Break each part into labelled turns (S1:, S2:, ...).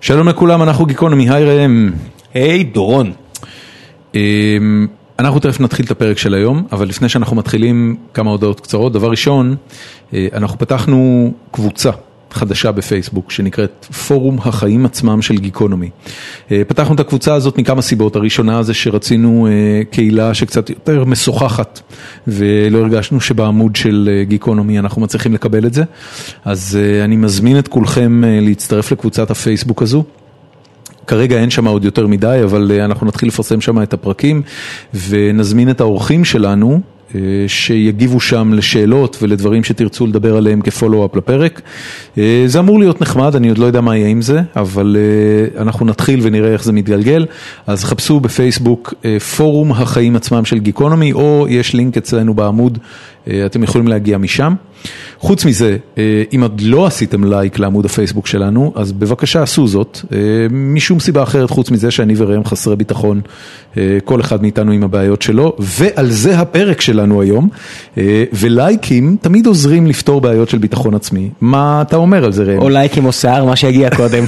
S1: שלום לכולם, אנחנו גיקונומי, היי ראם.
S2: היי דורון.
S1: אמ, אנחנו תכף נתחיל את הפרק של היום, אבל לפני שאנחנו מתחילים, כמה הודעות קצרות. דבר ראשון, אה, אנחנו פתחנו קבוצה. חדשה בפייסבוק שנקראת פורום החיים עצמם של גיקונומי. אה, פתחנו את הקבוצה הזאת מכמה סיבות, הראשונה זה שרצינו אה, קהילה שקצת יותר משוחחת ולא הרגשנו שבעמוד של אה, גיקונומי אנחנו מצליחים לקבל את זה, אז אה, אני מזמין את כולכם אה, להצטרף לקבוצת הפייסבוק הזו. כרגע אין שם עוד יותר מדי, אבל אה, אנחנו נתחיל לפרסם שם את הפרקים ונזמין את האורחים שלנו. אה, שיגיבו שם לשאלות ולדברים שתרצו לדבר עליהם כפולו-אפ לפרק. אה, זה אמור להיות נחמד, אני עוד לא יודע מה יהיה עם זה, אבל אה, אנחנו נתחיל ונראה איך זה מתגלגל. אז חפשו בפייסבוק אה, פורום החיים עצמם של גיקונומי, או יש לינק אצלנו בעמוד, אה, אתם יכולים להגיע משם. חוץ מזה, אה, אם עוד לא עשיתם לייק לעמוד הפייסבוק שלנו, אז בבקשה עשו זאת, אה, משום סיבה אחרת חוץ מזה שאני וראם חסרי ביטחון, אה, כל אחד מאיתנו עם הבעיות שלו, ועל זה הפרק שלנו היום, אה, ולייקים תמיד עוזרים לפתור בעיות של ביטחון עצמי. מה אתה אומר על זה ראם?
S2: או לייקים או שיער, מה שיגיע קודם.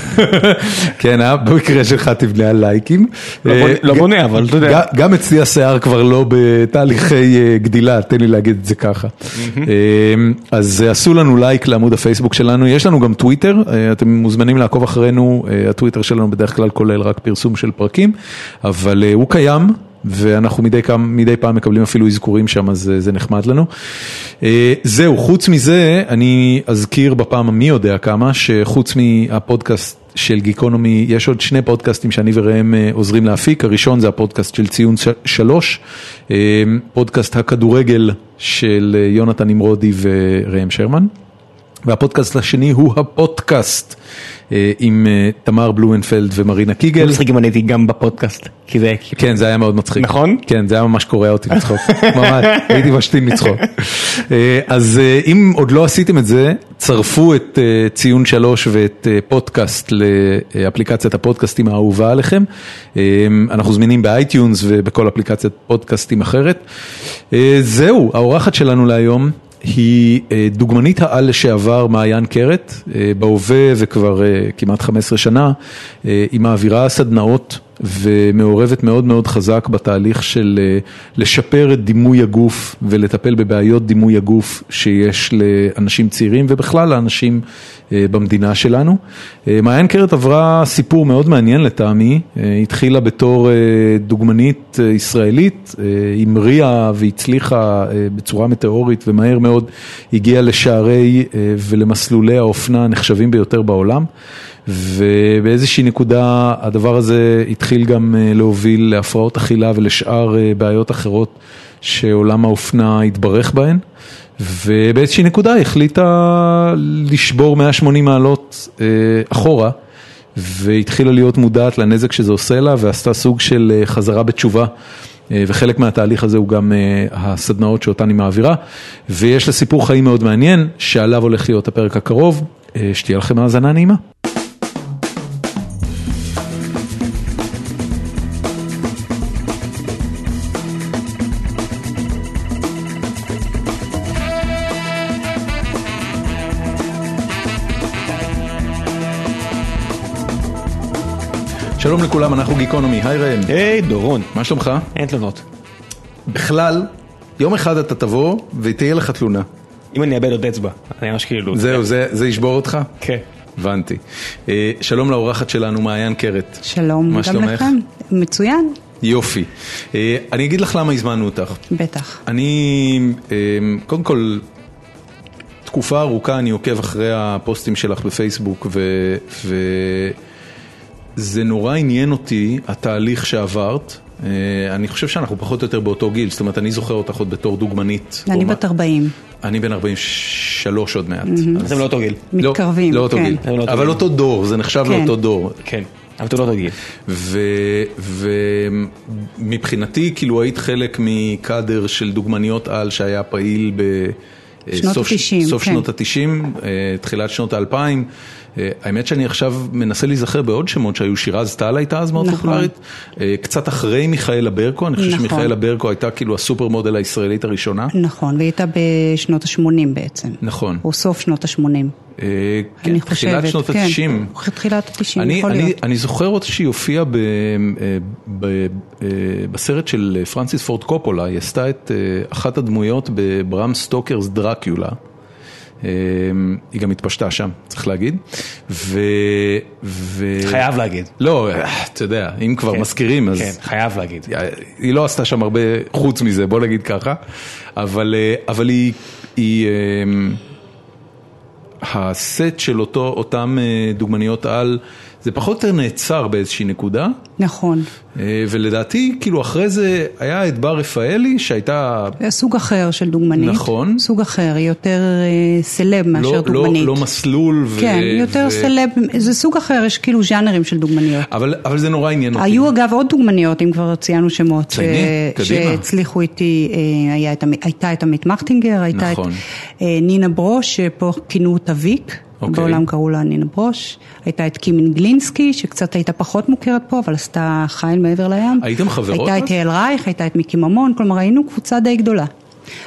S1: כן, אה? במקרה שלך תבנה על לייקים.
S2: לא
S1: אה,
S2: בונה- לא
S1: ג-
S2: בונה, אבל אתה יודע.
S1: ג- גם אצלי השיער כבר לא בתהליכי אה, גדילה, תן לי להגיד את זה ככה. אה, אז אה, עשו לנו לייק לעמוד הפייסבוק שלנו, יש לנו גם טוויטר, אה, אתם מוזמנים לעקוב אחרינו, אה, הטוויטר שלנו בדרך כלל כולל רק פרסום של פרקים, אבל אה, הוא קיים. ואנחנו מדי, כמה, מדי פעם מקבלים אפילו אזכורים שם, אז אה, זה נחמד לנו. אה, זהו, חוץ מזה, אני אזכיר בפעם המי יודע כמה, שחוץ מהפודקאסט של גיקונומי, יש עוד שני פודקאסטים שאני וראם אה, עוזרים להפיק, הראשון זה הפודקאסט של ציון ש- שלוש, אה, פודקאסט הכדורגל של אה, יונתן נמרודי וראם שרמן. והפודקאסט השני הוא הפודקאסט אה, עם אה, תמר בלומנפלד ומרינה קיגל.
S2: מצחיק אם אני הייתי גם בפודקאסט, כי זה כאילו...
S1: כן, זה היה מאוד מצחיק.
S2: נכון?
S1: כן, זה היה ממש קורע אותי לצחוק. ממש, הייתי משתין מצחוק. אה, אז אה, אם עוד לא עשיתם את זה, צרפו את אה, ציון שלוש ואת אה, פודקאסט לאפליקציית הפודקאסטים האהובה עליכם. אה, אנחנו זמינים באייטיונס ובכל אפליקציית פודקאסטים אחרת. אה, זהו, האורחת שלנו להיום. היא אה, דוגמנית העל לשעבר מעיין קרת, אה, בהווה וכבר אה, כמעט 15 שנה, אה, היא מעבירה סדנאות ומעורבת מאוד מאוד חזק בתהליך של אה, לשפר את דימוי הגוף ולטפל בבעיות דימוי הגוף שיש לאנשים צעירים ובכלל לאנשים אה, במדינה שלנו. אה, מעיין קרת עברה סיפור מאוד מעניין לטעמי, אה, היא התחילה בתור אה, דוגמנית אה, ישראלית, אה, המריאה והצליחה אה, בצורה מטאורית ומהר מאוד הגיעה לשערי אה, ולמסלולי האופנה הנחשבים ביותר בעולם. ובאיזושהי נקודה הדבר הזה התחיל גם אה, להוביל להפרעות אכילה ולשאר אה, בעיות אחרות שעולם האופנה התברך בהן. ובאיזושהי נקודה היא החליטה לשבור 180 מעלות אה, אחורה, והתחילה להיות מודעת לנזק שזה עושה לה, ועשתה סוג של אה, חזרה בתשובה. אה, וחלק מהתהליך הזה הוא גם אה, הסדנאות שאותן היא מעבירה, ויש לה סיפור חיים מאוד מעניין, שעליו הולך להיות הפרק הקרוב, אה, שתהיה לכם האזנה נעימה. שלום לכולם, אנחנו גיקונומי, היי ראם,
S2: היי דורון.
S1: מה שלומך?
S2: אין תלונות.
S1: בכלל, יום אחד אתה תבוא ותהיה לך תלונה.
S2: אם אני אאבד עוד אצבע, אני ממש כאילו...
S1: זהו, זה, זה ישבור אותך?
S2: כן.
S1: הבנתי. אה, שלום לאורחת שלנו, מעיין קרת.
S3: שלום,
S1: מה
S3: גם
S1: שלומך?
S3: לכם. מצוין,
S1: יופי. אה, אני אגיד לך למה הזמנו אותך.
S3: בטח.
S1: אני, אה, קודם כל, תקופה ארוכה אני עוקב אחרי הפוסטים שלך בפייסבוק, ו... ו... זה נורא עניין אותי התהליך שעברת. אה, אני חושב שאנחנו פחות או יותר באותו גיל, זאת אומרת, אני זוכר אותך עוד בתור דוגמנית.
S3: אני
S1: אומן.
S3: בת 40.
S1: אני בן 43 עוד מעט.
S2: אז הם לא אותו גיל.
S1: לא,
S3: מתקרבים,
S1: לא אותו
S3: כן.
S1: גיל.
S2: הם לא אותו
S1: אבל
S2: גיל.
S1: אותו דור, זה נחשב
S3: כן.
S1: לאותו דור.
S2: כן. אבל אתם לא אותו גיל.
S1: אה. ומבחינתי, כאילו היית חלק מקאדר של דוגמניות על שהיה פעיל ב... אה,
S3: שנות
S1: סוף,
S3: ה- 90,
S1: סוף אה,
S3: כן.
S1: שנות ה-90, תחילת שנות ה-2000, אה, האמת שאני עכשיו מנסה להיזכר בעוד שמות שהיו, שירז טל הייתה אז מאוד
S3: נכון.
S1: פופולרית, אה, קצת אחרי מיכאלה ברקו, אני חושב
S3: נכון.
S1: שמיכאלה ברקו הייתה כאילו הסופר מודל הישראלית הראשונה.
S3: נכון, והיא הייתה בשנות ה-80 בעצם.
S1: נכון.
S3: או סוף שנות ה-80.
S1: אה, כן,
S3: אני חושבת,
S1: תחילת שנות
S3: כן.
S1: ה-90.
S3: תחילת ה-90,
S1: אני,
S3: יכול
S1: אני,
S3: להיות.
S1: אני זוכר אותה שהיא הופיעה ב, אה, ב, אה, בסרט של אה, פרנסיס פורד קופולה, היא עשתה את אה, אחת הדמויות בברם סטוקרס דרקיולה. אה, היא גם התפשטה שם, צריך להגיד. ו... ו...
S2: חייב להגיד.
S1: לא, אה, אתה יודע, אם כבר
S2: כן.
S1: מזכירים, אז...
S2: כן, חייב להגיד.
S1: היא לא עשתה שם הרבה חוץ מזה, בוא נגיד ככה, אבל, אה, אבל היא, היא, אמ, הסט של אותו, אותם אה, דוגמניות על, זה פחות או יותר נעצר באיזושהי נקודה,
S3: נכון.
S1: אה, ולדעתי, כאילו אחרי זה היה את בר רפאלי, שהייתה לא,
S3: זה סוג אחר של דוגמנית.
S1: נכון.
S3: סוג אחר, היא יותר אה, סלב מאשר
S1: לא, לא,
S3: דוגמנית.
S1: לא מסלול.
S3: כן, יותר סלב, זה סוג אחר, יש כאילו ז'אנרים של דוגמניות.
S1: אבל, אבל זה נורא עניין אותי.
S3: היו אגב עוד דוגמניות, אם כבר ציינו שמות, ש-
S1: צייני, קדימה.
S3: שהצליחו איתי, אה, היה את עמית- הייתה את עמית מכטינגר, הייתה את
S1: נכון.
S3: אה, נינה ברוש, שפה כינו אותה ויק,
S1: אוקיי.
S3: בעולם קראו לה נינה ברוש, הייתה את קימין גלינסקי, שקצת הייתה פחות מוכרת פה, אבל עשתה חיל מעבר לים.
S1: הייתם חברות
S3: הייתה
S1: אז?
S3: את יעל רייך, הייתה את מיקי ממון, כלומר היינו קבוצה די גדולה.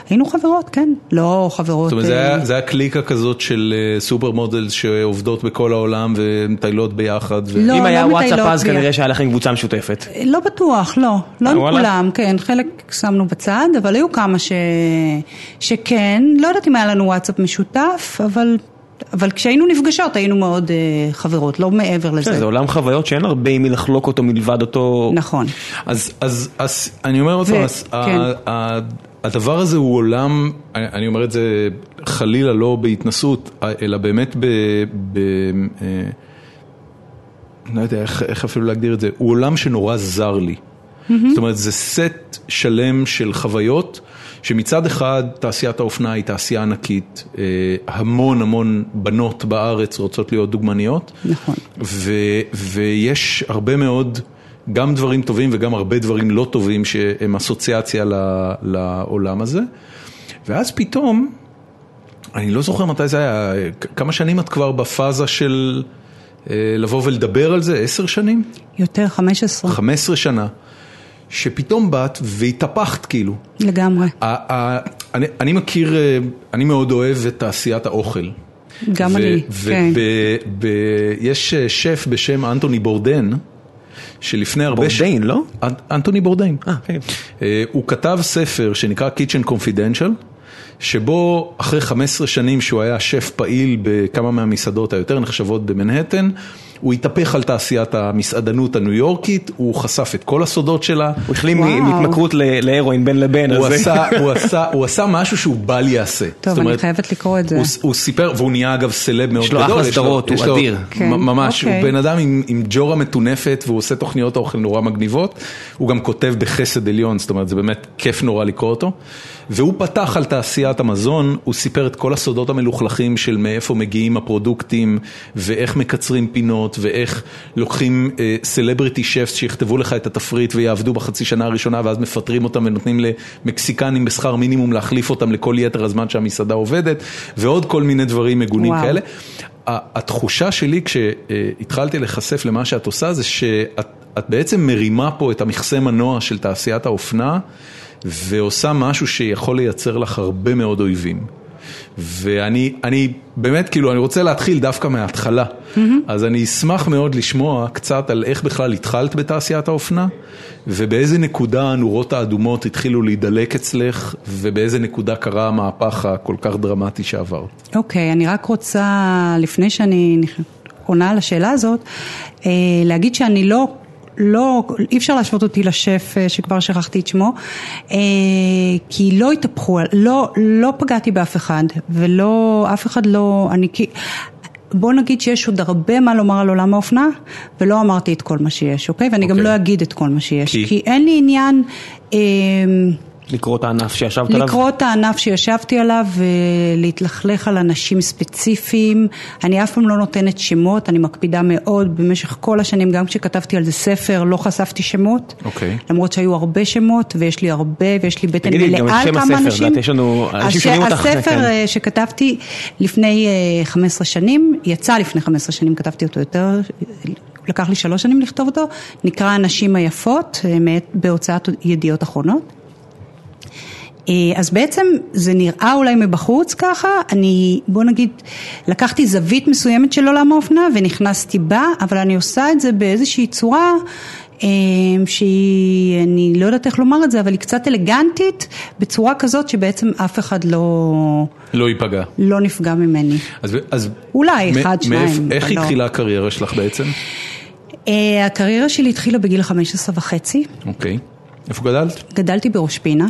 S3: היינו חברות, כן, לא חברות...
S1: זאת אומרת, זה
S3: אה,
S1: היה- זה היה קליקה כזאת של אה, סופר מודל שעובדות בכל העולם ומטיילות ביחד. ו-
S3: לא,
S2: אם
S3: לא
S2: היה וואטסאפ
S3: מטיילות
S2: אז
S3: ביחד.
S2: כנראה שהיה לכם קבוצה משותפת.
S3: לא בטוח, לא. לא
S2: אה,
S3: עם
S2: וואלה?
S3: כולם, כן, חלק שמנו בצד, אבל היו כמה ש... שכן, לא יודעת אם היה לנו וואטסאפ משותף, אבל, אבל כשהיינו נפגשות היינו מאוד אה, חברות, לא מעבר
S2: בסדר,
S3: לזה.
S2: זה עולם חוויות שאין הרבה עם מי לחלוק אותו מלבד אותו...
S3: נכון.
S1: אז, אז, אז אני אומר עוד
S3: ו-
S1: פעם, אז
S3: כן.
S1: ה- ה- הדבר הזה הוא עולם, אני- אני אומר את זה חלילה לא בהתנסות, אלא באמת ב... ב אה, לא יודע איך, איך אפילו להגדיר את זה, הוא עולם שנורא זר לי. זאת אומרת, זה סט שלם של חוויות, שמצד אחד תעשיית האופנה היא תעשייה ענקית, אה, המון המון בנות בארץ רוצות להיות דוגמניות.
S3: נכון.
S1: ו, ויש הרבה מאוד, גם דברים טובים וגם הרבה דברים לא טובים שהם אסוציאציה ל, לעולם הזה. ואז פתאום, אני לא זוכר מתי זה היה, כ- כמה שנים את כבר בפאזה של אה, לבוא ולדבר על זה? עשר שנים?
S3: יותר 15,
S1: 15 שנה. שפתאום באת והתהפכת כאילו.
S3: לגמרי.
S1: ה- ה- אני, אני מכיר, אה, אני מאוד אוהב את תעשיית האוכל.
S3: גם אני, כן.
S1: ויש אה, שף בשם אנטוני בורדן, שלפני הרבה... ש-
S2: בורדיין, לא?
S1: אנ- אנטוני בורדיין.
S2: אה, כן.
S1: אה, הוא כתב ספר שנקרא Kitchen Confidential, שבו אחרי 15 שנים שהוא היה שף פעיל בכמה מהמסעדות היותר נחשבות במנהטן, הוא התהפך על תעשיית המסעדנות הניו יורקית, הוא חשף את כל הסודות שלה.
S2: הוא החלים
S3: וואו.
S2: מהתמכרות ל- להרואין בין לבין,
S1: הוא
S2: כן, אז זה-
S1: עשה, הוא, עשה, הוא עשה משהו שהוא בל יעשה.
S3: טוב,
S1: זאת
S3: אני
S1: אומרת,
S3: חייבת לקרוא את זה.
S1: הוא, הוא סיפר, והוא נהיה אגב סלב מאוד
S2: לו
S1: גדול.
S2: אחלה סדרות, הוא
S1: יש לו-
S2: אדיר.
S3: כן,
S1: מ- ממש, הוא
S3: אוקיי.
S1: בן אדם עם, עם ג'ורה מטונפת, והוא עושה תוכניות אוכל נורא מגניבות. הוא גם כותב בחסד עליון, זאת אומרת, זה באמת כיף נורא לקרוא אותו. והוא פתח על תעשיית המזון, הוא סיפר את כל הסודות המלוכלכים של מאיפה מגיעים הפרודוקטים, ואיך מקצרים פינות, ואיך לוקחים סלבריטי שפס שיכתבו לך את התפריט ויעבדו בחצי שנה הראשונה, ואז מפטרים אותם ונותנים למקסיקנים בשכר מינימום להחליף אותם לכל יתר הזמן שהמסעדה עובדת, ועוד כל מיני דברים מגונים
S3: וואו.
S1: כאלה. ה- התחושה שלי כשהתחלתי להיחשף למה שאת עושה זה שאת את בעצם מרימה פה את המכסה מנוע של תעשיית האופנה ועושה משהו שיכול לייצר לך הרבה מאוד אויבים. ואני אני באמת כאילו אני רוצה להתחיל דווקא מההתחלה אז אני אשמח מאוד לשמוע קצת על איך בכלל התחלת בתעשיית האופנה ובאיזה נקודה הנורות האדומות התחילו להידלק אצלך ובאיזה נקודה קרה המהפך הכל כך דרמטי שעברת.
S3: אוקיי, אני רק רוצה, לפני שאני נכ- עונה על השאלה הזאת, אה, להגיד שאני לא, לא, אי אפשר להשוות אותי לשף אה, שכבר שכחתי את שמו, אה, כי לא התהפכו, על- לא, לא פגעתי באף אחד, ולא, אף אחד לא, אני כי... בוא נגיד שיש עוד הרבה מה לומר על עולם האופנה, ולא אמרתי את כל מה שיש, אוקיי? ואני גם
S1: אוקיי.
S3: לא אגיד את כל מה שיש,
S1: כי?
S3: כי אין לי עניין... אה,
S2: לקרוא את הענף שישבת עליו?
S3: לקרוא את הענף שישבתי עליו ולהתלכלך על אנשים ספציפיים. אני אף פעם לא נותנת שמות, אני מקפידה מאוד. במשך כל השנים, גם כשכתבתי על זה ספר, לא חשפתי שמות.
S1: אוקיי.
S3: למרות שהיו הרבה שמות, ויש לי הרבה, ויש לי בטן
S2: תגידי, גם
S3: מלאה
S2: את
S3: על
S2: שם
S3: כמה
S2: הספר,
S3: אנשים.
S2: את יודעת, יש לנו- אנשים
S3: הש-
S2: שומעים אותך,
S3: הספר
S2: כן.
S3: אה, שכתבתי לפני אה, 15 שנים, יצא לפני 15 שנים, כתבתי אותו יותר, לקח לי שלוש שנים לכתוב אותו, נקרא הנשים היפות, אה, מאת- בהוצאת ידיעות אחרונות. אה, אז בעצם זה נראה אולי מבחוץ ככה, אני בוא נגיד לקחתי זווית מסוימת של עולם האופנה ונכנסתי בה, אבל אני עושה את זה באיזושהי צורה אה, שהיא, אני לא יודעת איך לומר את זה, אבל היא קצת אלגנטית, בצורה כזאת שבעצם אף אחד לא,
S1: לא ייפגע.
S3: לא נפגע ממני.
S1: אז, אז
S3: אולי
S1: מ-
S3: אחד, שניים,
S1: מאיפ- איך
S3: אבל לא.
S1: התחילה הקריירה שלך בעצם?
S3: אה, הקריירה שלי התחילה בגיל 15 וחצי,
S1: אוקיי. איפה גדלת?
S3: גדלתי בראש פינה.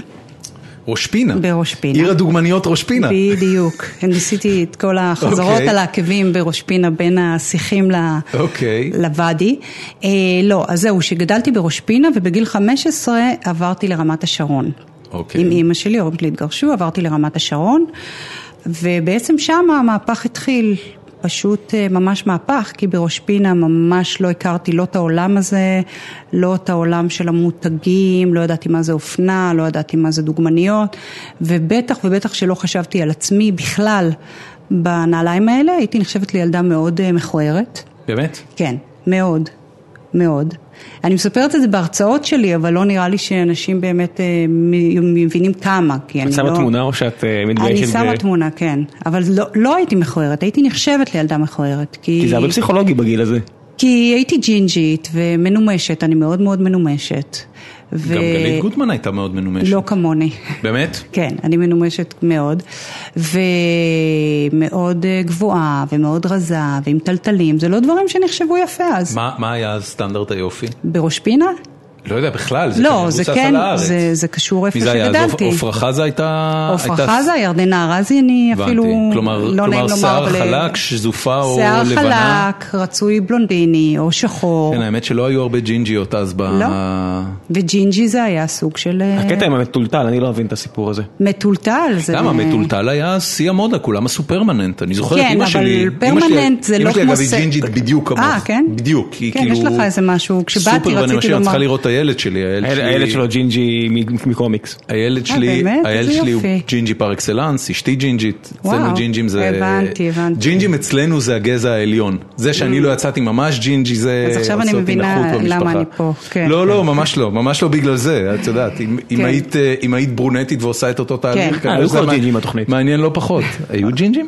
S1: ראש פינה.
S3: בראש פינה.
S1: עיר הדוגמניות ראש פינה.
S3: בדיוק. אני ניסיתי את כל החזרות
S1: אה. אוקיי.
S3: על העקבים בראש פינה בין השיחים ל...
S1: אוקיי.
S3: לוואדי. אה, לא, אז זהו, שגדלתי בראש פינה ובגיל 15 עברתי לרמת השרון.
S1: אוקיי.
S3: עם אימא שלי, ההורים שלי התגרשו, עברתי לרמת השרון, ובעצם שם המהפך התחיל. פשוט אה, ממש מהפך, כי בראש פינה ממש לא הכרתי לא את העולם הזה, לא את העולם של המותגים, לא ידעתי מה זה אופנה, לא ידעתי מה זה דוגמניות, ובטח ובטח שלא חשבתי על עצמי בכלל בנעליים האלה, הייתי נחשבת לילדה מאוד אה, מכוערת.
S1: באמת?
S3: כן, מאוד, מאוד. אני מספרת את זה בהרצאות שלי, אבל לא נראה לי שאנשים באמת אה, מ- מבינים כמה, כי אני
S2: את
S3: לא...
S2: שמה תמונה או שאת אה, מתביישת?
S3: אני שמה
S2: ב-
S3: תמונה, כן. אבל לא, לא הייתי מכוערת, הייתי נחשבת לילדה מכוערת. כי,
S2: כי זה הרבה פסיכולוגי בגיל הזה.
S3: כי הייתי ג'ינג'ית ומנומשת, אני מאוד מאוד מנומשת. ו...
S1: גם גלית גוטמן הייתה מאוד מנומשת.
S3: לא כמוני.
S1: באמת?
S3: כן, אני מנומשת מאוד, ומאוד אה, גבוהה, ומאוד רזה, ועם טלטלים, זה לא דברים שנחשבו יפה אז.
S1: מה מה היה אז סטנדרט היופי?
S3: בראש פינה?
S1: לא יודע בכלל, זה
S3: לא,
S1: כנראה
S3: זה
S1: מבוסס
S3: כן,
S1: על הארץ.
S3: זה, זה קשור איפה
S1: מי זה היה? אז
S3: שגדלתי.
S1: עופרה חזה הייתה...
S3: עופרה
S1: הייתה-
S3: חזה, ירדנה ארזי, אני
S1: הבנתי.
S3: אפילו,
S1: כלומר-
S3: לא
S1: כלומר,
S3: נעים לומר,
S1: שיער
S3: אבל- אה,
S1: חלק, שזופה או
S3: שיער
S1: לבנה?
S3: חלק, רצוי בלונדיני או שחור,
S1: כן, האמת שלא היו הרבה ג'ינג'יות אז ב...
S3: לא. וג'ינג'י זה היה סוג של אה,
S2: הקטע עם המטולטל, אני לא מבין את הסיפור הזה.
S3: מטולטל. זה-
S1: למה? מטולטל היה שיא המודה, כולם עשו פרמננט. אני זוכר את
S3: כן,
S1: אימא
S3: אבל
S1: שלי...
S3: פרמננט זה לא
S1: אימא שלי
S3: כמו
S1: אגב היא
S3: סק.
S1: ג'ינג'ית בדיוק כמוך.
S3: אה, כן?
S1: בדיוק. היא
S3: כן,
S1: כאילו...
S3: יש לך איזה משהו. כשבאתי
S1: סופר
S3: רציתי
S1: בנמשל, אני
S3: לומר-
S1: צריכה לראות את הילד שלי.
S2: הילד
S1: שלי-
S2: הילד שלו ג'ינג'י מ- מקומיקס.
S1: הילד
S3: אה,
S1: שלי,
S3: באמת?
S1: הילד
S3: איזה
S1: שלי הוא
S3: יופי.
S1: ג'ינג'י פר אקסלנס, אשתי ג'ינג'ית,
S3: וואו,
S1: אצלנו ג'ינג'ים זה...
S3: הבנתי, הבנתי. Mm.
S1: ג'ינג'ים אצלנו זה הגזע העליון. זה שאני לא יצאתי ממש ג'ינג'י זה...
S3: אז עכשיו
S1: לעשות
S3: אני מבינה
S1: אי-נחות
S3: למה
S1: במשפחה.
S3: אני פה, כן.
S1: לא, לא, ממש לא, ממש לא בגלל זה, את יודעת, אם- אם
S3: כן.
S1: היית, אה, אם היית ברונטית ועושה את אותו תהליך,
S3: אה,
S1: כנראה
S2: היו
S1: שזה
S2: כבר
S1: מע-
S2: ג'ינג'ים בתוכנית.
S1: מעניין לא פחות. היו ג'ינג'ים?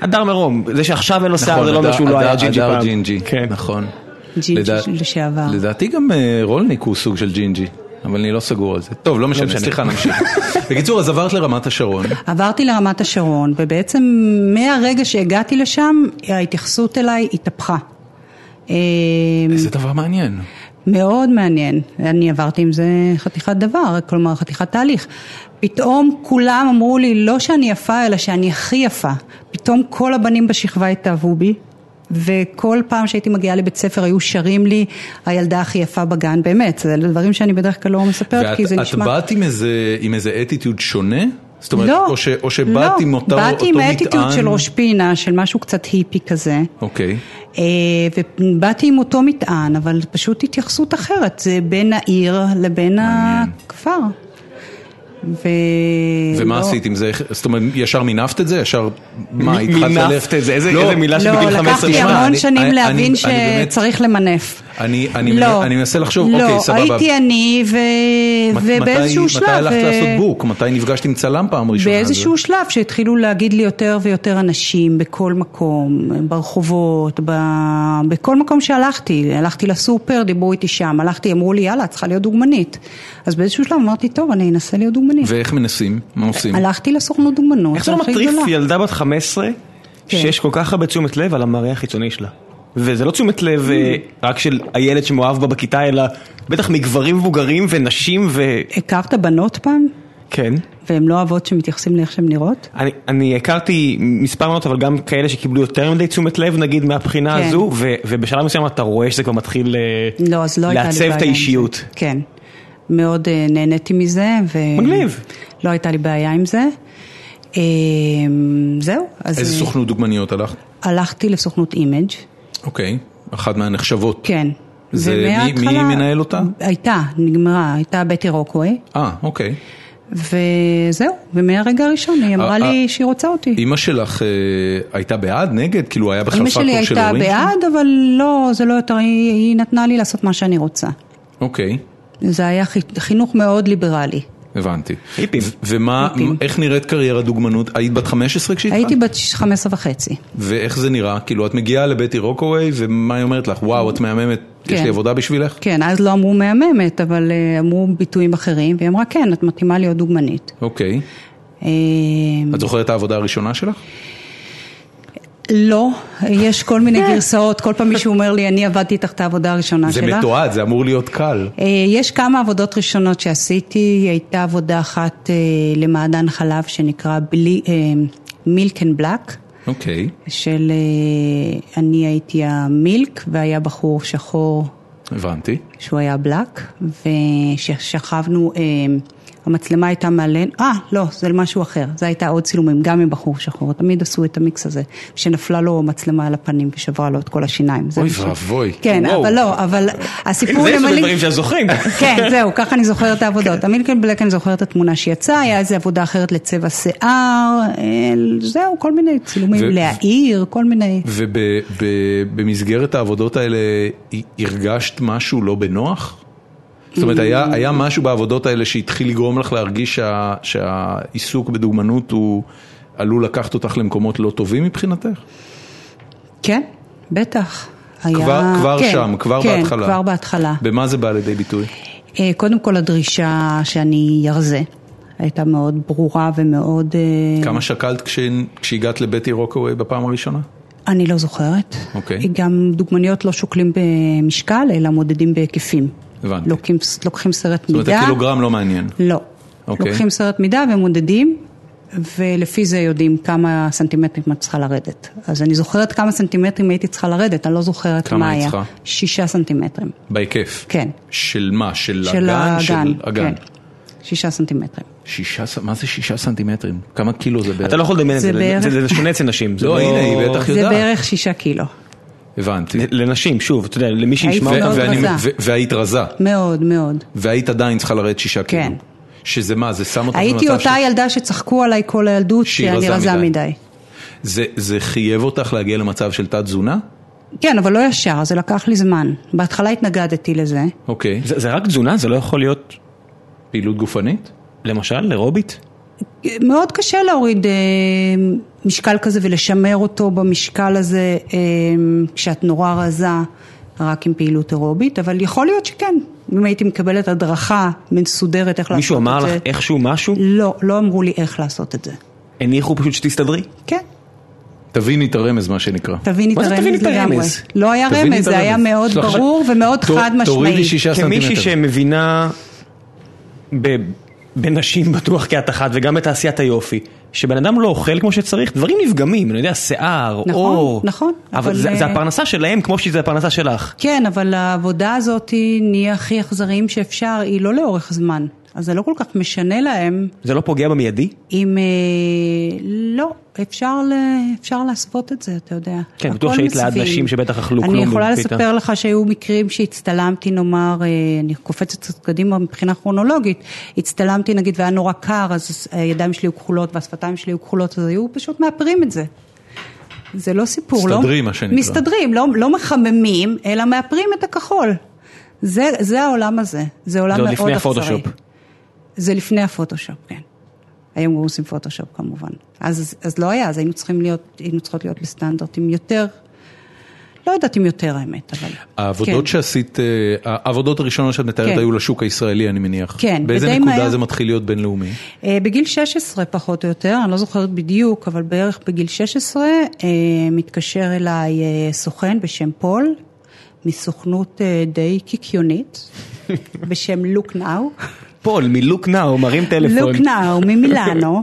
S2: הדר מרום, זה שעכשיו אין לו שיער
S1: נכון,
S2: זה לא אומר
S1: הדר-
S2: שהוא לא היה
S1: הדר-
S2: ג'ינג'י פעם.
S1: הדר ג'ינג'י,
S2: כן.
S1: נכון.
S3: ג'ינג'י
S1: לדע-
S3: לשעבר.
S1: לדעתי גם אה, רולניק הוא סוג של ג'ינג'י, אבל אני לא סגור על זה. טוב, לא משנה,
S2: משנה.
S1: סליחה, נמשיך. בקיצור, אז עברת לרמת השרון.
S3: עברתי לרמת השרון, ובעצם מהרגע שהגעתי לשם, ההתייחסות אליי התהפכה. אה,
S1: איזה דבר מעניין.
S3: מאוד מעניין, אני עברתי עם זה חתיכת דבר, כלומר חתיכת תהליך. פתאום כולם אמרו לי, לא שאני יפה, אלא שאני הכי יפה. פתאום כל הבנים בשכבה התאהבו בי, וכל פעם שהייתי מגיעה לבית ספר היו שרים לי, הילדה הכי יפה בגן, באמת, זה דברים שאני בדרך כלל לא מספרת, כי זה
S1: ואת
S3: נשמע...
S1: את באת עם איזה- עם איזה אטיטיוד שונה? זאת אומרת, או ש- או שבאת עם אותה-
S3: באתי
S1: אותו
S3: לא. עם
S1: מטען?
S3: האטיטיוד של ראש פינה, של משהו קצת היפי כזה.
S1: אוקיי.
S3: אה, ובאתי עם אותו מטען, אבל פשוט התייחסות אחרת, זה בין העיר לבין
S1: מעניין.
S3: הכפר. ו...
S1: ומה
S3: לא-
S1: עשית עם זה? זאת אומרת, ישר מינפת את זה? ישר, מה,
S2: מ-
S1: התחלת ללכת?
S2: מינפת את זה, איזה-
S1: לא,
S2: איזה מילה
S3: לא,
S2: שבגיל 15
S3: לקחתי
S1: שנה,
S3: המון
S1: אני-
S3: שנים
S1: אני-
S3: להבין
S1: אני- אני באמת-
S3: שצריך למנף.
S1: אני- אני
S3: לא.
S1: אני מנסה לחשוב, אוקיי, סבבה.
S3: לא, הייתי אני ו-
S1: מת-
S3: ובאיזשהו
S1: מתי-
S3: שלב... אה,
S1: מתי הלכת
S3: ו-
S1: לעשות בוק? מתי נפגשת עם צלם פעם ראשונה?
S3: באיזשהו שלב שהתחילו להגיד לי יותר ויותר אנשים בכל מקום, ברחובות, ב... בכל מקום שהלכתי, הלכתי לסופר, דיברו איתי שם, הלכתי, אמרו לי יאללה, את צריכה להיות דוגמנית. אז באיזשהו שלב אמרתי, טוב, אני אנסה להיות דוגמנית. ו...
S1: ואיך מנסים? מה עושים?
S3: הלכתי לסוכנות דוגמנות,
S2: איך זה לא
S3: הכי
S2: מטריף
S3: גדולה.
S2: ילדה בת 15
S3: כן.
S2: שיש כל כך הרבה תשומת לב על המראה החיצוני שלה. וזה לא תשומת לב אה,
S3: Mm.
S2: רק של הילד שמאוהב בה בכיתה, אלא בטח מגברים מבוגרים ונשים ו...
S3: הכרת בנות פעם?
S2: כן.
S3: והן לא אוהבות שמתייחסים לאיך שהן נראות?
S2: אני, אני הכרתי מספר מנות, אבל גם כאלה שקיבלו יותר מדי תשומת לב, נגיד, מהבחינה
S3: כן.
S2: הזו, ו, ובשלב מסוים אתה רואה שזה כבר מתחיל אה,
S3: לא, אז לא הייתה לי בעיה.
S2: לעצב את
S3: עם זה.
S2: האישיות.
S3: כן. מאוד אה, נהניתי מזה. ו-
S2: מגניב.
S3: לא הייתה לי בעיה עם זה. אה, זהו, אז אה,
S1: איזה סוכנות דוגמניות הלכת?
S3: הלכתי לסוכנות אימג'.
S1: אוקיי, אחת מהנחשבות.
S3: כן.
S1: זה- מי-
S3: ומההתחלה-
S1: מי מנהל אותה?
S3: הייתה, נגמרה, הייתה בטי רוקווי,
S1: אה, אוקיי.
S3: וזהו, ומהרגע הראשון היא
S1: אה,
S3: אמרה
S1: אה.
S3: לי שהיא רוצה אותי.
S1: אימא שלך אה, הייתה בעד, נגד? כאילו היה בכלל
S3: אמא
S1: פקטור של
S3: שלי
S1: הורים?
S3: הייתה בעד, אבל לא, זה לא יותר, היא, היא נתנה לי לעשות מה שאני רוצה.
S1: אוקיי,
S3: זה היה חי- חינוך מאוד ליברלי.
S1: הבנתי.
S2: היפים.
S1: ו- ומה,
S3: היפים.
S1: איך נראית קריירת דוגמנות? היית בת 15 כשהתחלת?
S3: הייתי בת 15 וחצי.
S1: ואיך זה נראה? כאילו, את מגיעה לבטי רוקווי, ומה היא אומרת לך? וואו, את מהממת, יש
S3: כן.
S1: לי עבודה בשבילך?
S3: כן, אז לא אמרו מהממת, אבל אה, אמרו ביטויים אחרים, והיא אמרה, כן, את מתאימה להיות דוגמנית.
S1: אוקיי.
S3: אה,
S1: את זוכרת את העבודה הראשונה שלך?
S3: לא, יש כל מיני גרסאות, כל פעם מישהו אומר לי, אני עבדתי איתך את העבודה הראשונה
S1: זה
S3: שלך.
S1: מתועד, זה אמור להיות קל.
S3: אה, יש כמה עבודות ראשונות שעשיתי, הייתה עבודה אחת אה, למעדן חלב שנקרא אה, מילק אנד בלק,
S1: אוקיי.
S3: של אה, אני הייתי המילק והיה בחור שחור
S1: הבנתי.
S3: שהוא היה בלק, וששכבנו, אה, המצלמה הייתה מעלן, אה, לא, זה משהו אחר, זה הייתה עוד צילומים, גם עם בחור שחור, תמיד עשו את המיקס הזה, שנפלה לו מצלמה על הפנים ושברה לו את כל השיניים. זה
S1: אוי
S3: משהו-
S1: ואבוי.
S3: כן,
S2: וואו.
S3: אבל לא, אבל הסיפור
S2: זה יש
S3: עם
S2: עוד
S3: המילק-
S2: דברים שאת זוכרים.
S3: כן, זהו, ככה אני זוכרת את העבודות.
S1: כן.
S3: המילקל בלק, אני זוכרת את התמונה שיצאה, היה איזה עבודה אחרת לצבע שיער, אה, זהו, כל מיני
S1: ו-
S3: צילומים להעיר, כל מיני...
S1: ובמסגרת העבודות האלה הי- הרגשת משהו לא בנוח? זאת אומרת, היה, היה משהו בעבודות האלה שהתחיל לגרום לך להרגיש שה, שהעיסוק בדוגמנות הוא עלול לקחת אותך למקומות לא טובים מבחינתך?
S3: כן, בטח. היה...
S1: כבר, כבר
S3: כן,
S1: שם, כבר
S3: כן,
S1: בהתחלה.
S3: כבר בהתחלה.
S1: במה זה בא לידי ביטוי?
S3: אה, קודם כל הדרישה שאני ארזה, הייתה מאוד ברורה ומאוד... אה,
S1: כמה שקלת כש, כשהגעת לבטי רוקווי בפעם הראשונה?
S3: אני לא זוכרת.
S1: אוקיי.
S3: גם דוגמניות לא שוקלים במשקל, אלא מודדים בהיקפים.
S1: הבנתי.
S3: לוקחים, לוקחים סרט
S1: זאת
S3: מידה.
S1: אומרת, הקילוגרם לא מעניין.
S3: לא.
S1: אוקיי.
S3: לוקחים סרט מידה ומודדים, ולפי זה יודעים כמה סנטימטרים את צריכה לרדת. אז אני זוכרת כמה סנטימטרים הייתי צריכה לרדת, אני לא זוכרת
S1: כמה
S3: מה
S1: היית
S3: היה.
S1: צריכה?
S3: שישה סנטימטרים.
S1: בהיקף.
S3: כן.
S1: של מה? של,
S3: של
S1: הגן?
S3: הגן.
S1: של הגן.
S3: כן. שישה סנטימטרים.
S1: שישה, ס- מה זה שישה סנטימטרים? כמה קילו זה בערך?
S2: אתה לא יכול לדמיין את
S3: זה
S2: זה,
S3: בערך-
S2: זה- זה שונה אצל נשים. זה
S1: לא, הנה, היא בטח
S3: זה
S1: יודעת.
S3: בערך שישה קילו.
S1: הבנתי.
S2: לנשים, שוב, אתה יודע, למי
S1: ו-
S2: שישמע
S3: הייתי מאוד
S2: אותנו.
S1: ואני-
S3: רזה.
S1: ו- והיית רזה,
S3: מאוד מאוד.
S1: והיית עדיין צריכה לרדת שישה קילו.
S3: כן.
S1: שזה מה, זה שם אותך במצב
S3: הייתי אותה
S1: ש-
S3: ילדה שצחקו עליי כל הילדות,
S1: שהיא
S3: שאני
S1: רזה
S3: רזה
S1: מדי.
S3: מדי.
S1: זה, זה חייב אותך להגיע למצב של תת-תזונה?
S3: כן, אבל לא ישר, זה לקח לי זמן. בהתחלה התנגדתי לזה.
S1: אוקיי.
S2: זה זה רק תזונה? זה לא יכול להיות,
S1: פעילות גופנית?
S2: למשל, אירובית?
S3: מאוד קשה להוריד אה, משקל כזה ולשמר אותו במשקל הזה אה, כשאת נורא רזה רק עם פעילות אירובית, אבל יכול להיות שכן. אם הייתי מקבלת הדרכה מסודרת איך
S2: מישהו
S3: לעשות
S2: אמר
S3: את זה.
S2: לך איכשהו משהו?
S3: לא, לא אמרו לי איך לעשות את זה.
S2: הניחו פשוט שתסתדרי?
S3: כן,
S1: תביני את הרמז, מה שנקרא.
S3: תביני את
S2: מה זה
S3: הרמז
S2: תביני את
S3: לגמרי.
S2: הרמז?
S3: לא היה
S1: תביני
S3: רמז,
S1: את
S3: זה היה
S1: הרמז.
S3: מאוד
S1: סלח-
S3: ברור ומאוד
S1: תור-
S3: חד
S1: תורידי
S3: משמעי.
S1: שישה
S2: כמישהי
S1: סנטימטר.
S2: שמבינה ב- בנשים בטוח כאת אחת וגם בתעשיית היופי, שבן אדם לא אוכל כמו שצריך, דברים נפגמים, אני יודע, שיער,
S3: נכון,
S2: אור.
S3: נכון,
S2: אבל
S3: אבל,
S2: זה
S3: אה,
S2: זה הפרנסה שלהם כמו שזה הפרנסה שלך.
S3: כן, אבל העבודה הזאת היא נהיה הכי אכזריים שאפשר, היא לא לאורך זמן. אז זה לא כל כך משנה להם
S2: זה לא פוגע במיידי?
S3: אם... אה, לא, אפשר, ל, אפשר להסוות את זה, אתה יודע.
S2: כן,
S3: הכל
S2: בטוח שהיית ליד
S3: מסווים.
S2: נשים שבטח אכלו
S3: אני
S2: כלום
S3: יכולה
S2: בפיתה.
S3: לספר לך שהיו מקרים שהצטלמתי, נאמר, אה, אני קופצת קצת קדימה מבחינה כרונולוגית, הצטלמתי נגיד והיה נורא קר, אז הידיים שלי היו כחולות והשפתיים שלי היו כחולות, אז היו פשוט מאפרים את זה. זה לא סיפור, לא...
S1: מסתדרים, מה שנקרא.
S3: מסתדרים, לא, לא מחממים, אלא מאפרים את הכחול. זה, זה העולם הזה, זה עולם
S2: זה עוד
S3: מאוד
S2: לפני
S3: אכזרי.
S2: הפוטושופ.
S3: זה לפני הפוטושופ, כן. היום גם עושים פוטושופ כמובן. אז, אז לא היה, אז היינו צריכים להיות, היינו צריכות להיות בסטנדרטים יותר, לא יודעת אם יותר האמת, אבל...
S1: העבודות
S3: כן.
S1: שעשית, אה, העבודות הראשונות שאת מתארת
S3: כן.
S1: היו לשוק הישראלי, אני מניח.
S3: כן,
S1: באיזה
S3: ודי
S1: נקודה
S3: מהר.
S1: זה מתחיל להיות בינלאומי?
S3: אה, בגיל 16 פחות או יותר, אני לא זוכרת בדיוק, אבל בערך בגיל 16 אה, מתקשר אליי אה, סוכן בשם פול, מסוכנות אה, די קיקיונית, בשם לוק נאו.
S2: פול מלוק נאו מרים טלפון.
S3: לוק נאו ממילאנו.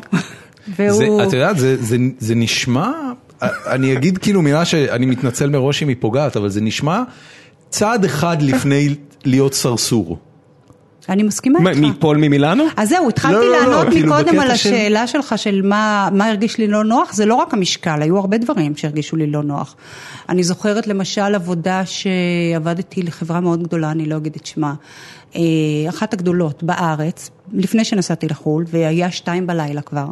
S3: והוא...
S1: זה, את יודעת, זה, זה, זה נשמע, אני אגיד כאילו מילה שאני מתנצל מראש אם היא פוגעת, אבל זה נשמע צעד אחד לפני להיות סרסור.
S3: אני מסכימה
S2: מה,
S3: איתך.
S2: מפול ממילאנו?
S3: אז זהו, התחלתי
S2: לא, לא, לא,
S3: לענות
S2: כאילו
S3: מקודם
S2: בקטע
S3: על
S2: של-
S3: השאלה שלך של מה, מה הרגיש לי לא נוח, זה לא רק המשקל, היו הרבה דברים שהרגישו לי לא נוח. אני זוכרת למשל עבודה שעבדתי לחברה מאוד גדולה, אני לא אגיד את שמה, אה, אחת הגדולות בארץ, לפני שנסעתי לחו"ל, והיה שתיים בלילה כבר.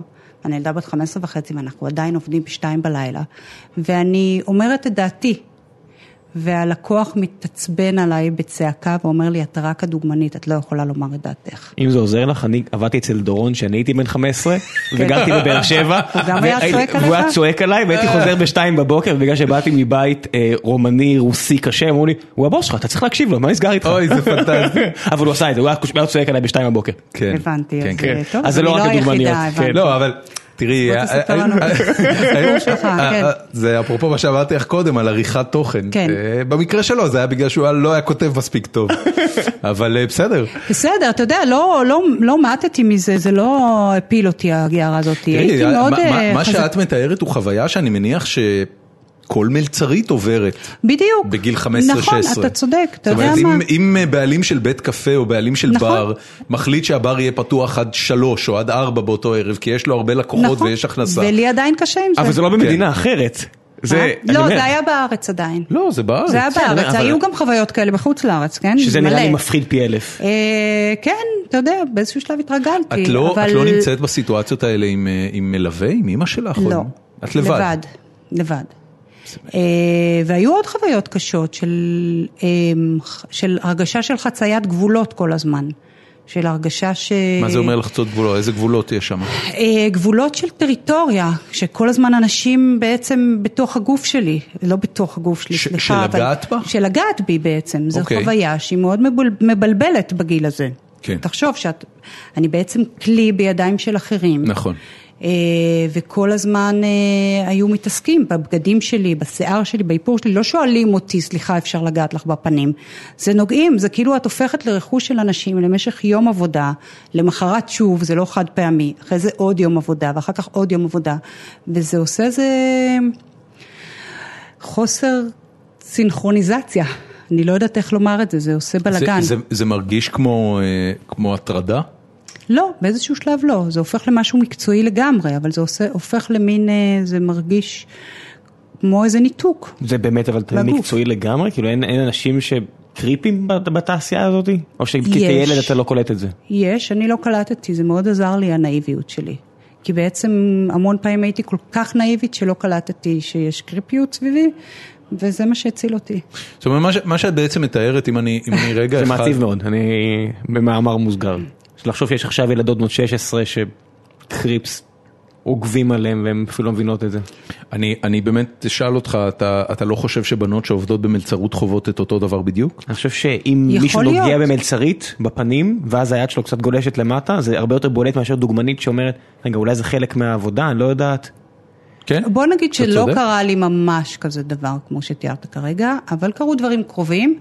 S3: אני ילדה בת 15 וחצי ואנחנו עדיין עובדים בשתיים בלילה, ואני אומרת את דעתי. והלקוח מתעצבן עליי בצעקה ואומר לי, את רק הדוגמנית, את לא יכולה לומר את דעתך.
S2: אם זה עוזר לך, אני עבדתי אצל דורון כשאני הייתי בן 15, וגרתי בבאר שבע.
S3: הוא גם היה
S2: והי-
S3: צועק עליך?
S2: והוא היה צועק עליי, והייתי חוזר בשתיים בבוקר, בגלל שבאתי מבית אה, רומני, רוסי קשה, אמרו לי, הוא הבוס שלך, אתה צריך להקשיב לו, מה נסגר איתך?
S1: אוי, זה פנטסטי.
S2: אבל הוא עשה את זה, הוא היה הוא היה צועק עליי בשתיים בבוקר.
S1: כן.
S3: הבנתי,
S1: כן,
S3: אז
S1: כן.
S3: אה, טוב,
S2: אז זה
S3: אני
S2: לא רק הדוגמניות,
S3: היחידה,
S2: כן.
S3: הבנתי.
S1: לא, אבל תראי, אה,
S3: בוא תספר לנו את הסיפור שלך, כן.
S1: זה אפרופו מה שאמרתי לך קודם על עריכת תוכן.
S3: כן.
S1: אה, במקרה שלו זה היה בגלל שהוא לא היה כותב מספיק טוב, אבל אה, בסדר.
S3: בסדר, אתה יודע, לא- לא- לא מתתי מזה, זה לא הפיל אותי ההגיערה הזאת, הייתי
S1: תראי,
S3: מאוד
S1: מה- מה-
S3: אה,
S1: מה
S3: חזק.
S1: שאת מתארת הוא חוויה שאני מניח שכל מלצרית עוברת.
S3: בדיוק.
S1: בגיל 15-16.
S3: נכון, אתה צודק, אתה יודע
S1: זאת
S3: מה?
S1: אומרת, אם- אם בעלים של בית קפה או בעלים של
S3: נכון.
S1: בר מחליט שהבר יהיה פתוח עד 3 או עד 4 באותו ערב, כי אה, יש לו הרבה לקוחות
S3: נכון.
S1: ויש הכנסה.
S3: ולי עדיין קשה עם זה. כן.
S2: אבל זה לא במדינה אחרת.
S3: אה?
S2: זה, אני
S3: לא,
S2: אומר,
S3: זה היה בארץ עדיין.
S1: לא, זה בארץ.
S3: זה היה
S2: בסדר,
S3: בארץ,
S2: אבל-
S3: היו גם חוויות כאלה בחוץ לארץ, כן?
S2: שזה נראה לי
S3: מלא.
S2: מפחיד פי אלף.
S3: אה, כן, אתה יודע, באיזשהו שלב התרגלתי.
S1: את לא,
S3: אבל-
S1: את לא נמצאת בסיטואציות האלה עם, אה, עם מלווה, עם אימא שלך? או
S3: לא.
S1: עם- נכון. את לבד.
S3: לבד, לבד. אה, והיו עוד חוויות קשות של, אה, של הרגשה של חציית גבולות כל הזמן. של הרגשה ש...
S1: מה זה אומר לחצות גבולות? איזה גבולות יש שם?
S3: אה, גבולות של טריטוריה, שכל הזמן אנשים בעצם בתוך הגוף שלי, לא בתוך הגוף שלי,
S1: ש-
S3: סליחה,
S1: שלגעת
S3: אבל-
S1: בך?
S3: שלגעת בי בעצם, זו
S1: אוקיי.
S3: חוויה שהיא מאוד מבול, מבלבלת בגיל הזה.
S1: כן.
S3: תחשוב שאת, אני בעצם כלי בידיים של אחרים.
S1: נכון.
S3: אה, וכל הזמן אה, היו מתעסקים בבגדים שלי, בשיער שלי, באיפור שלי, לא שואלים אותי, סליחה, אפשר לגעת לך בפנים. זה נוגעים, זה כאילו את הופכת לרכוש של אנשים למשך יום עבודה, למחרת שוב, זה לא חד פעמי, אחרי זה עוד יום עבודה, ואחר כך עוד יום עבודה, וזה עושה איזה חוסר סינכרוניזציה. אני לא יודעת איך לומר את זה, זה עושה בלאגן.
S1: זה, זה, זה מרגיש כמו, אה, כמו הטרדה?
S3: לא, באיזשהו שלב לא, זה הופך למשהו מקצועי לגמרי, אבל זה עושה, הופך למין, אה, זה מרגיש כמו איזה ניתוק.
S2: זה באמת אבל אתה
S3: לגוף.
S2: מקצועי לגמרי? כאילו אין אין אנשים שטריפים בת- בתעשייה הזאת? או שכילד אתה לא קולט את זה?
S3: יש, אני לא קלטתי, זה מאוד עזר לי הנאיביות שלי. כי בעצם המון פעמים הייתי כל כך נאיבית שלא קלטתי שיש קריפיות סביבי, וזה מה שהציל אותי.
S1: זאת אומרת, מה, ש, מה שאת בעצם מתארת, אם אני, אם אני רגע
S2: זה
S1: אחד...
S2: מעציב מאוד, אני במאמר מוסגר. לחשוב שיש עכשיו ילדות בנות 16 שקריפס עוגבים עליהם והן אפילו לא מבינות את זה.
S1: אני, אני באמת אשאל אותך, אתה, אתה לא חושב שבנות שעובדות במלצרות חוות את אותו דבר בדיוק?
S2: אני חושב שאם
S3: יכול
S2: מישהו נוגע
S3: להיות.
S2: במלצרית בפנים ואז היד שלו קצת גולשת למטה זה הרבה יותר בולט מאשר דוגמנית שאומרת רגע אולי זה חלק מהעבודה אני לא יודעת.
S1: כן?
S3: בוא נגיד
S1: אתה
S3: שלא
S1: צודק.
S3: קרה לי ממש כזה דבר כמו שתיארת כרגע, אבל קרו דברים קרובים,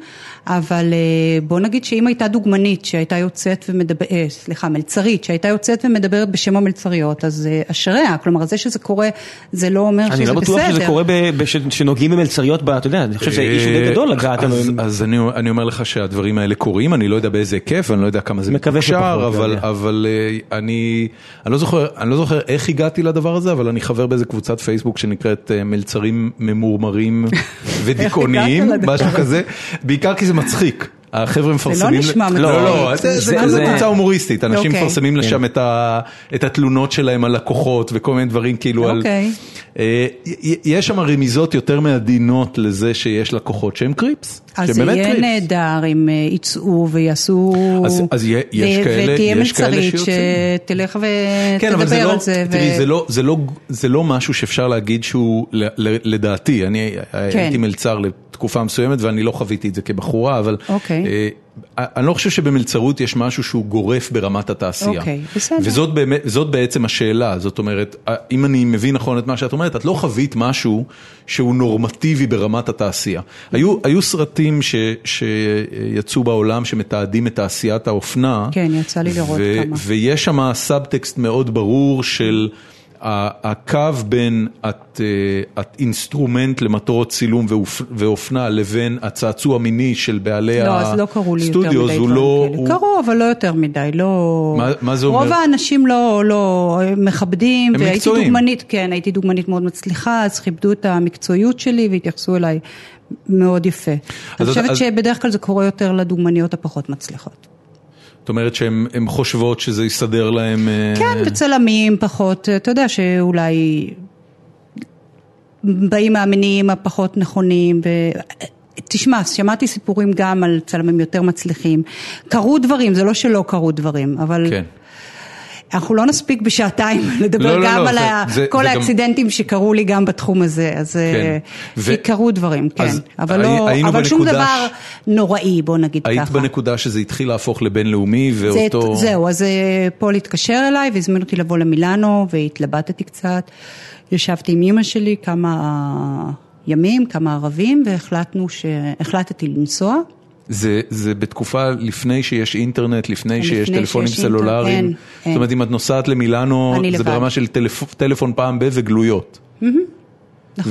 S3: אבל אה, בוא נגיד שאם הייתה דוגמנית שהייתה יוצאת ומדברת, אה, סליחה, מלצרית, שהייתה יוצאת ומדברת בשם המלצריות, אז אה, אשריה, כלומר זה שזה קורה, זה לא אומר שזה
S2: אני
S3: בסדר.
S2: לא בטוח שזה קורה ב- ב- ש- שנוגעים במלצריות ב- אתה יודע אני חושב שזה אישו די גדול לגעת.
S1: אה, אז-
S2: לנו עם-
S1: אז אני- אני אומר לך שהדברים האלה קורים, אני לא יודע באיזה היקף, אני לא יודע כמה זה
S2: מקווה
S1: מתוקשר,
S2: שפחות, לא
S1: אבל-
S2: יודע.
S1: אבל אה, אני אני לא זוכר- אני לא זוכר איך הגעתי לדבר הזה, אבל אני חבר באיזה קבוצת פייסבוק שנקראת אה, מלצרים ממורמרים ודיכאוניים,
S3: הגעת לדבר
S1: משהו כזה, בעיקר כי זה מצחיק. החבר'ה מפרסמים,
S3: נשמע
S1: לא,
S3: מצחיק.
S1: לא, לא, זה-
S2: זה-
S1: זה כזה
S2: זה-
S1: קבוצה הומוריסטית, אנשים
S3: אוקיי.
S1: מפרסמים לשם את ה- את התלונות שלהם על לקוחות וכל מיני דברים כאילו על...
S3: אוקיי.
S1: אה, י- יש שם רמיזות יותר מעדינות לזה שיש לקוחות שהם קריפס,
S3: אז
S1: שהם
S3: זה
S1: באמת
S3: יהיה
S1: קריפס.
S3: נהדר אם אה, יצאו ויעשו,
S1: אז- אז יהיה- יש
S3: ו-
S1: כאלה-
S3: ותהיה
S1: יש כאלה
S3: מלצרית
S1: שיוצאים.
S3: שתלך
S1: כן, אבל זה
S3: ותדבר
S1: לא,
S3: על זה. ו-
S1: תראי, זה לא, זה לא, זה לא משהו שאפשר להגיד שהוא, ל- ל- לדעתי, אני
S3: כן.
S1: הייתי מלצר לתקופה מסוימת ואני לא חוויתי את זה כבחורה, אבל
S3: אוקיי.
S1: אה, אני לא חושב שבמלצרות יש משהו שהוא גורף ברמת התעשייה.
S3: אוקיי, בסדר.
S1: וזאת באמת, זאת בעצם השאלה, זאת אומרת, אה, אם אני מבין נכון את מה שאת אומרת, את לא חווית משהו שהוא נורמטיבי ברמת התעשייה. היו, היו סרטים ש, שיצאו בעולם שמתעדים את תעשיית האופנה.
S3: כן, יצא לי לראות כמה.
S1: ויש שם סאבטקסט מאוד ברור של ה- הקו בין את, אה, את אינסטרומנט למטרות צילום ואופ- ואופנה לבין הצעצוע מיני של בעלי
S3: לא, אז לא קראו לי יותר מדי
S1: הסטודיוס, הוא
S3: דברים
S1: לא...
S3: כאלה.
S1: הוא-
S3: קראו, אבל לא יותר מדי, לא...
S1: מה- מה זה אומר?
S3: רוב האנשים לא, לא מכבדים,
S1: הם
S3: והייתי
S1: מקצועיים.
S3: דוגמנית, כן, הייתי דוגמנית מאוד מצליחה, אז כיבדו את המקצועיות שלי והתייחסו אליי מאוד יפה.
S1: את-
S3: אני חושבת
S1: אז-
S3: שבדרך כלל זה קורה יותר לדוגמניות הפחות מצליחות.
S1: זאת אומרת שהן הן חושבות שזה יסדר להם... אה,
S3: כן, וצלמים פחות, אה, אתה יודע שאולי באים מהמניעים הפחות נכונים. ו... תשמע, שמעתי סיפורים גם על צלמים יותר מצליחים. קרו דברים, זה לא שלא קרו דברים, אבל
S1: כן.
S3: אנחנו לא נספיק בשעתיים לדבר
S1: לא, לא,
S3: גם
S1: לא,
S3: על
S1: זה-
S3: ה...
S1: זה-
S3: כל
S1: זה גם- כן.
S3: האקסידנטים שקרו לי גם בתחום הזה, אז אה,
S1: ו-
S3: כי קרו דברים, כן,
S1: אז
S3: אבל,
S1: הי-
S3: לא,
S1: היינו
S3: אבל שום
S1: בנקודה
S3: דבר נוראי, בוא נגיד
S1: היית
S3: ככה.
S1: בנקודה שזה התחיל להפוך לבינלאומי
S3: זה,
S1: ואותו...
S3: זהו, אז אה, פול התקשר אליי והזמין אותי לבוא למילאנו והתלבטתי קצת. ישבתי עם אימא שלי כמה אה, ימים, כמה ערבים, והחלטנו ש... החלטתי לנסוע.
S1: זה, זה בתקופה לפני שיש אינטרנט, לפני שיש
S3: לפני
S1: טלפונים
S3: שיש
S1: סלולריים.
S3: אינטרנט, אין,
S1: זאת אומרת, אם את נוסעת למילאנו,
S3: אני
S1: זה
S3: לבד.
S1: ברמה של טלפ, טלפון פעם ב- וגלויות.
S3: נכון.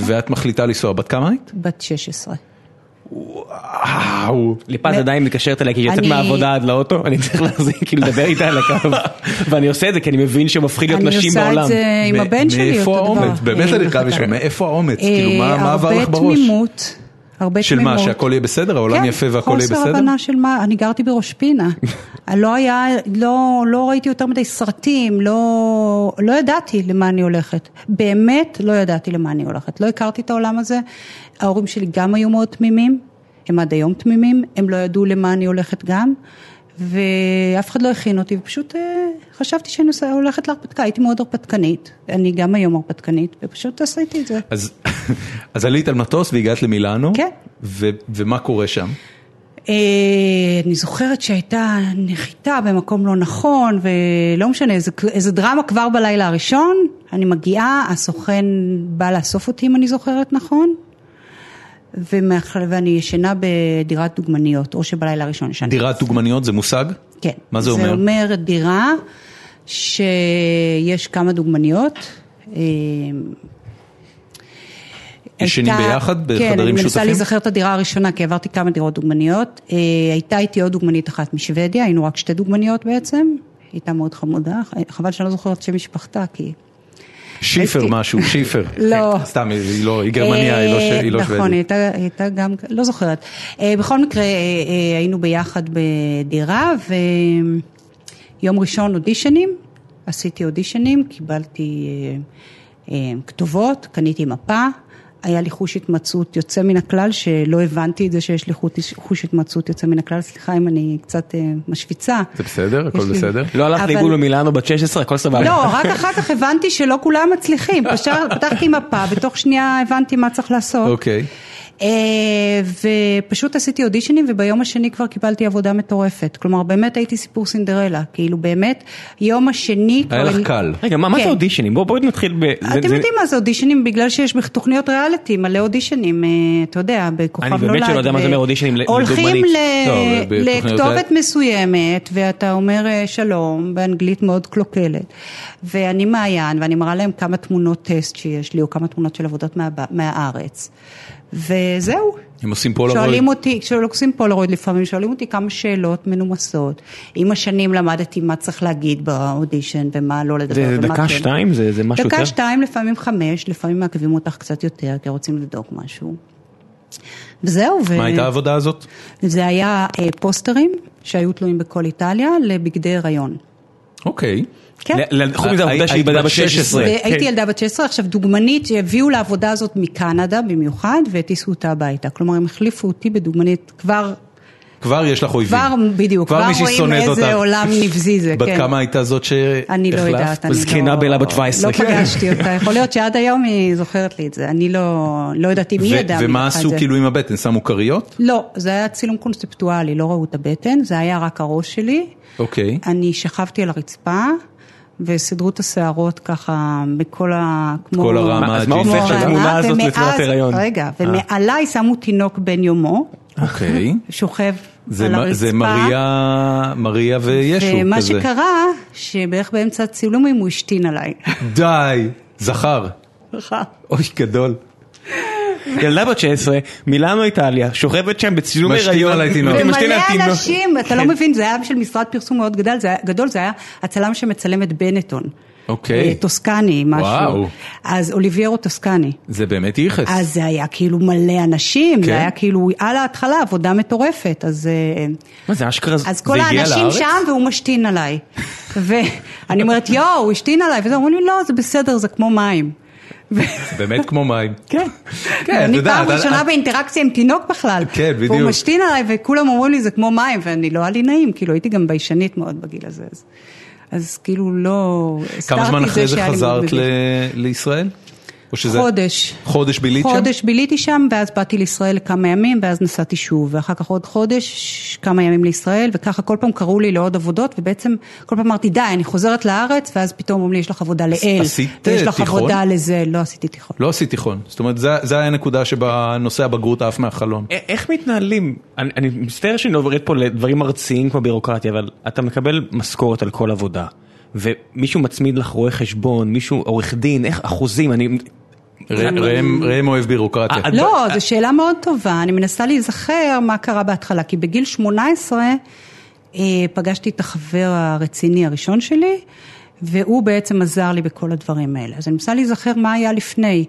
S1: ואת מחליטה לנסוע. בת כמה היית?
S3: בת 16. אה,
S1: וואו.
S2: ליפת עדיין מתקשרת אליי, כי היא יוצאת
S3: אני-
S2: מהעבודה עד לאוטו, אני צריך להחזיק, כאילו לדבר איתה על הקו, ואני עושה את זה כי אני מבין שמפחיד להיות
S3: אני
S2: נשים
S3: עושה
S2: בעולם.
S3: את זה עם
S1: מא-
S3: הבן שלי,
S1: מאיפה
S3: אותו דבר.
S1: האומץ? באמת
S3: אה,
S1: אני חייב
S3: מחכה.
S1: לשאול, מאיפה האומץ? כאילו, מה
S3: אה,
S1: מה עבר לך
S3: הרבה
S1: בראש?
S3: תמימות. הרבה
S1: של מה,
S3: תמימות.
S1: שהכל יהיה בסדר? העולם
S3: כן,
S1: יפה והכל יהיה
S3: חוסר
S1: בסדר?
S3: הבנה של מה, אני גרתי בראש פינה. לא היה, לא, לא ראיתי יותר מדי סרטים, לא, לא ידעתי למה אני הולכת. באמת לא ידעתי למה אני הולכת. לא הכרתי את העולם הזה. ההורים שלי גם היו מאוד תמימים, הם עד היום תמימים, הם לא ידעו למה אני הולכת גם. ואף אחד לא הכין אותי, ופשוט אה, חשבתי שאני עושה- הולכת להרפתקה, הייתי מאוד הרפתקנית, אני גם היום הרפתקנית, ופשוט עשיתי את זה.
S1: אז- אז עלית על מטוס והגעת למילאנו?
S3: כן.
S1: ו- ומה קורה שם?
S3: אה, אני זוכרת שהייתה נחיתה במקום לא נכון, ולא משנה, איזה, איזה דרמה כבר בלילה הראשון, אני מגיעה, הסוכן בא לאסוף אותי אם אני זוכרת נכון, ומאח... ואני ישנה בדירת דוגמניות, או שבלילה הראשון ישנה.
S1: דירת דוגמניות זה מושג?
S3: כן.
S1: מה זה
S3: זה
S1: אומר?
S3: אומר דירה שיש כמה דוגמניות. אה,
S1: ישנים
S3: הייתה-
S1: ביחד
S3: כן, אני
S1: בחדרים
S3: מנסה
S1: שותפים?
S3: להיזכר את הדירה הראשונה, כי עברתי כמה דירות דוגמניות. אה, הייתה איתי עוד דוגמנית אחת משוודיה, היינו רק שתי דוגמניות בעצם. הייתה מאוד חמודה, חבל שאני לא זוכרת את שם משפחתה, כי...
S1: שיפר
S3: הייתי-
S1: משהו, שיפר.
S3: לא.
S1: סתם, היא לא, היא גרמניה,
S3: אה,
S1: היא לא ש- היא לא
S3: נכון, היא
S1: שוודית.
S3: הייתה, היא הייתה גם, לא זוכרת. אה, בכל מקרה, אה, אה, היינו ביחד בדירה, ויום ראשון אודישנים, עשיתי אודישנים, קיבלתי אה, אה, כתובות, קניתי מפה. היה לי חוש התמצאות יוצא מן הכלל, שלא הבנתי את זה שיש לי חוש- חוש התמצאות יוצא מן הכלל, סליחה אם אני קצת אה, משוויצה.
S1: זה בסדר? הכל
S3: יש לי-
S1: בסדר?
S2: לא הלכת
S3: אבל-
S2: לאיבוד במילאנו בת 16, הכל סבבה.
S3: לא, רק אחר כך הבנתי שלא כולם מצליחים. פשר- פתחתי מפה, בתוך שנייה הבנתי מה צריך לעשות.
S1: אוקיי.
S3: אה, ופשוט עשיתי אודישנים וביום השני כבר קיבלתי עבודה מטורפת. כלומר, באמת הייתי סיפור סינדרלה. כאילו, באמת, יום השני כבר...
S1: היה לך קל.
S2: רגע, מה מה זה
S3: כן.
S2: אודישנים? בואו נתחיל ב... זה-
S3: אתם
S2: זה-
S3: יודעים מה זה אודישנים, בגלל שיש בתוכניות ריאליטי מלא אודישנים, אה, אתה יודע, בכוכב
S2: אני
S3: נולד.
S2: באמת שלא יודע מה זה
S3: ו-
S2: אומר אודישנים ל-
S3: הולכים
S2: לדוגמנית.
S3: ל-
S1: לא, אבל בתוכניות
S3: לכתובת
S1: ריאל-
S3: מסוימת, ואתה אומר אה, שלום, באנגלית מאוד קלוקלת, ואני מעיין, ואני מראה להם כמה תמונות טסט שיש לי, או כמה תמונות של עבודות מהב- מהארץ, וזהו.
S1: הם עושים לא- פולרויד.
S3: שואלים אותי, כשלוקחים פולרויד לפעמים, שואלים אותי כמה שאלות מנומסות. עם השנים למדתי מה צריך להגיד באודישן ומה לא לדבר.
S2: זה
S3: ומה
S2: דקה,
S3: כן.
S2: שתיים? זה- זה משהו יותר?
S3: דקה, שתיים, לפעמים חמש, לפעמים מעכבים אותך קצת יותר, כי רוצים לבדוק משהו. וזהו, ו...
S1: מה הייתה העבודה הזאת?
S3: זה היה אה, פוסטרים שהיו תלויים בכל איטליה לבגדי הריון.
S1: אוקיי.
S3: כן.
S2: ל- ל- חוץ מזה העובדה
S1: היית
S2: שהיא בת
S1: בת
S2: 16.
S1: כן.
S3: והייתי ילדה בת 16, עכשיו דוגמנית שהביאו לעבודה הזאת מקנדה במיוחד והטיסו אותה הביתה. כלומר, הם החליפו אותי בדוגמנית כבר
S1: כבר יש לך אויבים.
S3: כבר, בדיוק, כבר
S1: מישהי
S3: רואים
S1: שונאת
S3: איזה
S1: אותך.
S3: עולם נבזי זה,
S1: בת
S3: כן.
S1: כמה הייתה זאת שהחלפת?
S3: אני לא יודעת. אני
S2: זקנה
S3: לא-
S2: בלה בת 17,
S3: לא
S2: כן.
S3: פגשתי אותה, יכול להיות שעד היום היא זוכרת לי את זה. אני לא לא יודעת אם היא
S1: ו-
S3: ידעה מי
S1: ומה
S3: לקחה את
S1: עשו
S3: זה.
S1: כאילו עם הבטן? שמו כריות?
S3: לא, זה היה צילום קונספטואלי, לא ראו את הבטן, זה היה רק הראש שלי.
S1: אוקיי.
S3: אני שכבתי על הרצפה, וסידרו את השערות ככה, בכל ה... כמו...
S1: כל הרמה מה- אז מה הופך
S3: כמו
S1: את
S2: התמונה
S3: הרמה,
S2: הזאת לתמונת
S3: ומאז-
S2: הריון?
S3: רגע,
S2: אה.
S3: ומעליי שמו תינוק בן יומו,
S1: אוקיי.
S3: שוכב
S1: זה
S3: על
S1: מה-
S3: הרצפה.
S1: זה מריה, מריה וישו
S3: ומה
S1: כזה.
S3: שקרה, שבערך באמצע הצילומים הוא השתין עליי.
S1: די. זכר.
S3: סליחה.
S1: אוי, גדול.
S2: ילדה בת 16, מילאנו איטליה, שוכבת שם בצילום
S1: משתין על התינוק.
S2: כן, משתין
S3: ומלא
S2: על התינוק.
S3: אנשים, אתה לא מבין, זה היה של משרד פרסום מאוד גדל, זה היה- גדול, זה היה הצלם שמצלם את בנטון.
S1: אוקיי.
S3: אה, טוסקני, משהו.
S1: וואו.
S3: אז אוליביירו טוסקני.
S1: זה באמת ייחס.
S3: אז זה היה כאילו מלא אנשים,
S1: כן.
S3: זה היה כאילו על ההתחלה עבודה מטורפת, אז... אה,
S2: מה זה אשכרה?
S3: אז
S2: זה
S3: כל
S2: הגיע
S3: האנשים
S2: לארץ?
S3: שם והוא משתין עליי. ואני אומרת, יואו, הוא השתין עליי, וזה, אומרים לי, לא, זה בסדר, זה כמו מים. ו-
S1: באמת כמו מים.
S3: כן,
S1: כן, את
S3: אני
S1: יודעת,
S3: פעם
S1: את-
S3: ראשונה
S1: את-
S3: באינטראקציה עם תינוק בכלל.
S1: כן, בדיוק.
S3: והוא משתין עליי וכולם אומרים לי זה כמו מים, ואני לא היה לי נעים, כאילו הייתי גם ביישנית מאוד בגיל הזה. אז- אז כאילו לא...
S1: כמה
S3: הסתרתי
S1: זמן
S3: את
S1: אחרי זה
S3: שהיה לי מאוד
S1: חזרת
S3: מביך.
S1: ל- לישראל? או שזה-
S3: חודש.
S1: חודש בילית שם?
S3: חודש ביליתי שם, ואז באתי לישראל לכמה ימים, ואז נסעתי שוב, ואחר כך עוד חודש, כמה ימים לישראל, וככה כל פעם קראו לי לעוד עבודות, ובעצם כל פעם אמרתי, די, אני חוזרת לארץ, ואז פתאום אומרים לי, יש לך עבודה לאל,
S1: עשית,
S3: ויש לך
S1: תיכון?
S3: עבודה לזה, לא עשיתי תיכון.
S1: לא עשית תיכון. זאת אומרת, זה- זה היה הנקודה שבה נושא הבגרות עף מהחלון.
S2: א- אה, איך מתנהלים? אני, אני מצטער שאני לא עוברת פה לדברים ארציים כמו בירוקרטיה, אבל אתה מקבל משכורת על כל עבודה, ומישהו מצמיד לך רואה חשבון, מישהו עורך דין, איך אחוזים, אני...
S3: אה,
S1: ר- ראם- ראם אוהב בירוקרטיה.
S2: אה, את-
S3: לא,
S2: אה,
S3: זו שאלה מאוד טובה, אני מנסה להיזכר מה קרה בהתחלה, כי בגיל 18 אה, פגשתי את החבר הרציני הראשון שלי, והוא בעצם עזר לי בכל הדברים האלה. אז אני מנסה להיזכר מה היה לפני.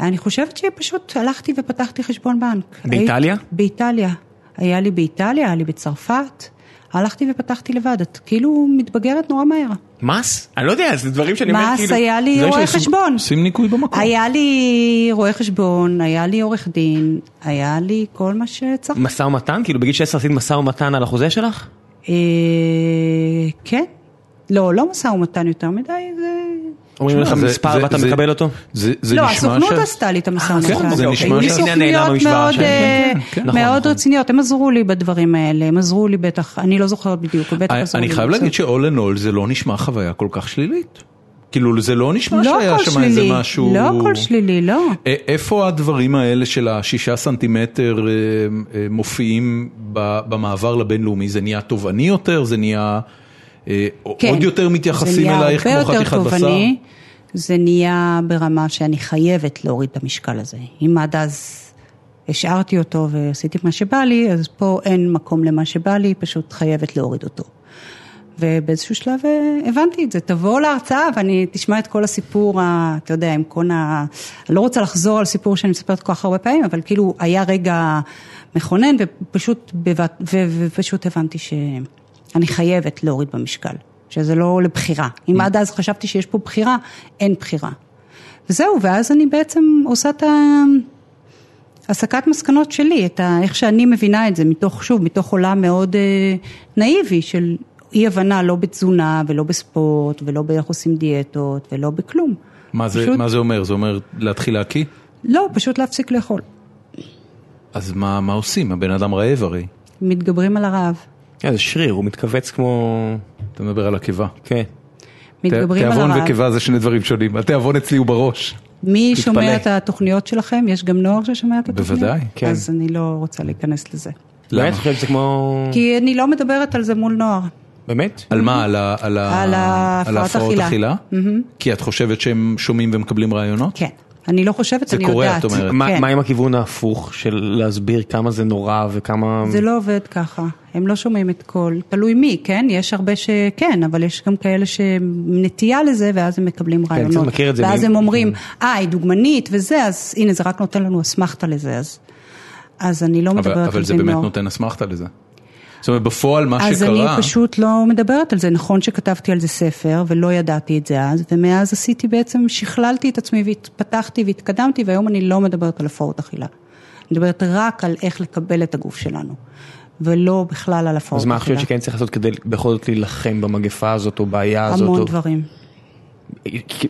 S3: אני חושבת שפשוט הלכתי ופתחתי חשבון בנק.
S2: באיטליה?
S3: הייתי- באיטליה. היה לי באיטליה, היה לי בצרפת. הלכתי ופתחתי לבד, את כאילו מתבגרת נורא מהר.
S2: מס? אני לא יודע, זה דברים שאני אומר
S3: מס
S2: כאילו...
S3: היה לי
S2: דברים
S3: רואה
S2: שאני-
S3: חשבון.
S1: עושים ניקוי במקום.
S3: היה לי רואה חשבון, היה לי עורך דין, היה לי כל מה שצריך.
S2: משא ומתן? כאילו בגיל 16 עשית משא ומתן על החוזה שלך?
S3: אה, כן. לא, לא משא ומתן יותר מדי, זה...
S2: אומרים לך
S1: זה-
S2: מספר
S1: זה-
S2: ואתה
S1: זה-
S2: מקבל אותו?
S1: זה זה
S3: לא,
S1: נשמע
S3: הסוכנות
S1: שה-
S3: עשתה לי את המשא
S2: אה,
S3: ומתן.
S2: כן,
S1: זה נשמע
S3: היו לי
S1: שה-
S2: הנה, הנה,
S3: סוכנויות
S2: המשוואה
S3: מאוד,
S2: שם.
S3: אה,
S1: כן, כן,
S2: נכון,
S3: מאוד
S2: נכון.
S3: רציניות, הם עזרו לי בדברים האלה, הם עזרו לי בטח, אני לא זוכרת בדיוק, בטח עזרו לי.
S1: אה, אני חייב
S3: בסדר.
S1: להגיד ש-all in all זה לא נשמע חוויה כל כך שלילית. כאילו זה לא נשמע
S3: לא
S1: שהיה
S3: הכל
S1: שם איזה
S3: שלילי,
S1: משהו...
S3: לא הכל שלילי, לא.
S1: א- איפה הדברים האלה של השישה סנטימטר אה, אה, מופיעים ב- במעבר לבינלאומי? זה נהיה תובעני יותר? זה נהיה... אה, עוד יותר מתייחסים אלייך כמו
S3: כן. זה נהיה
S1: חתיכת
S3: הרבה יותר
S1: בשר?
S3: תובעני, זה נהיה ברמה שאני חייבת להוריד את המשקל הזה. אם עד אז השארתי אותו ועשיתי מה שבא לי, אז פה אין מקום למה שבא לי, פשוט חייבת להוריד אותו. ובאיזשהו שלב אה, הבנתי את זה, תבואו להרצאה ואני תשמע את כל הסיפור, ה, אתה יודע, עם כל ה... אני לא רוצה לחזור על סיפור שאני מספרת כל כך הרבה פעמים, אבל כאילו היה רגע מכונן ופשוט, בבת, ו, ופשוט הבנתי שאני חייבת להוריד במשקל, שזה לא לבחירה. אם עד אז חשבתי שיש פה בחירה, אין בחירה. וזהו, ואז אני בעצם עושה את ה... הסקת מסקנות שלי, את ה, איך שאני מבינה את זה, מתוך, שוב, מתוך עולם מאוד אה, נאיבי של אי הבנה לא בתזונה ולא בספורט ולא באיך עושים דיאטות ולא בכלום.
S1: מה זה-
S3: פשוט,
S1: מה זה אומר? זה אומר להתחיל להקיא?
S3: לא, פשוט להפסיק לאכול.
S1: אז מה מה עושים? הבן אדם רעב הרי.
S3: מתגברים על הרעב.
S2: אה, זה שריר, הוא מתכווץ כמו...
S1: אתה מדבר על הקיבה.
S2: כן.
S3: מתגברים על
S1: תיאבון
S3: הרעב.
S1: וקיבה זה שני דברים שונים. התיאבון אצלי הוא בראש.
S3: מי
S1: תתפלא.
S3: שומע את התוכניות שלכם? יש גם נוער ששומע את התוכניות?
S1: בוודאי,
S2: כן.
S3: אז אני לא רוצה להיכנס לזה.
S1: למה?
S2: באמת? חושב שזה כמו...
S3: כי אני לא מדברת על זה מול נוער.
S2: באמת?
S1: על מה? על ה- על ה-
S3: Mm-hmm.
S1: על
S3: על ההפרעות
S1: ההפרעות
S3: אכילה. Mm-hmm.
S1: אכילה? כי את חושבת שהם שומעים ומקבלים רעיונות?
S3: כן. אני לא חושבת,
S1: זה
S3: אני
S1: קורה,
S3: יודעת.
S1: את אומרת.
S2: מה
S3: כן.
S2: מה עם הכיוון ההפוך של להסביר כמה זה נורא וכמה...
S3: זה לא עובד ככה, הם לא שומעים את כל, תלוי מי, כן? יש הרבה שכן, אבל יש גם כאלה שנטייה לזה, ואז הם
S1: כן,
S3: מקבלים
S2: אני
S3: רעיונות.
S2: קצת מכיר את זה,
S3: ואז
S2: מי-
S3: הם אומרים, אה, היא דוגמנית וזה, אז הנה, זה רק נותן לנו אסמכתה לזה, אז... אז אני לא
S1: אבל,
S3: מדברת
S1: אבל
S3: על
S1: זה
S3: זה
S1: באמת
S3: מאוד.
S1: נותן אסמכתה לזה. זאת אומרת, בפועל מה
S3: אז אני
S1: שקרה,
S3: פשוט לא מדברת על זה. נכון שכתבתי על זה ספר, ולא ידעתי את זה אז, ומאז עשיתי בעצם, שכללתי את עצמי והתפתחתי והתקדמתי, והיום אני לא מדברת על הפרעות אכילה. אני מדברת רק על איך לקבל את הגוף שלנו, ולא בכלל על הפרעות
S2: אז
S3: אכילה.
S2: מה חושבת שכן צריך לעשות כדי בכל זאת להילחם במגפה הזאת או בעיה הזאת?
S3: המון
S2: או-
S3: דברים.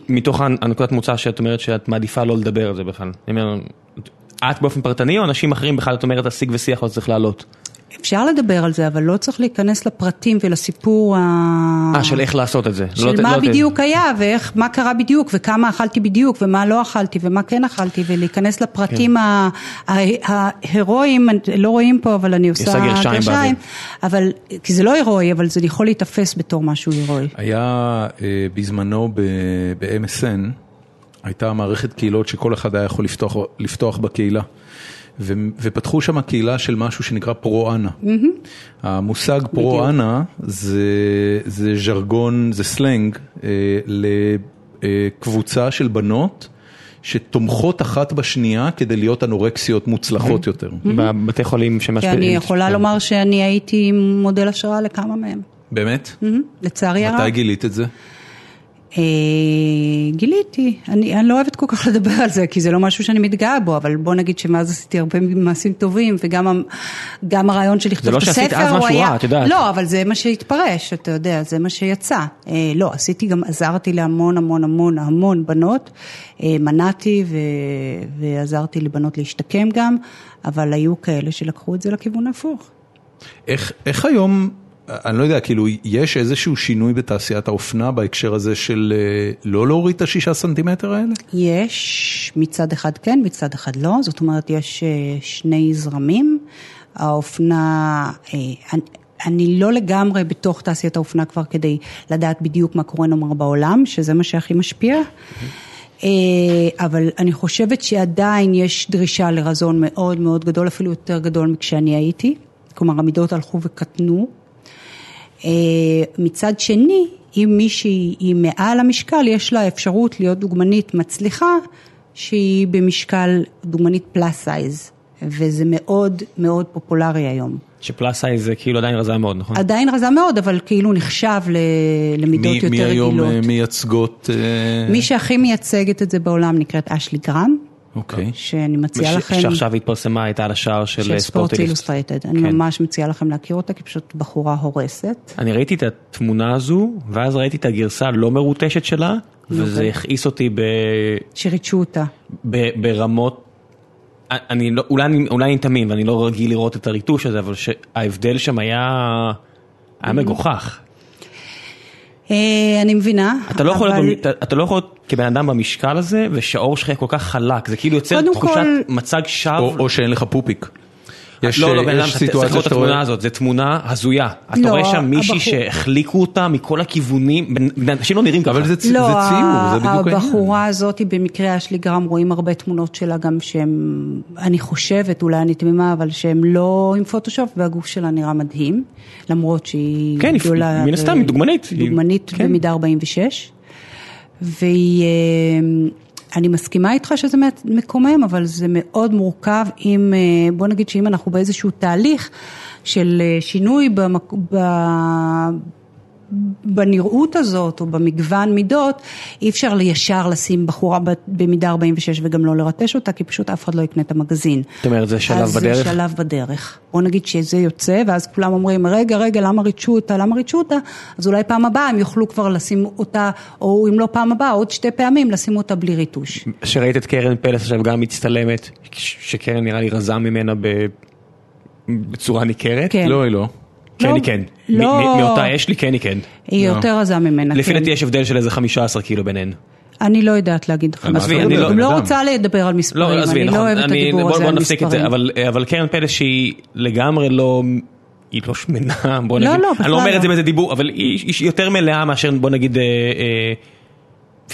S2: מתוך הנ- הנקודת מוצא שאת אומרת שאת מעדיפה לא לדבר על זה בכלל. אני אומר, את באופן פרטני או אנשים אחרים בכלל את אומרת השיג ושיח לא צריך לעלות?
S3: אפשר לדבר על זה, אבל לא צריך להיכנס לפרטים ולסיפור ה...
S2: אה, של איך לעשות את זה.
S3: של
S2: לא ת-
S3: מה
S2: לא ת-
S3: בדיוק היה, ואיך, מה קרה בדיוק, וכמה אכלתי בדיוק, ומה לא אכלתי, ומה כן אכלתי, ולהיכנס
S2: כן.
S3: לפרטים ה- ה- ההירואיים, לא רואים פה, אבל אני עושה
S2: עושה גרשיים באוויר.
S3: אבל, כי זה לא הירואי, אבל זה יכול להיתפס בתור משהו הירואי.
S1: היה אה, בזמנו ב- ב-MSN, הייתה מערכת קהילות שכל אחד היה יכול לפתוח, לפתוח בקהילה. ו, ופתחו שם קהילה של משהו שנקרא פרו-אנה. המושג פרו-אנה זה, זה ז'רגון, זה סלנג, אה, לקבוצה של בנות שתומכות אחת בשנייה כדי להיות אנורקסיות מוצלחות יותר.
S2: בבתי חולים
S3: Mm-hmm. כי
S2: שמאשפזים.
S3: אני יכולה לא- לומר שאני הייתי מודל השראה לכמה מהם,
S1: באמת?
S3: מהמם, לצערי הרב.
S1: מתי גילית את זה?
S3: אה, גיליתי, אני, אני לא אוהבת כל כך לדבר על זה, כי זה לא משהו שאני מתגאה בו, אבל בוא נגיד שמאז עשיתי הרבה מעשים טובים, וגם המ- גם הרעיון של לכתוב
S2: לא
S3: את הספר,
S2: שעשית אז
S3: הוא
S2: משהו
S3: היה...
S2: רע, את יודעת.
S3: לא, אבל זה מה שהתפרש, אתה יודע, זה מה שיצא. אה, לא, עשיתי גם, עזרתי להמון המון המון המון בנות, אה, מנעתי ו... ועזרתי לבנות להשתקם גם, אבל היו כאלה שלקחו את זה לכיוון ההפוך.
S1: איך, איך היום, אני לא יודע, כאילו, יש איזשהו שינוי בתעשיית האופנה בהקשר הזה של אה, לא להוריד את השישה סנטימטר האלה?
S3: יש מצד אחד כן, מצד אחד לא, זאת אומרת יש אה, שני זרמים, האופנה, אה, אני, אני לא לגמרי בתוך תעשיית האופנה כבר כדי לדעת בדיוק מה קורה נאמר בעולם, שזה מה שהכי משפיע, אה, אבל אני חושבת שעדיין יש דרישה לרזון מאוד מאוד גדול, אפילו יותר גדול מכשאני הייתי, כלומר המידות הלכו וקטנו, אה, מצד שני, אם מישהי היא מעל המשקל, יש לה אפשרות להיות דוגמנית מצליחה, שהיא במשקל דוגמנית פלאס סייז, וזה מאוד מאוד פופולרי היום.
S2: שפלאס סייז זה כאילו עדיין רזה מאוד, נכון?
S3: עדיין רזה מאוד, אבל כאילו נחשב ל- למידות
S1: מי,
S3: יותר
S1: מי היום
S3: רגילות.
S1: אה, מייצגות? אה,
S3: מי שהכי מייצגת את זה בעולם נקראת אשלי גרם,
S1: אוקיי.
S3: שאני מציעה
S2: ש-
S3: לכם...
S2: שעכשיו התפרסמה, הייתה על השער של
S3: של
S2: אה,
S3: ספורט
S2: ספורטליסט.
S3: אילוסטרייטד. אני
S2: כן.
S3: ממש מציעה לכם להכיר אותה, כי פשוט בחורה הורסת.
S2: אני ראיתי את התמונה הזו, ואז ראיתי את הגרסה הלא מרוטשת שלה,
S3: אוקיי.
S2: וזה הכעיס אותי ב...
S3: שריטשו אותה.
S2: ב- ברמות, אני לא, אולי, אני- אולי אני תמים ואני לא רגיל לראות את הריטוש הזה, אבל שההבדל שם היה, היה
S3: Mm-hmm.
S2: מגוחך.
S3: אה, אני מבינה.
S2: אתה לא, יכול
S3: אבל-
S2: להיות, במ- אתה לא יכול להיות כבן אדם במשקל הזה, ושהעור שלך יהיה כל כך חלק, זה כאילו יוצר
S3: קודם
S2: תחושת
S3: כל-
S2: מצג שווא.
S1: או, או שאין לך פופיק. יש,
S2: אה, לא, לא,
S1: אה,
S2: בן אדם,
S1: יש
S2: אתה צריך
S1: סיטואציה
S2: לראות את
S1: שאתה
S2: התמונה
S1: רואה...
S2: הזאת, זו תמונה הזויה. אתה
S3: לא,
S2: רואה שם מישהי
S3: הבחור-
S2: שהחליקו אותה מכל הכיוונים, בן- בן- אנשים לא נראים ככה.
S1: אבל זה, צ-
S3: לא,
S1: זה ציור, זה בדיוק העניין.
S3: הבחורה הזאת, היא במקרה אשלי גרם, רואים הרבה תמונות שלה גם שהן, אני חושבת, אולי אני תמימה, אבל שהן לא עם פוטושופ, והגוף שלה נראה מדהים, למרות שהיא
S2: כן, היא
S3: גדולה.
S2: מן הסתם, היא דוגמנית. היא-
S3: דוגמנית
S2: כן.
S3: במידה 46. והיא, אה, אני מסכימה איתך שזה מ- מקומם, אבל זה מאוד מורכב אם, אה, בוא נגיד שאם אנחנו באיזשהו תהליך של אה, שינוי במק... ב... בנראות הזאת או במגוון מידות, אי אפשר ישר לשים בחורה בת- במידה 46 וגם לא לרטש אותה, כי פשוט אף אחד לא יקנה את המגזין.
S2: זאת אומרת, זה שלב
S3: אז
S2: בדרך?
S3: זה שלב בדרך. בוא נגיד שזה יוצא, ואז כולם אומרים, רגע, רגע, למה ריטשו אותה, למה ריטשו אותה? אז אולי פעם הבאה הם יוכלו כבר לשים אותה, או אם לא פעם הבאה, עוד שתי פעמים, לשים אותה בלי ריטוש.
S2: שראית את קרן פלס עכשיו גם מצטלמת, ש- שקרן נראה לי רזה ממנה ב- בצורה ניכרת.
S3: כן.
S1: לא, היא לא.
S2: כן,
S3: לא,
S2: היא כן. מ-
S3: לא.
S2: מ- מאותה אש לי כן, היא כן.
S3: היא יותר רזה ממנה.
S2: לפי
S3: כן.
S2: דעתי יש הבדל של איזה 15 קילו ביניהן.
S3: אני לא יודעת להגיד לך.
S1: עזבי,
S3: מספרים.
S2: אני לא-
S3: גם
S1: בן
S3: לא
S1: אדם.
S3: רוצה לדבר על מספרים,
S2: לא, עזבי,
S3: אני
S2: נכון.
S3: לא אוהבת את
S2: אני-
S3: הדיבור
S2: בוא-
S3: הזה
S2: בוא
S3: על
S2: נפסיק את
S3: מספרים.
S2: זה, אבל- אבל קרן פלס שהיא לגמרי לא... היא לא שמנה, בוא
S3: לא,
S2: נגיד,
S3: לא,
S2: אני
S3: בכלל
S2: לא אומר
S3: לא.
S2: את זה באיזה דיבור, אבל היא היא יותר מלאה מאשר בוא נגיד אה, אה,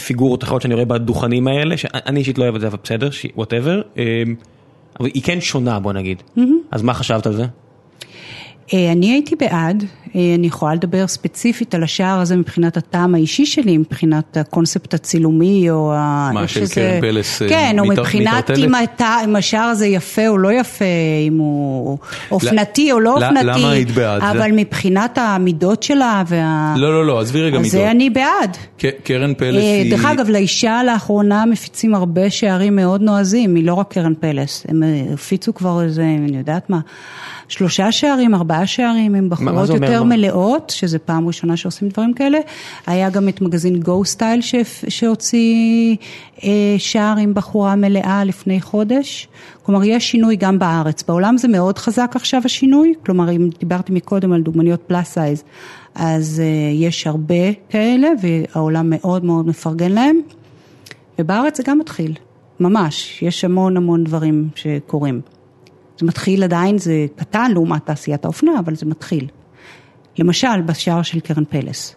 S2: פיגורות אחרות שאני רואה בדוכנים האלה, שאני אישית לא אוהב את זה, אבל בסדר, וואטאבר, אבל היא כן שונה בוא נגיד, אז מה חשבת על זה?
S3: אה, אני הייתי בעד, אה, אני יכולה לדבר ספציפית על השער הזה מבחינת הטעם האישי שלי, מבחינת הקונספט הצילומי או ה...
S1: מה,
S3: איך
S1: של קרן פלס, אה,
S3: כן, או
S1: מת-
S3: מבחינת
S1: מתערטלת?
S3: אם, הטע... אם השער הזה יפה או לא יפה, אם הוא אופנתי או לא
S1: ל-
S3: אופנתי.
S1: למה היית בעד זה?
S3: אבל מבחינת המידות שלה וה...
S1: לא, לא, לא, עזבי רגע
S3: אז
S1: מידות.
S3: זה אני בעד.
S1: ק- קרן פלס
S3: אה,
S1: היא...
S3: דרך אגב, לאישה לאחרונה מפיצים הרבה שערים מאוד נועזים, היא לא רק קרן פלס, הם אה, הפיצו כבר איזה, אני יודעת מה, שלושה שערים, ארבעה שערים, הם
S2: מה
S3: בחורות
S2: זה אומר?
S3: יותר
S2: מה?
S3: מלאות, שזה פעם ראשונה שעושים דברים כאלה. היה גם את מגזין גו סטייל שהוציא אה, שער עם בחורה מלאה לפני חודש. כלומר, יש שינוי גם בארץ. בעולם זה מאוד חזק עכשיו השינוי, כלומר, אם דיברתי מקודם על דוגמניות פלאס סייז, אז אה, יש הרבה כאלה, והעולם מאוד מאוד מפרגן להם. ובארץ זה גם מתחיל, ממש. יש המון המון דברים שקורים. זה מתחיל עדיין, זה קטן לעומת תעשיית האופנה, אבל זה מתחיל. למשל, בשער של קרן פלס.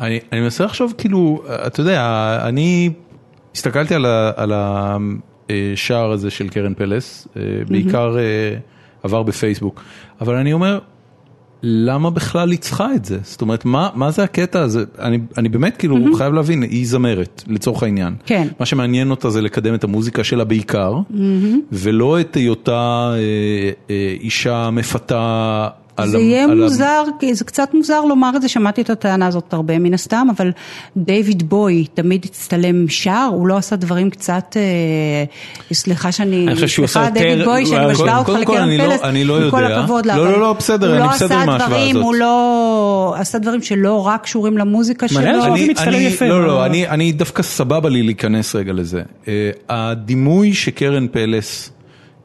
S1: אני, אני מנסה לחשוב, כאילו, אתה יודע, אני הסתכלתי על ה- על השער הזה של קרן פלס, אה, בעיקר אה, עבר בפייסבוק, אבל אני אומר, למה בכלל ניצחה את זה? זאת אומרת, מה, מה זה הקטע הזה? אני, אני באמת כאילו mm-hmm. חייב להבין, היא זמרת, לצורך העניין.
S3: כן.
S1: מה שמעניין אותה זה לקדם את המוזיקה שלה בעיקר, mm-hmm. ולא את היותה אה, אה, אישה מפתה על
S3: זה
S1: ה-
S3: יהיה
S1: על ה-
S3: מוזר, כי זה קצת מוזר לומר את זה, שמעתי את הטענה הזאת הרבה מן הסתם, אבל דיוויד בוי תמיד הצטלם שער, הוא לא עשה דברים קצת, אה, סליחה שאני,
S2: אני חושב שהוא
S3: סליחה,
S2: עשה
S3: דיוויד
S2: יותר-
S3: בוי, שאני
S2: הוא-
S3: משווה אותך
S1: אה, קודם כל,
S3: לקרן
S1: אני לא-
S3: פלס,
S1: אני לא
S3: עם כל
S1: יודע.
S3: הכבוד לה,
S1: לא,
S3: אבל
S1: לא, לא, בסדר,
S3: הוא
S1: אני
S3: לא
S1: בסדר עם
S3: עשה
S1: ההשוואה
S3: דברים,
S1: הזאת.
S3: הוא לא עשה דברים שלא רק קשורים למוזיקה שלו.
S2: מעניין שאוהבים
S1: אני-
S2: מצטלם
S1: אני-
S2: יפה.
S1: לא,
S2: מה-
S1: לא, אני, אני דווקא סבבה לי להיכנס רגע לזה. אה, הדימוי שקרן פלס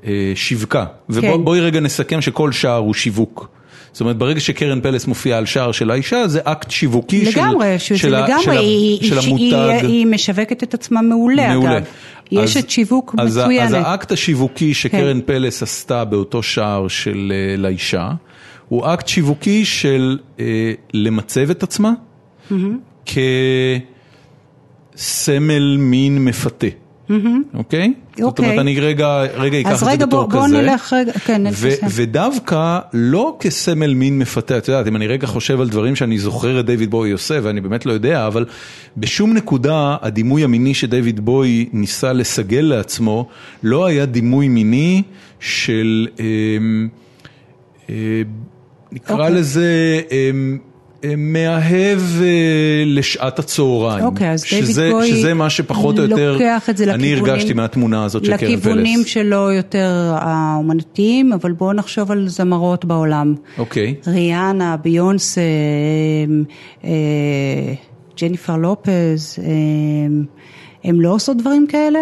S1: אה, שיווקה,
S3: כן.
S1: ובואי רגע נסכם שכל שער הוא שיווק. זאת אומרת, ברגע שקרן פלס מופיעה על שער של האישה, זה אקט שיווקי של,
S3: לגמרי,
S1: של,
S3: שזה
S1: ה- של,
S3: לגמרי,
S1: ה-
S3: היא-
S1: של
S3: היא- היא-
S1: המותג.
S3: היא משווקת את עצמה מעולה,
S1: מעולה.
S3: אגב. יש
S1: אז-
S3: את שיווק
S1: אז ה- אז
S3: מצוינת. כן.
S1: האקט השיווקי שקרן פלס עשתה באותו שער של אה, לאישה, הוא אקט שיווקי של אה, למצב את עצמה כסמל מין מפתה, אוקיי? זאת
S3: אוקיי.
S1: אומרת, אני רגע רגע אקח את
S3: אז
S1: זה בתור כזה.
S3: רגע, בוא- בוא נלך רגע, כן, נלך
S1: ו-
S3: לסיים.
S1: ודווקא לא כסמל מין מפתה, את יודעת, אם אני רגע חושב על דברים שאני זוכר את דיוויד בוי עושה, ואני באמת לא יודע, אבל בשום נקודה הדימוי המיני שדיוויד בוי ניסה לסגל לעצמו, לא היה דימוי מיני של, אמ, אמ, נקרא
S3: אוקיי.
S1: לזה, אמ, אמ, מאהב אה, לשעת הצהריים.
S3: אוקיי, אז דיוויד
S1: שזה-
S3: בוי
S1: שזה מה שפחות או יותר,
S3: לוקח את זה
S1: אני
S3: לכיוונים-
S1: הרגשתי מהתמונה הזאת של קרן פלס.
S3: לכיוונים שלו יותר האומנותיים, אבל בואו נחשוב על זמרות בעולם.
S1: אוקיי.
S3: ריאנה, ביונסה, אמ, אה, ג'ניפר לופז, אמ, הם לא עושות דברים כאלה?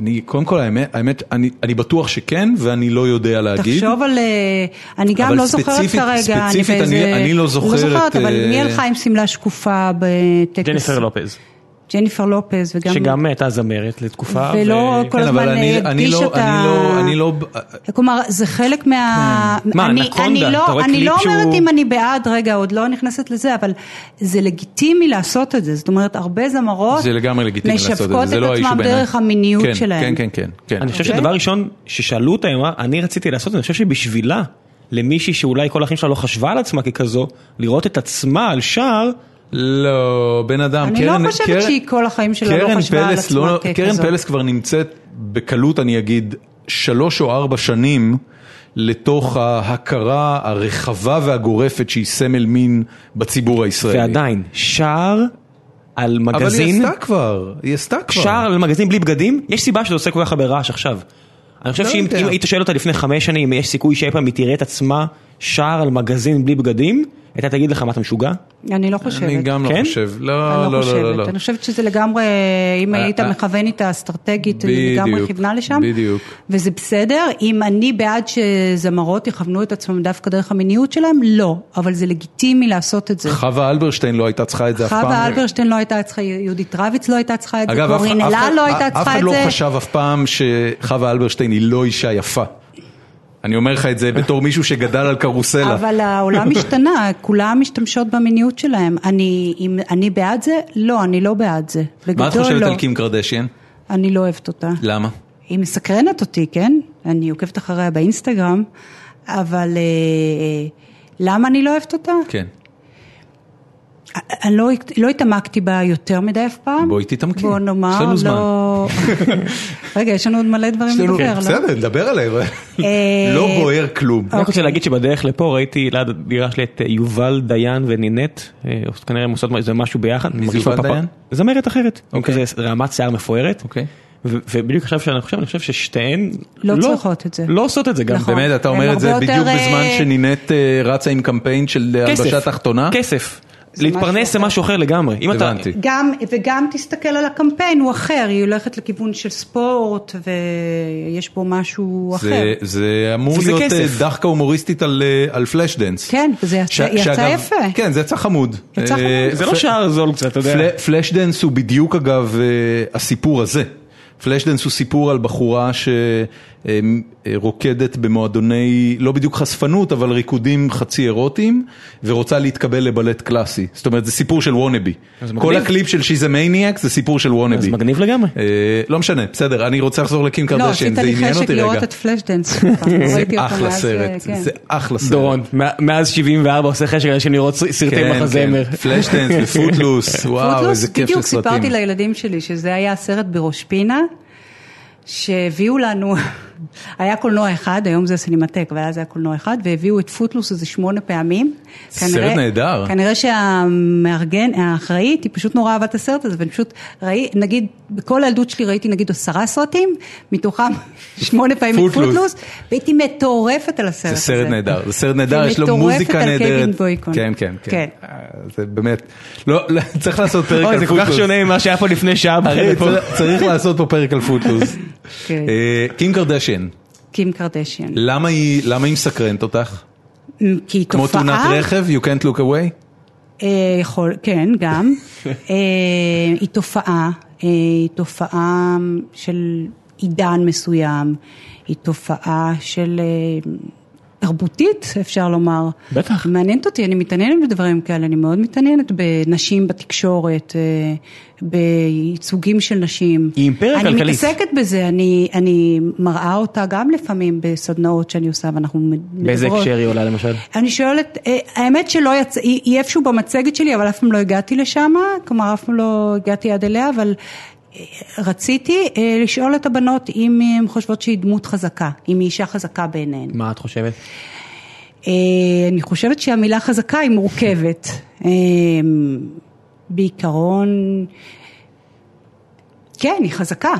S1: אני, קודם כל, האמת, האמת אני, אני בטוח שכן, ואני לא יודע להגיד.
S3: תחשוב על... אה, אני גם
S1: אבל
S3: לא זוכרת
S1: ספציפית-
S3: כרגע.
S1: ספציפית אני-
S3: באיזה-
S1: אני לא זוכרת,
S3: זוכרת, אבל מי
S1: אה,
S3: הלכה עם שמלה שקופה בטקס?
S2: ג'ניפר לופז,
S3: ג'ניפר לופז, וגם...
S2: שגם הייתה זמרת לתקופה.
S3: ולא
S2: ו-
S3: כל
S1: כן, אבל
S3: הזמן
S1: אני, אני,
S3: הדגיש
S1: לא,
S3: את
S1: אני, לא,
S3: ה-
S1: אני לא,
S3: כלומר, זה חלק מה...
S2: כן. מה,
S3: אני,
S2: אנקונדה,
S3: אני לא,
S2: אתה רואה
S3: אני
S2: קליפ
S3: לא אומרת
S2: שהוא-
S3: אם אני בעד, רגע, עוד לא נכנסת לזה, אבל זה לגיטימי לעשות את זה. זאת אומרת, הרבה זמרות
S1: זה לגמרי לגיטימי לעשות את זה,
S3: משווקות
S1: זה
S3: את
S1: לא האישו
S3: עצמם
S1: בעיניי.
S3: דרך המיניות
S1: כן, כן,
S3: שלהם.
S1: כן, כן, כן.
S2: אני חושב
S3: אוקיי.
S2: שדבר ראשון ששאלו אותה, היא אמרה, אני רציתי לעשות את זה, אני חושב שבשבילה, למישהי שאולי כל החיים שלה לא חשבה על עצמה ככזו, לראות את עצמה על שער,
S1: לא, בן אדם,
S3: אני
S1: קרן,
S3: לא חושבת
S1: קרן,
S3: שהיא כל החיים שלה
S1: קרן
S3: לא חשבה על
S1: פלס
S3: עצמה
S1: לא,
S3: ככזאת.
S1: קרן פלס כבר נמצאת בקלות, אני אגיד, שלוש או ארבע שנים לתוך ההכרה הרחבה והגורפת שהיא סמל מין בציבור הישראלי.
S2: ועדיין, שער על
S1: אבל היא
S2: מגזין,
S1: עשתה כבר, היא עשתה כבר.
S2: שער על מגזין בלי בגדים, יש סיבה שזה עושה כל כך הרבה רעש עכשיו. אני חושב
S1: לא
S2: שאם
S1: יודע.
S2: אם היית שואל אותה לפני חמש שנים, אם יש סיכוי שאי פעם היא תראה את עצמה שער על מגזין בלי בגדים, הייתה תגיד לך, מה אתה משוגע?
S3: אני לא חושבת.
S1: כן. אני גם לא
S2: כן?
S1: חושב,
S3: אני
S1: לא,
S3: לא
S1: לא,
S3: חושבת.
S1: לא, לא.
S3: אני חושבת שזה לגמרי, אם
S1: אה,
S3: היית
S1: אה.
S3: מכוון איתה אסטרטגית, היא לגמרי
S1: בדיוק,
S3: כיוונה לשם.
S1: בדיוק.
S3: וזה בסדר. אם אני בעד שזמרות יכוונו את עצמם דווקא דרך המיניות שלהם, לא. אבל זה לגיטימי לעשות את זה.
S1: חווה אלברשטיין לא הייתה צריכה את זה אף פעם.
S3: חווה אלברשטיין לא הייתה צריכה, יהודית רביץ לא הייתה צריכה את זה,
S1: אגב, אף-
S3: קורין
S1: אף
S3: אלה
S1: אחד-
S3: לא הייתה
S1: אף
S3: צריכה
S1: אחד
S3: את
S1: לא
S3: זה.
S1: חשב אף פעם שחווה אלברשטיין היא לא אישה יפה. אני אומר לך את זה בתור מישהו שגדל על קרוסלה.
S3: אבל העולם השתנה, כולם משתמשות במיניות שלהם. אני, אם, אני בעד זה? לא, אני לא בעד זה. בגדול
S1: מה את חושבת
S3: לא.
S1: על קים קרדשיין?
S3: אני לא אוהבת אותה.
S1: למה?
S3: היא מסקרנת אותי, כן? אני עוקבת אחריה באינסטגרם, אבל אה, אה, למה אני לא אוהבת אותה?
S1: כן.
S3: אני לא, לא התעמקתי בה יותר מדי אף פעם.
S1: בואי תתעמקי.
S3: בוא נאמר,
S1: יש לנו זמן.
S3: לא... רגע, יש לנו עוד מלא דברים לדבר. לא?
S1: נדבר עליהם.
S3: אה,
S1: לא בוער כלום.
S2: אני רק
S3: אוקיי.
S2: רוצה להגיד שבדרך לפה ראיתי ליד הדירה שלי את אה, יובל דיין ונינט, אה, כנראה הם עושות איזה משהו ביחד. אני מרגיש
S1: יובל
S2: כמו פפ-
S1: דיין?
S2: זמרת אחרת, עם כזה רמת שיער מפוארת.
S1: אוקיי.
S2: ו- ובדיוק עכשיו שאני חושב, אני חושב ששתיהן
S3: לא צריכות את זה.
S2: לא עושות את זה גם.
S3: נכון.
S1: באמת, אתה
S3: הם
S1: אומר את זה
S3: הרבה
S1: בדיוק
S3: יותר,
S1: בזמן
S3: אה,
S1: שנינט אה, רצה עם קמפיין של
S2: כסף.
S1: הלבשה תחתונה?
S2: כסף.
S3: זה משהו
S2: להתפרנס זה
S3: אחר.
S2: משהו אחר לגמרי. אם אתה-
S1: הבנתי.
S3: גם, וגם תסתכל על הקמפיין, הוא אחר, היא הולכת לכיוון של ספורט, ויש בו משהו אחר.
S1: זה, זה אמור
S2: וזה
S1: להיות
S2: כסף.
S1: אה, דחקה הומוריסטית על, אה, על פלאש דנס.
S3: כן, וזה יצא- יצא יפה.
S1: כן, זה יצא חמוד.
S3: יצא חמוד.
S1: אה,
S2: זה לא
S1: פל-
S2: שער זול קצת, אתה יודע.
S1: פל- פלאש דנס הוא בדיוק אגב אה, הסיפור הזה. פלשדנס הוא סיפור על בחורה אה, שרוקדת במועדוני, לא בדיוק חשפנות, אבל ריקודים חצי אירוטיים, ורוצה להתקבל לבלט קלאסי. זאת אומרת, זה סיפור של וונאבי.
S2: אז
S1: כל
S2: מגניב.
S1: הקליפ של She's a Maniac זה סיפור של וונאבי.
S2: אז מגניב לגמרי.
S1: אה, לא משנה, בסדר, אני רוצה לחזור לקים
S3: לא,
S1: קרדשן,
S3: עשית
S1: זה
S3: לי
S1: עניין
S3: חשק
S1: אותי
S3: לראות
S1: רגע.
S3: את פלשדנס שלך. לא ראיתי אותו
S1: אחלה
S3: מאז,
S1: סרט,
S3: כן.
S1: זה אחלה סרט.
S2: דורון, מא- מאז 74 עושה חשק על השני לראות ס- סרטי
S1: כן,
S2: מחזמר.
S1: פלשטנס ופוטלוס, וואו,
S3: פרוטלוס,
S1: איזה כיף של
S3: בדיוק
S1: סרטים.
S3: סיפרתי לילדים שלי שזה היה הסרט בראש פינה, שהביאו לנו, היה קולנוע אחד, היום זה סינמטק, אבל אז היה קולנוע אחד, והביאו את פוטלוס איזה שמונה פעמים.
S1: סרט
S3: כנראה-
S1: נהדר.
S3: כנראה שהמארגן, האחראית, היא פשוט נורא אהבה את הסרט הזה, ואני פשוט ראי, נגיד, בכל הילדות שלי ראיתי נגיד עשרה סרטים, מתוכם שמונה פעמים את
S1: פוטלוס.
S3: פוטלוס, והייתי מטורפת על הסרט
S1: זה
S3: הזה.
S1: סרט נהדר, זה סרט נהדר, יש לו
S3: ומטורפת
S1: מוזיקה
S3: על
S1: נהדרת.
S3: קווין גויקון.
S1: כן, כן, כן.
S3: כן.
S1: אה, זה באמת, לא, לא, צריך לעשות פרק
S2: אוי, זה
S1: על
S2: כל כך
S1: פוטלוס.
S2: שונה ממה שהיה פה לפני שעה
S1: הרי
S2: בחדר פה.
S1: צריך- צריך לעשות פה פרק על פוטלוס.
S3: כן.
S1: אה, קים קרדשן,
S3: קים קרדשיאן.
S1: למה היא למה היא מסקרנת אותך?
S3: כי היא
S1: כמו
S3: תופעה...
S1: תאונת רכב, you can't look away?
S3: אה, יכול, כן, גם. אה, היא תופעה, אה, היא תופעה של עידן מסוים, היא תופעה של אה, תרבותית, אפשר לומר.
S2: בטח.
S3: מעניינת אותי, אני מתעניינת בדברים כאלה, אני מאוד מתעניינת בנשים בתקשורת, אה, בייצוגים של נשים.
S2: היא אימפריה
S3: אני
S2: כלכלית.
S3: מתעסקת בזה, אני, אני מראה אותה גם לפעמים בסדנאות שאני עושה, ואנחנו מדברות.
S2: באיזה הקשר היא עולה למשל?
S3: אני שואלת, אה, האמת שלא יצא, היא היא איפשהו במצגת שלי, אבל אף פעם לא הגעתי לשם, כלומר אף פעם לא הגעתי עד אליה, אבל אה, רציתי אה, לשאול את הבנות אם הן חושבות שהיא דמות חזקה, אם היא אישה חזקה בעיניהן.
S2: מה את חושבת?
S3: אה, אני חושבת שהמילה חזקה היא מורכבת. אה, בעיקרון, כן, היא חזקה.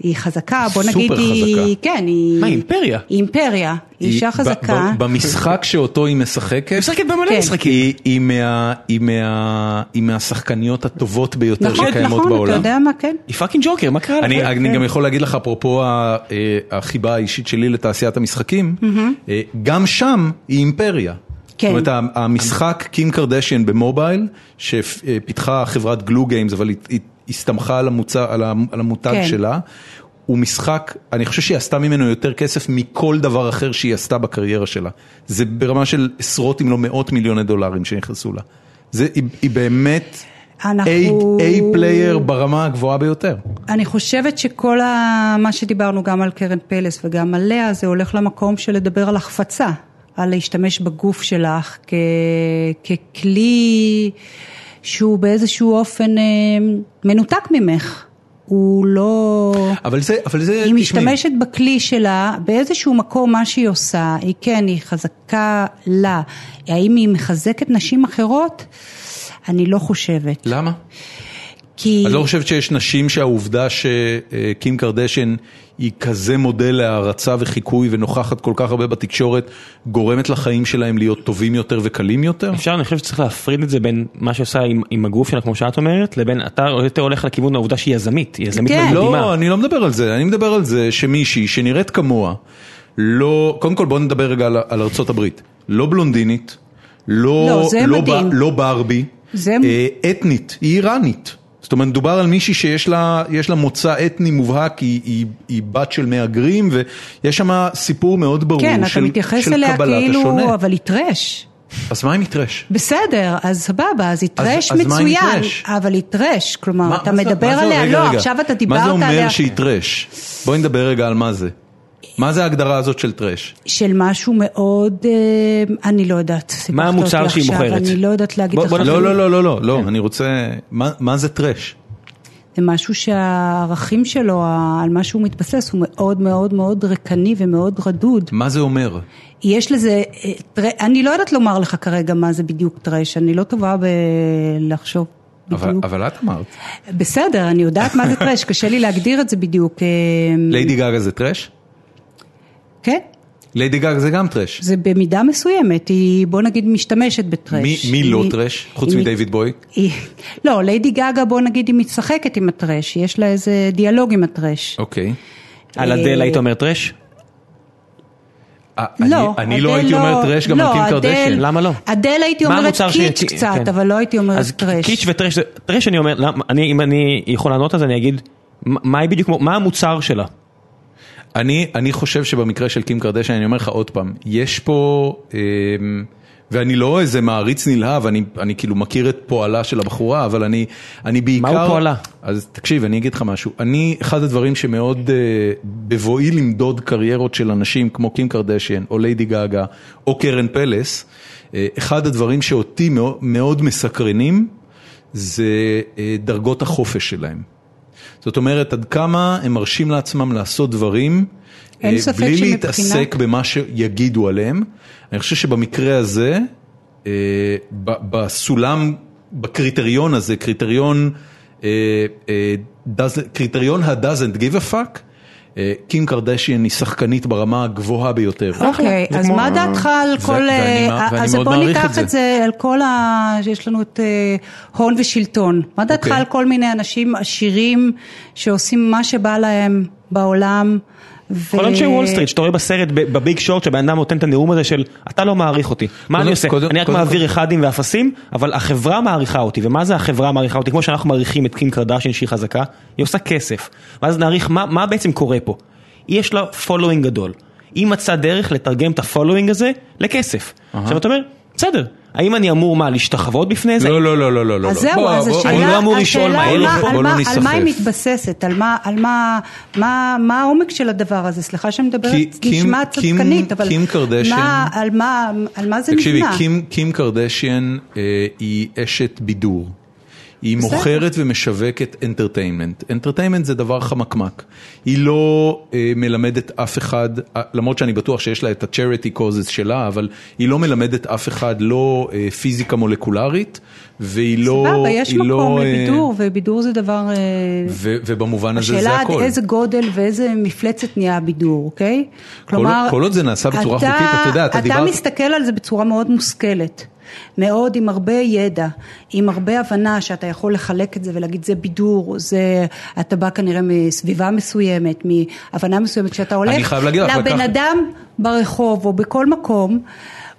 S3: היא חזקה, בוא
S1: סופר
S3: נגיד, היא,
S1: חזקה.
S3: כן, היא,
S2: מה, היא אימפריה?
S3: היא אימפריה, היא אישה
S1: ב-
S3: חזקה.
S1: ב- במשחק שאותו היא משחקת, היא
S2: משחקת במלא
S3: כן.
S2: משחקים.
S1: היא- היא מה- היא מה- היא מהשחקניות הטובות ביותר
S3: נכון,
S1: שקיימות
S3: נכון, אתה
S1: בעולם.
S3: יודע מה, כן.
S2: היא פאקינג ג'וקר, מה קרה לך?
S1: אני, אני
S2: כן.
S1: גם יכול להגיד לך, אפרופו ה- אה, החיבה האישית שלי לתעשיית המשחקים, אה, גם שם היא אימפריה.
S3: כן.
S1: זאת אומרת, ה- המשחק קים קרדשן במובייל, שפיתחה חברת גלו גיימס, אבל היא- היא הסתמכה על המוצא- על ה- על המותג
S3: כן.
S1: שלה, הוא משחק, אני חושב שהיא עשתה ממנו יותר כסף מכל דבר אחר שהיא עשתה בקריירה שלה. זה ברמה של עשרות אם לא מאות מיליוני דולרים שנכנסו לה. זה, היא, היא באמת
S3: אנחנו-
S1: A-פלייר ברמה הגבוהה ביותר.
S3: אני חושבת שכל ה... מה שדיברנו גם על קרן פלס וגם עליה, זה הולך למקום של לדבר על החפצה, על להשתמש בגוף שלך כ... ככלי שהוא באיזשהו אופן אה, מנותק ממך. הוא לא...
S1: אבל זה, אבל זה,
S3: היא
S1: אה, תשמעי,
S3: משתמשת בכלי שלה, באיזשהו מקום מה שהיא עושה, היא כן, היא חזקה לה. האם היא מחזקת נשים אחרות? אני לא חושבת.
S1: למה?
S3: כי...
S1: את לא חושבת שיש נשים שהעובדה שקים קרדשן היא כזה מודל להערצה וחיקוי ונוכחת כל כך הרבה בתקשורת, גורמת לחיים שלהם להיות טובים יותר וקלים יותר?
S2: אפשר, אני חושב שצריך להפריד את זה בין מה שעושה עם, עם הגוף שלה, כמו שאת אומרת, לבין אתה יותר הולך לכיוון העובדה שהיא יזמית, היא יזמית
S3: כן.
S2: מדהימה.
S1: לא, אני לא מדבר על זה, אני מדבר על זה שמישהי שנראית כמוה, לא, קודם כל בוא נדבר רגע על, על ארצות הברית, לא בלונדינית, לא,
S3: לא, זה
S1: לא,
S3: מדהים.
S1: ב, לא ברבי,
S3: זה-
S1: אה, אתנית, היא איראנית. זאת אומרת, מדובר על מישהי שיש לה, יש לה מוצא אתני מובהק, היא, היא, היא בת של מהגרים, ויש שם סיפור מאוד ברור
S3: כן, אתה
S1: של,
S3: מתייחס
S1: של
S3: אליה
S1: קבלת
S3: כאילו,
S1: השונה.
S3: אבל היא טרש.
S1: אז מה עם מטרש?
S3: בסדר, אז סבבה, אז היא טרש
S1: אז מה אם היא
S3: מצוין,
S1: טרש?
S3: אבל היא טרש, כלומר, לא, אתה
S1: זה-
S3: מדבר
S1: זה-
S3: עליה,
S1: רגע,
S3: לא,
S1: רגע.
S3: עכשיו אתה דיברת
S1: מה זה אומר
S3: עליה
S1: שהיא טרש? בואי נדבר רגע על מה זה. מה זה ההגדרה הזאת של טרש?
S3: של משהו מאוד, אה, אני לא יודעת. סיפחת אותי
S2: המוצר שהיא
S3: עכשיו,
S2: מוכרת?
S3: אני לא יודעת להגיד
S2: בוא-
S3: לך,
S2: בוא
S1: לא,
S2: נתחיל.
S1: לא, לא, לא, לא, לא,
S3: כן.
S1: אני רוצה... מה- מה זה טרש?
S3: זה משהו שהערכים שלו, ה- על מה שהוא מתבסס, הוא מאוד מאוד מאוד ריקני ומאוד רדוד.
S1: מה זה אומר?
S3: יש לזה, אה, טר- אני לא יודעת לומר לך כרגע מה זה בדיוק טרש, אני לא טובה בלחשוב.
S1: אבל
S3: בדיוק.
S1: אבל את אמרת.
S3: בסדר, אני יודעת מה זה טרש, קשה לי להגדיר את זה בדיוק. אמ,
S1: ליידי גאגה זה טרש?
S3: כן,
S1: ליידי גאגה זה גם טרש.
S3: זה במידה מסוימת, היא בוא נגיד משתמשת בטרש.
S1: מי- מי לא
S3: היא-
S1: טרש? חוץ
S3: היא-
S1: מדייוויד בוי?
S3: היא- לא, ליידי גאגה בוא נגיד היא משחקת עם הטרש, יש לה איזה דיאלוג עם הטרש.
S1: אוקיי.
S2: על אדל היית אומר טרש?
S1: אה, אני-
S3: לא,
S1: אני לא
S3: אדל
S1: הייתי אומר טרש גם על
S3: לא,
S1: קים
S3: אדל-
S1: קרדשן.
S2: למה לא?
S3: אדל הייתי
S2: מה
S3: אומרת
S2: המוצר
S3: קיץ'
S2: שיצא-
S3: קצת,
S2: כן.
S3: אבל לא הייתי אומרת
S2: אז
S3: טרש.
S2: קיץ' וטרש, זה- טרש אני אומר, למה- אני- אם אני יכול לענות על זה אני אגיד, מה מה היא בדיוק, מה המוצר שלה?
S1: אני, אני חושב שבמקרה של קים קרדשן, אני אומר לך עוד פעם, יש פה, אה, ואני לא איזה מעריץ נלהב, אני, אני כאילו מכיר את פועלה של הבחורה, אבל אני, אני בעיקר...
S2: פועלה?
S1: אז תקשיב, אני אגיד לך משהו. אני, אחד הדברים שמאוד, אה, בבואי למדוד קריירות של אנשים כמו קים קרדשן, או ליידי גאגה, או קרן פלס, אה, אחד הדברים שאותי מאוד, מאוד מסקרנים, זה אה, דרגות החופש שלהם. זאת אומרת, עד כמה הם מרשים לעצמם לעשות דברים,
S3: אין
S1: אה,
S3: ספק
S1: בלי
S3: שמבחינה-
S1: להתעסק במה שיגידו עליהם. אני חושב שבמקרה הזה, אה, ב- בסולם, בקריטריון הזה, קריטריון, אה, אה, does- קריטריון ה-doesn't give a fuck, אה, קים קרדשיאן היא שחקנית ברמה הגבוהה ביותר.
S3: אוקיי,
S2: זה
S3: אז
S2: כמו-
S3: מה דעתך על
S1: ו-
S3: כל...
S1: ואני
S3: אה,
S1: מע- ואני
S3: אז
S1: מאוד
S3: בוא
S1: מעריך את
S3: ניקח את זה, על כל ה... יש לנו את אה, הון ושלטון. מה דעתך
S1: אוקיי.
S3: על כל מיני אנשים עשירים שעושים מה שבא להם בעולם? ו-
S2: כל אנשי וול סטריט שאתה רואה בסרט ב- בביג שורט שהבן אדם נותן את הנאום הזה של אתה לא מעריך אותי, מה
S1: קודם-
S2: אני עושה?
S1: קודם-
S2: אני רק
S1: קודם-
S2: מעביר אחדים ואפסים, אבל החברה מעריכה אותי, ומה זה החברה מעריכה אותי? כמו שאנחנו מעריכים את קים קרדשן שהיא חזקה, היא עושה כסף, ואז נעריך מה- מה בעצם קורה פה. היא יש לה פולואינג גדול, היא מצאה דרך לתרגם את הפולואינג הזה לכסף. עכשיו אתה אומר, בסדר, האם אני אמור מה, להשתחוות בפני זה?
S1: לא, לא, לא, לא, לא, לא.
S3: אז זהו,
S1: בוא,
S3: אז
S1: בוא,
S3: השאלה,
S1: אני לא אמור-
S2: אמור לשאול
S3: השאלה
S2: מה-
S3: היא
S2: בוא
S1: לא-
S3: מה-
S1: בוא
S3: על
S1: לא
S3: מה- על מה היא
S1: ניסחף.
S3: מתבססת, על מה- על מה- מה מה העומק של הדבר הזה, סליחה שמדברת,
S1: כי- קים-
S3: נשמעת
S1: קים-
S3: צדקנית, אבל
S1: קים קרדשן-
S3: מה- על מה- על מה זה נבנה?
S1: תקשיבי, קים, קים קרדשיאן אה, היא אשת בידור. היא
S3: בסדר.
S1: מוכרת ומשווקת אנטרטיימנט. אנטרטיימנט זה דבר חמקמק. היא לא אה, מלמדת אף אחד, אה, למרות שאני בטוח שיש לה את ה-charity causes שלה, אבל היא לא מלמדת אף אחד, לא אה, פיזיקה מולקולרית, והיא לא...
S3: סבבה, יש
S1: היא
S3: מקום
S1: לא, אה,
S3: לבידור, ובידור זה דבר... אה,
S1: ו- ובמובן הזה כן, זה
S3: השאלה עד
S1: הכל.
S3: איזה גודל ואיזה מפלצת נהיה הבידור, אוקיי? כלומר,
S1: כל עוד זה נעשה בצורה
S3: אתה-
S1: חוקית, אתה יודע, אתה
S3: אתה
S1: דיברת-
S3: מסתכל על זה בצורה מאוד מושכלת. מאוד עם הרבה ידע, עם הרבה הבנה שאתה יכול לחלק את זה ולהגיד זה בידור, זה, אתה בא כנראה מסביבה מסוימת, מהבנה מסוימת, כשאתה הולך
S1: חייב להגיד לך,
S3: לבן
S1: לקחת-
S3: אדם ברחוב או בכל מקום,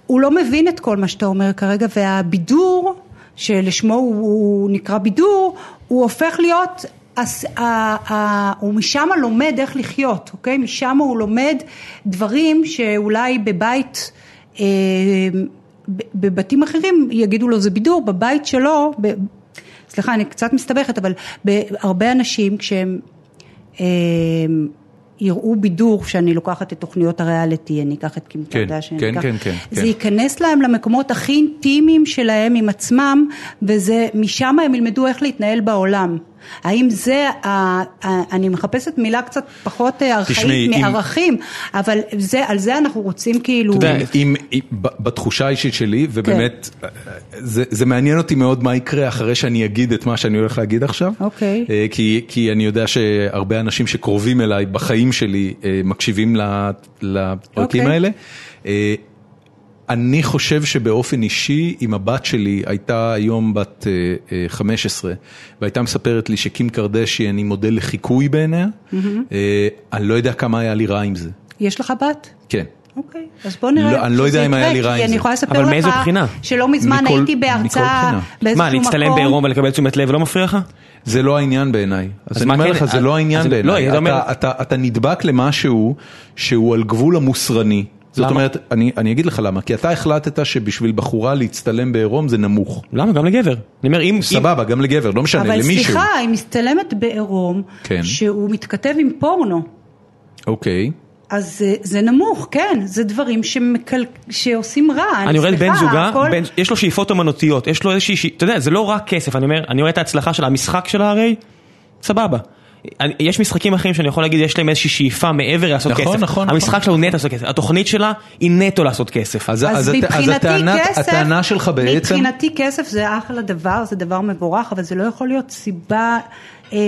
S3: הוא לא מבין את כל מה שאתה אומר כרגע, והבידור, שלשמו הוא, הוא נקרא בידור, הוא הופך להיות, הס- ה- ה- הוא משם לומד איך לחיות, אוקיי? משם הוא לומד דברים שאולי בבית... אה, ב- בבתים אחרים יגידו לו זה בידור, בבית שלו, ב- סליחה אני קצת מסתבכת, אבל הרבה אנשים כשהם אה, יראו בידור, שאני לוקחת את תוכניות הריאליטי, אני אקח את קים
S1: כן,
S3: קרדשן,
S1: כן,
S3: אני אקח-
S1: כן, כן,
S3: זה
S1: כן.
S3: ייכנס להם למקומות הכי אינטימיים שלהם עם עצמם, וזה, משם הם ילמדו איך להתנהל בעולם. האם זה, ה, ה, אני מחפשת מילה קצת פחות אה,
S1: תשמעי,
S3: ארכאית
S1: אם-
S3: מערכים, אבל זה, על זה אנחנו רוצים כאילו...
S1: אתה יודע, אם, אם, ב- בתחושה האישית שלי, ובאמת,
S3: כן.
S1: אה, זה, זה מעניין אותי מאוד מה יקרה אחרי שאני אגיד את מה שאני הולך להגיד עכשיו.
S3: אוקיי.
S1: אה, כי, כי אני יודע שהרבה אנשים שקרובים אליי בחיים שלי אה, מקשיבים ל- לפרקים
S3: אוקיי.
S1: האלה. אה, אני חושב שבאופן אישי, אם הבת שלי הייתה היום בת אה, אה, 15, והייתה מספרת לי שקים קרדשיאן היא מודל לחיקוי בעיניה, אה, אני לא יודע כמה היה לי רע עם זה.
S3: יש לך בת?
S1: כן.
S3: אוקיי, אז בוא נראה.
S1: לא, אני לא
S3: שזה
S1: יודע אם היה
S3: יקרה,
S1: לי רע
S3: כי
S1: עם זה.
S3: אני יכולה לספר לך...
S2: אבל מאיזו בחינה?
S3: שלא מזמן
S1: מכל-
S3: הייתי
S1: מכל
S3: בהרצאה
S1: בחינה.
S3: באיזשהו מקום.
S2: מה, להצטלם בעירום ולקבל תשומת לב לא מפריע לך?
S1: זה לא העניין בעיניי. אז,
S2: אז
S1: אני
S2: מה
S1: אומר
S2: כן?
S1: לך, זה
S2: אז-
S1: לא העניין
S2: אז- לא,
S1: בעיניי.
S2: זה
S1: אתה,
S2: אומר-
S1: אתה, אתה, נדבק למשהו שהוא על גבול המוסרני. זאת
S2: למה?
S1: אומרת, אני, אני אגיד לך למה, כי אתה החלטת שבשביל בחורה להצטלם בעירום זה נמוך.
S2: למה? גם לגבר. אני אומר, אם... אם-
S1: סבבה, גם לגבר, לא משנה,
S3: אבל
S1: למישהו.
S3: סליחה, היא מצטלמת בעירום,
S1: כן.
S3: שהוא מתכתב עם פורנו.
S1: אוקיי.
S3: אז זה, זה נמוך, כן, זה דברים שמקל... שעושים רע.
S2: אני רואה את בן
S3: אה, סליחה,
S2: זוגה,
S3: הכל-
S2: בן- יש לו שאיפות אמנותיות, יש לו איזושהי, שא- אתה יודע, זה לא רק כסף, אני אומר, אני רואה את ההצלחה שלה, המשחק שלה הרי, סבבה. אני- יש משחקים אחרים שאני יכול להגיד, יש להם איזושהי שאיפה מעבר לעשות
S1: נכון,
S2: כסף.
S1: נכון, נכון.
S2: המשחק שלה הוא נטו לעשות כסף, התוכנית שלה היא נטו לעשות כסף.
S1: אז, אז, הת- אז הטענה, הטענה שלך בעצם,
S3: מבחינתי כסף זה אחלה דבר, זה דבר מבורך, אבל זה לא יכול להיות סיבה, אה,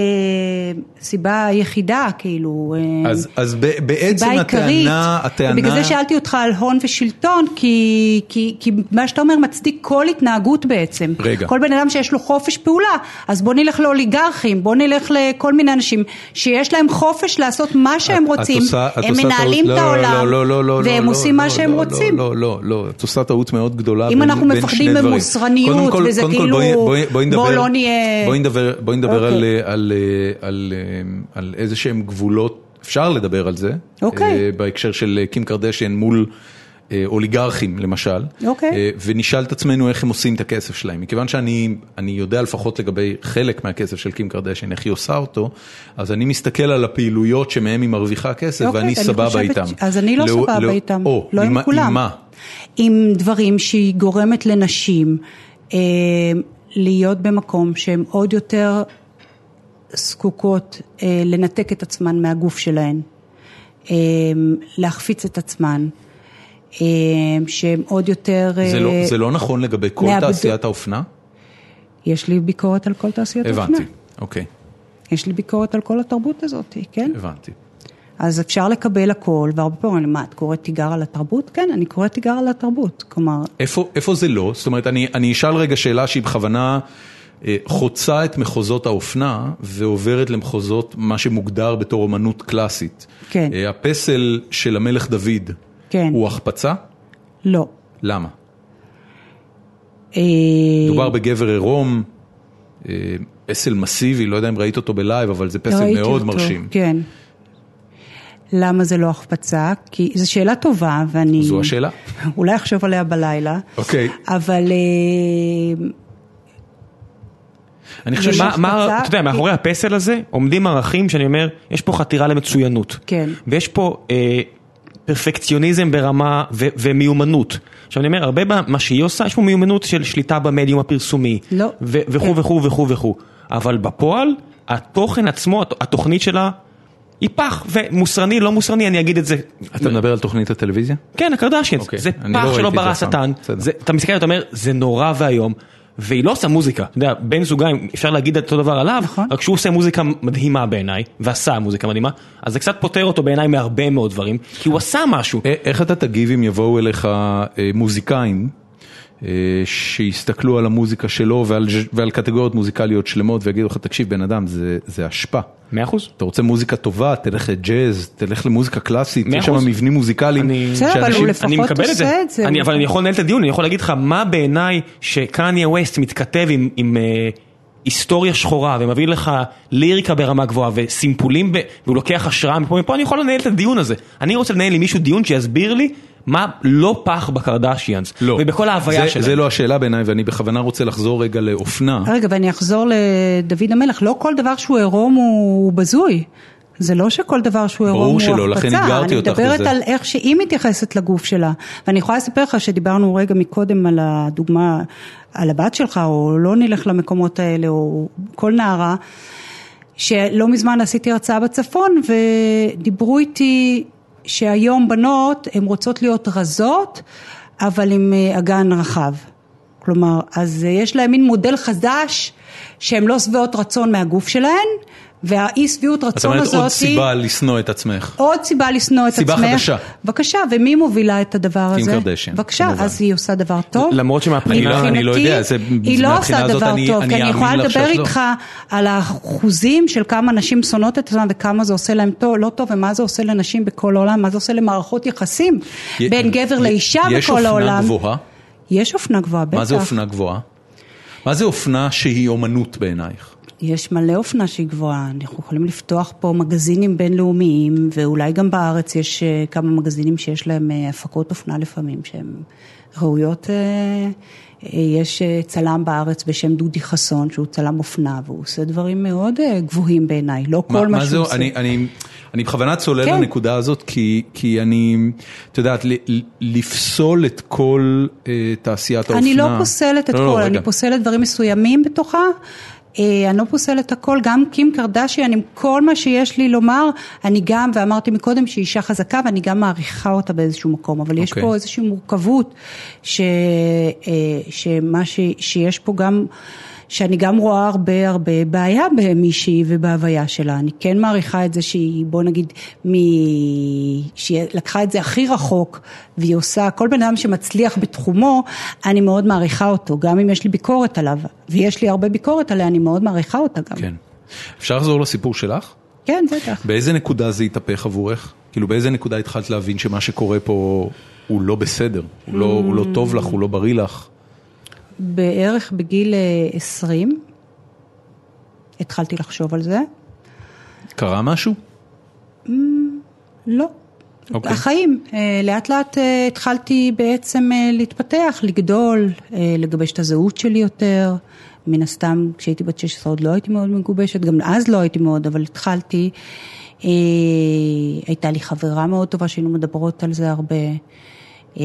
S3: סיבה יחידה, כאילו. אה,
S1: אז, אז ב, בעצם
S3: סיבה עיקרית.
S1: הטענה, הטענה,
S3: ובגלל זה שאלתי אותך על הון ושלטון, כי, כי, כי מה שאתה אומר מצדיק כל התנהגות בעצם.
S1: רגע.
S3: כל בן אדם שיש לו חופש פעולה, אז בוא נלך לאוליגרכים, בוא נלך לכל מיני אנשים שיש להם חופש לעשות מה שהם
S1: את- את
S3: רוצים,
S1: עושה- את
S3: הם
S1: עושה
S3: מנהלים
S1: טעות-
S3: את
S1: לא, לא,
S3: העולם,
S1: לא, לא, לא, לא,
S3: והם
S1: לא,
S3: עושים
S1: לא,
S3: מה שהם
S1: לא,
S3: רוצים.
S1: לא, לא, לא, את עושה טעות מאוד גדולה.
S3: אם
S1: בין-
S3: אנחנו
S1: בין
S3: מפחדים
S1: שני דברים.
S3: ממוסרניות,
S1: קודם כל-
S3: וזה
S1: קודם כל,
S3: כאילו,
S1: בואי- בואי- בואי
S3: בוא
S1: נדבר-
S3: לא נהיה-
S1: בואי נדבר- בואי נדבר
S3: אוקיי.
S1: על, אה, על, אה, על, אה, על איזה שהם גבולות, אפשר לדבר על זה.
S3: אוקיי.
S1: אה, בהקשר של אה, קים קרדשן מול אה, אוליגרכים למשל.
S3: אוקיי.
S1: אה, ונשאל את עצמנו איך הם עושים את הכסף שלהם. מכיוון שאני אני יודע לפחות לגבי חלק מהכסף של קים קרדשן, איך היא עושה אותו, אז אני מסתכל על הפעילויות שמהם היא מרוויחה כסף,
S3: אוקיי,
S1: כן, ואני
S3: אני
S1: סבבה
S3: חושבת
S1: איתם.
S3: ש- אז אני לא סבבה איתם.
S1: או,
S3: לא עם
S1: מה-
S3: כולם.
S1: מה?
S3: עם דברים שהיא גורמת לנשים אה, להיות במקום שהן עוד יותר זקוקות אה, לנתק את עצמן מהגוף שלהן, אה, להחפיץ את עצמן, אה, שהן עוד יותר...
S1: זה
S3: אה,
S1: לא, זה לא נכון לגבי כל
S3: מאבדו-
S1: תעשיית האופנה?
S3: יש לי ביקורת על כל תעשיות האופנה.
S1: הבנתי, אוקיי,
S3: יש לי ביקורת על כל התרבות הזאת, כן?
S1: הבנתי.
S3: אז אפשר לקבל הכל, והרבה פעמים, אני, מה, את קוראת תיגר על התרבות? כן, אני קוראת תיגר על התרבות. כלומר,
S1: איפה, איפה זה לא? זאת אומרת, אני, אני אשאל רגע שאלה שהיא בכוונה אה, חוצה את מחוזות האופנה ועוברת למחוזות מה שמוגדר בתור אומנות קלאסית.
S3: כן.
S1: אה, הפסל של המלך דוד
S3: כן.
S1: הוא החפצה?
S3: לא.
S1: למה?
S3: אה,
S1: מדובר בגבר עירום, אה, פסל מסיבי, לא יודע אם ראית אותו בלייב, אבל זה פסל
S3: לא ראיתי
S1: מאוד
S3: אותו,
S1: מרשים.
S3: כן. למה זה לא החפצה? כי זו שאלה טובה, ואני...
S1: זו השאלה.
S3: אולי אחשוב עליה בלילה.
S1: אוקיי.
S3: אבל אה,
S1: אני חושב
S3: זה
S1: ש...
S2: מה, מה,
S3: החפצה-
S2: אתה יודע, מאחורי הפסל הזה עומדים ערכים שאני אומר, יש פה חתירה למצוינות.
S3: כן.
S2: ויש פה אה, פרפקציוניזם ברמה ו- ומיומנות. עכשיו אני אומר, הרבה במה שהיא עושה, יש פה מיומנות של שליטה במדיום הפרסומי.
S3: לא.
S2: ו- וכו'
S3: כן.
S2: וכו' וכו' וכו'. אבל בפועל, התוכן עצמו, הת- התוכנית שלה, היא פח, ומוסרני, לא מוסרני, אני אגיד את זה.
S1: אתה מדבר על תוכנית הטלוויזיה?
S2: כן, הקרדשיינס,
S1: אוקיי,
S2: זה
S1: אני לא
S2: פח
S1: ראיתי
S2: שלא
S1: את
S2: ברא
S1: זה אף פעם.
S2: השטן,
S1: בסדר.
S2: זה- אתה מסתכל ואתה אומר, זה נורא ואיום, והיא לא עושה מוזיקה, אתה יודע, בן זוגה, אם אפשר להגיד את אותו דבר עליו,
S3: נכון.
S2: רק שהוא עושה מוזיקה מדהימה בעיניי, ועשה מוזיקה מדהימה, אז זה קצת פותר אותו בעיניי מהרבה מאוד דברים, כי הוא עשה משהו.
S1: א- איך אתה תגיב אם יבואו אליך אה, מוזיקאים אה, שיסתכלו על המוזיקה שלו ועל, ז'- ועל קטגוריות מוזיקליות שלמות ויגידו לך, תקשיב בן אדם, זה, זה אשפה.
S2: מאה אחוז?
S1: אתה רוצה מוזיקה טובה, תלך לג'אז, תלך למוזיקה קלאסית,
S2: מאה
S1: יש שם
S2: אחוז.
S1: מבנים מוזיקליים.
S2: אני-
S3: בסדר, אבל הוא
S1: שאנשים-
S3: לפחות
S2: אני מקבל את
S3: עושה
S2: זה,
S3: את זה.
S2: אני, אבל אני יכול לנהל את הדיון, אני יכול להגיד לך מה בעיניי שקניה ווסט מתכתב עם, עם אה, היסטוריה שחורה ומביא לך ליריקה ברמה גבוהה וסימפולים ב, והוא לוקח השראה מפה מפה, אני יכול לנהל את הדיון הזה. אני רוצה לנהל עם מישהו דיון שיסביר לי מה לא פח בקרדשיאנס
S1: לא.
S2: ובכל ההוויה
S1: זה-
S2: שלהם.
S1: זה לא השאלה בעיניי ואני בכוונה רוצה לחזור רגע לאופנה.
S3: רגע, ואני אחזור לדוד המלך, לא כל דבר שהוא עירום הוא הוא בזוי. זה לא שכל דבר שהוא
S1: ברור
S3: עירום הוא
S1: שלא, לכן אתגרתי אותך
S3: אני מדברת
S1: בזה.
S3: על איך שהיא מתייחסת לגוף שלה. ואני יכולה לספר לך שדיברנו רגע מקודם על הדוגמה, על הבת שלך, או לא נלך למקומות האלה, או כל נערה, שלא מזמן עשיתי הרצאה בצפון, ודיברו איתי שהיום בנות, הן רוצות להיות רזות, אבל עם אה, אגן רחב. כלומר, אז אה, יש להם מין מודל חדש שהן לא שבעות רצון מהגוף שלהן, והאי שביעות
S1: זאת
S3: רצון
S1: אומרת,
S3: הזאת...
S1: עוד סיבה לשנוא את עצמך.
S3: עוד סיבה לשנוא את
S1: סיבה
S3: עצמך.
S1: חדשה.
S3: בבקשה, ומי מובילה את הדבר
S1: קים
S3: הזה?
S1: קרדשיאן,
S3: בבקשה,
S1: כמובן.
S3: אז היא עושה דבר טוב.
S2: למרות שמבחינה-
S1: אני לא- אני לא
S3: מבחינתי,
S1: יודע, זה-
S3: היא לא
S1: מהבחינה
S3: עושה
S1: הזאת
S3: דבר
S1: אני-
S3: טוב,
S1: אני
S3: כי אני
S1: אאמין
S3: יכולה
S1: לך
S3: לדבר
S1: שאת לא.
S3: איתך על האחוזים של כמה נשים שונאות את עצמן וכמה זה עושה להן טוב, לא טוב, ומה זה עושה לנשים בכל העולם, מה זה עושה למערכות יחסים
S1: י-
S3: אה, בין גבר
S1: י-
S3: לאישה
S1: יש
S3: בכל
S1: אופנה
S3: העולם.
S1: גבוהה?
S3: יש אופנה גבוהה, בטח.
S1: מה זה אופנה גבוהה? מה זה אופנה שהיא אומנות בעינייך?
S3: יש מלא אופנה שהיא גבוהה, אנחנו יכולים לפתוח פה מגזינים בינלאומיים, ואולי גם בארץ יש אה, כמה מגזינים שיש להם אה, הפקות אופנה לפעמים, שהן ראויות. אה, אה, יש אה, צלם בארץ בשם דודי חסון, שהוא צלם אופנה, והוא עושה דברים מאוד אה, גבוהים בעיניי, לא כל מה
S1: זה-
S3: שהוא עושה.
S1: אני, אני, אני בכוונה צולל
S3: כן.
S1: לנקודה הזאת, כי, כי אני, את יודעת, ל, ל, לפסול את כל אה, תעשיית האופנה.
S3: אני לא פוסלת את
S1: לא, לא,
S3: כל,
S1: רגע.
S3: אני פוסלת דברים מסוימים בתוכה. אה, אני לא פוסלת הכל, גם קים קרדשיאן, עם כל מה שיש לי לומר, אני גם, ואמרתי מקודם שהיא אישה חזקה ואני גם מעריכה אותה באיזשהו מקום, אבל יש
S1: אוקיי.
S3: פה איזושהי מורכבות, ש, אה, שמה ש, שיש פה גם, שאני גם רואה הרבה הרבה בעיה במישהי ובהוויה שלה, אני כן מעריכה את זה שהיא, בוא נגיד, מ... שהיא לקחה את זה הכי רחוק, והיא עושה, כל בן אדם שמצליח בתחומו, אני מאוד מעריכה אותו, גם אם יש לי ביקורת עליו, ויש לי הרבה ביקורת עליה, אני מאוד מעריכה אותה גם.
S1: כן. אפשר לחזור לסיפור שלך?
S3: כן, בטח.
S1: באיזה נקודה זה התהפך עבורך? כאילו באיזה נקודה התחלת להבין שמה שקורה פה הוא לא בסדר, הוא לא, הוא לא טוב לך, הוא לא בריא לך?
S3: בערך בגיל אה, 20, התחלתי לחשוב על זה.
S1: קרה משהו?
S3: לא.
S1: אוקיי.
S3: החיים, אה, לאט לאט אה, התחלתי בעצם אה, להתפתח, לגדול, אה, לגבש את הזהות שלי יותר. מן הסתם, כשהייתי בת 16 עוד לא הייתי מאוד מגובשת, גם אז לא הייתי מאוד, אבל התחלתי. אה, הייתה לי חברה מאוד טובה שהיינו מדברות על זה הרבה, אה,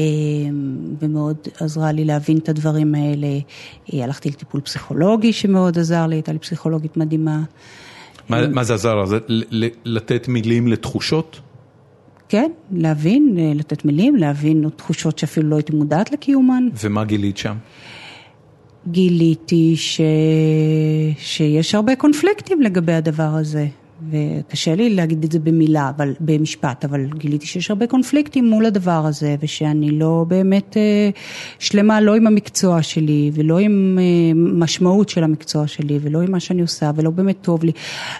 S3: ומאוד עזרה לי להבין את הדברים האלה. אה, הלכתי לטיפול פסיכולוגי שמאוד עזר לי, הייתה לי פסיכולוגית מדהימה.
S1: מה, מה זה עזר? זה ל- ל- לתת מילים לתחושות?
S3: כן, להבין, אה, לתת מילים, להבין תחושות שאפילו לא הייתי מודעת לקיומן.
S1: ומה גילית שם?
S3: גיליתי ש... שיש הרבה קונפליקטים לגבי הדבר הזה, וקשה לי להגיד את זה במילה, אבל, במשפט, אבל גיליתי שיש הרבה קונפליקטים מול הדבר הזה, ושאני לא באמת אה, שלמה לא עם המקצוע שלי, ולא עם אה, משמעות של המקצוע שלי, ולא עם מה שאני עושה, ולא באמת טוב לי.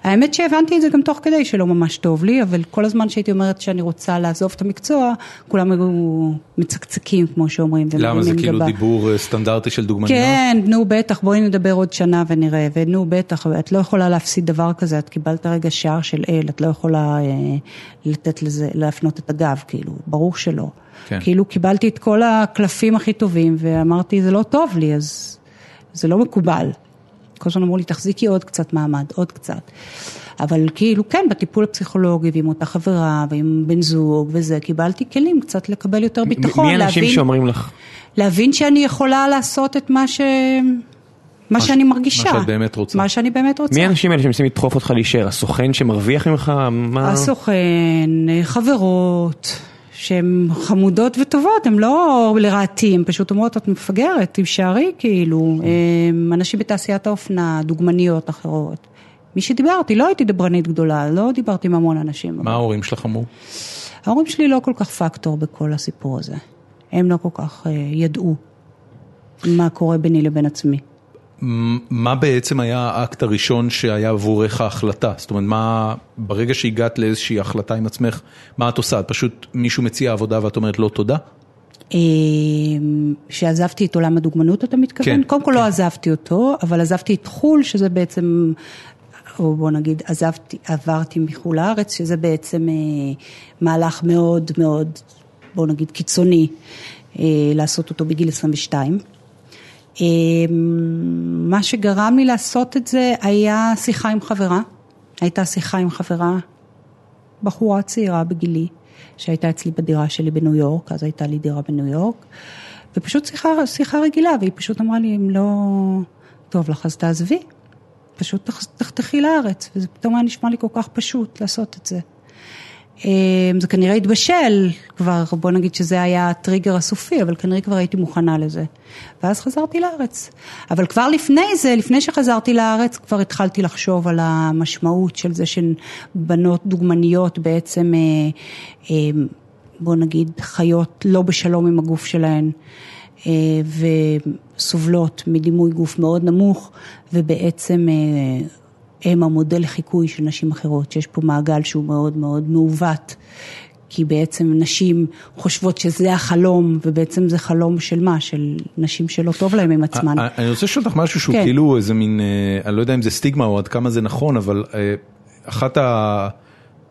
S3: האמת שהבנתי את זה גם תוך כדי שלא ממש טוב לי, אבל כל הזמן שהייתי אומרת שאני רוצה לעזוב את המקצוע, כולם היו מצקצקים, כמו שאומרים.
S1: למה זה
S3: ומרימים
S1: כאילו
S3: גבה.
S1: דיבור אה, סטנדרטי של דוגמניות?
S3: כן, נו בטח, בואי נדבר עוד שנה ונראה, ונו בטח, את לא יכולה להפסיד דבר כזה, את קיבלת רגע שער של אל, את לא יכולה אה, לתת לזה, להפנות את הגב, כאילו, ברור שלא.
S1: כן.
S3: כאילו קיבלתי את כל הקלפים הכי טובים, ואמרתי, זה לא טוב לי, אז זה לא מקובל. כל הזמן אמרו לי, תחזיקי עוד קצת מעמד, עוד קצת. אבל כאילו, כן, בטיפול הפסיכולוגי, ועם אותה חברה, ועם בן זוג, וזה, קיבלתי כלים קצת לקבל יותר ביטחון,
S2: מי האנשים
S3: להבין-
S2: שאומרים לך?
S3: להבין שאני יכולה לעשות את מה ש... מה שאני מרגישה.
S1: מה שאת באמת רוצה.
S3: מה שאני באמת רוצה.
S2: מי האנשים האלה שמנסים לדחוף אותך להישאר? הסוכן שמרוויח ממך? מה?
S3: הסוכן, חברות, שהן חמודות וטובות, הן לא לרעתי, הן פשוט אומרות, את מפגרת, תישארי
S1: Mm.
S3: כאילו. אמ, אנשים בתעשיית האופנה, דוגמניות אחרות. מי שדיברתי, לא הייתי דברנית גדולה, לא דיברתי עם המון אנשים.
S1: מה ההורים שלך אמרו?
S3: ההורים שלי לא כל כך פקטור בכל הסיפור הזה. הם לא כל כך אה, ידעו מה קורה ביני לבין עצמי.
S1: מ- מה בעצם היה האקט הראשון שהיה עבורך ההחלטה? זאת אומרת, מה, ברגע שהגעת לאיזושהי החלטה עם עצמך, מה את עושה? את פשוט מישהו מציע עבודה ואת אומרת לא תודה?
S3: אמ, שעזבתי את עולם הדוגמנות, אתה מתכוון?
S1: כן,
S3: קודם כל לא עזבתי אותו, אבל עזבתי את חו"ל, שזה בעצם, או בוא נגיד, עזבתי, עברתי מחו"ל לארץ, שזה בעצם אה, מהלך מאוד מאוד, בוא נגיד, קיצוני, אה, לעשות אותו בגיל 22. אמ, מה שגרם לי לעשות את זה היה שיחה עם חברה. הייתה שיחה עם חברה בחורה צעירה בגילי, שהייתה אצלי בדירה שלי בניו יורק, אז הייתה לי דירה בניו יורק, ופשוט שיחה, שיחה רגילה, והיא פשוט אמרה לי, אם לא טוב לך, אז תעזבי, פשוט תח, תחתכי לארץ, וזה פתאום היה נשמע לי כל כך פשוט לעשות את זה. אמ, זה כנראה התבשל כבר, בוא נגיד שזה היה הטריגר הסופי, אבל כנראה כבר הייתי מוכנה לזה. ואז חזרתי לארץ. אבל כבר לפני זה, לפני שחזרתי לארץ, כבר התחלתי לחשוב על המשמעות של זה שבנות דוגמניות בעצם, אה, אה, בוא נגיד, חיות לא בשלום עם הגוף שלהן. אה, וסובלות מדימוי גוף מאוד נמוך, ובעצם אה, הם המודל לחיקוי של נשים אחרות, שיש פה מעגל שהוא מאוד מאוד מעוות, כי בעצם נשים חושבות שזה החלום, ובעצם זה חלום של מה? של נשים שלא טוב להם עם עצמן.
S1: א- א- אה, אני רוצה לשאול אותך משהו שהוא
S3: כן.
S1: כאילו איזה מין, אה, אני לא יודע אם זה סטיגמה או עד כמה זה נכון, אבל אה, אחת ה...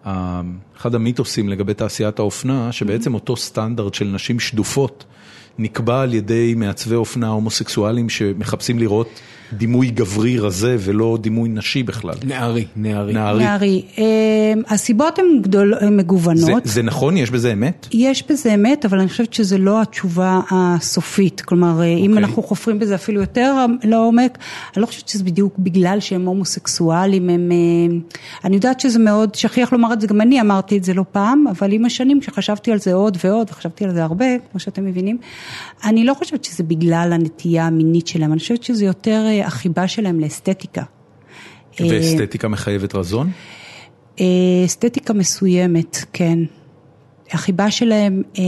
S1: ה- אחד המיתוסים לגבי תעשיית האופנה, שבעצם אותו סטנדרט של נשים שדופות נקבע על ידי מעצבי אופנה הומוסקסואלים שמחפשים לראות דימוי גברי רזה ולא דימוי נשי בכלל.
S2: נערי, נערי.
S1: נערי.
S3: נערי, אמ, הסיבות הן גדול- הן
S1: זה,
S3: מגוונות.
S1: זה נכון? יש בזה אמת?
S3: יש בזה אמת, אבל אני חושבת שזה לא התשובה הסופית. כלומר, okay. אם אנחנו חופרים בזה אפילו יותר לעומק, אני לא חושבת שזה בדיוק בגלל שהם הומוסקסואלים, הם... אה, אני יודעת שזה מאוד שכיח לומר את זה, גם אני אמרתי את זה לא פעם, אבל עם השנים כשחשבתי על זה עוד ועוד, וחשבתי על זה הרבה, כמו שאתם מבינים, אני לא חושבת שזה בגלל הנטייה המינית שלהם, אני חושבת שזה יותר אה, החיבה שלהם לאסתטיקה. אה,
S1: ואסתטיקה מחייבת רזון?
S3: אה, אסתטיקה מסוימת, כן. החיבה שלהם... אה,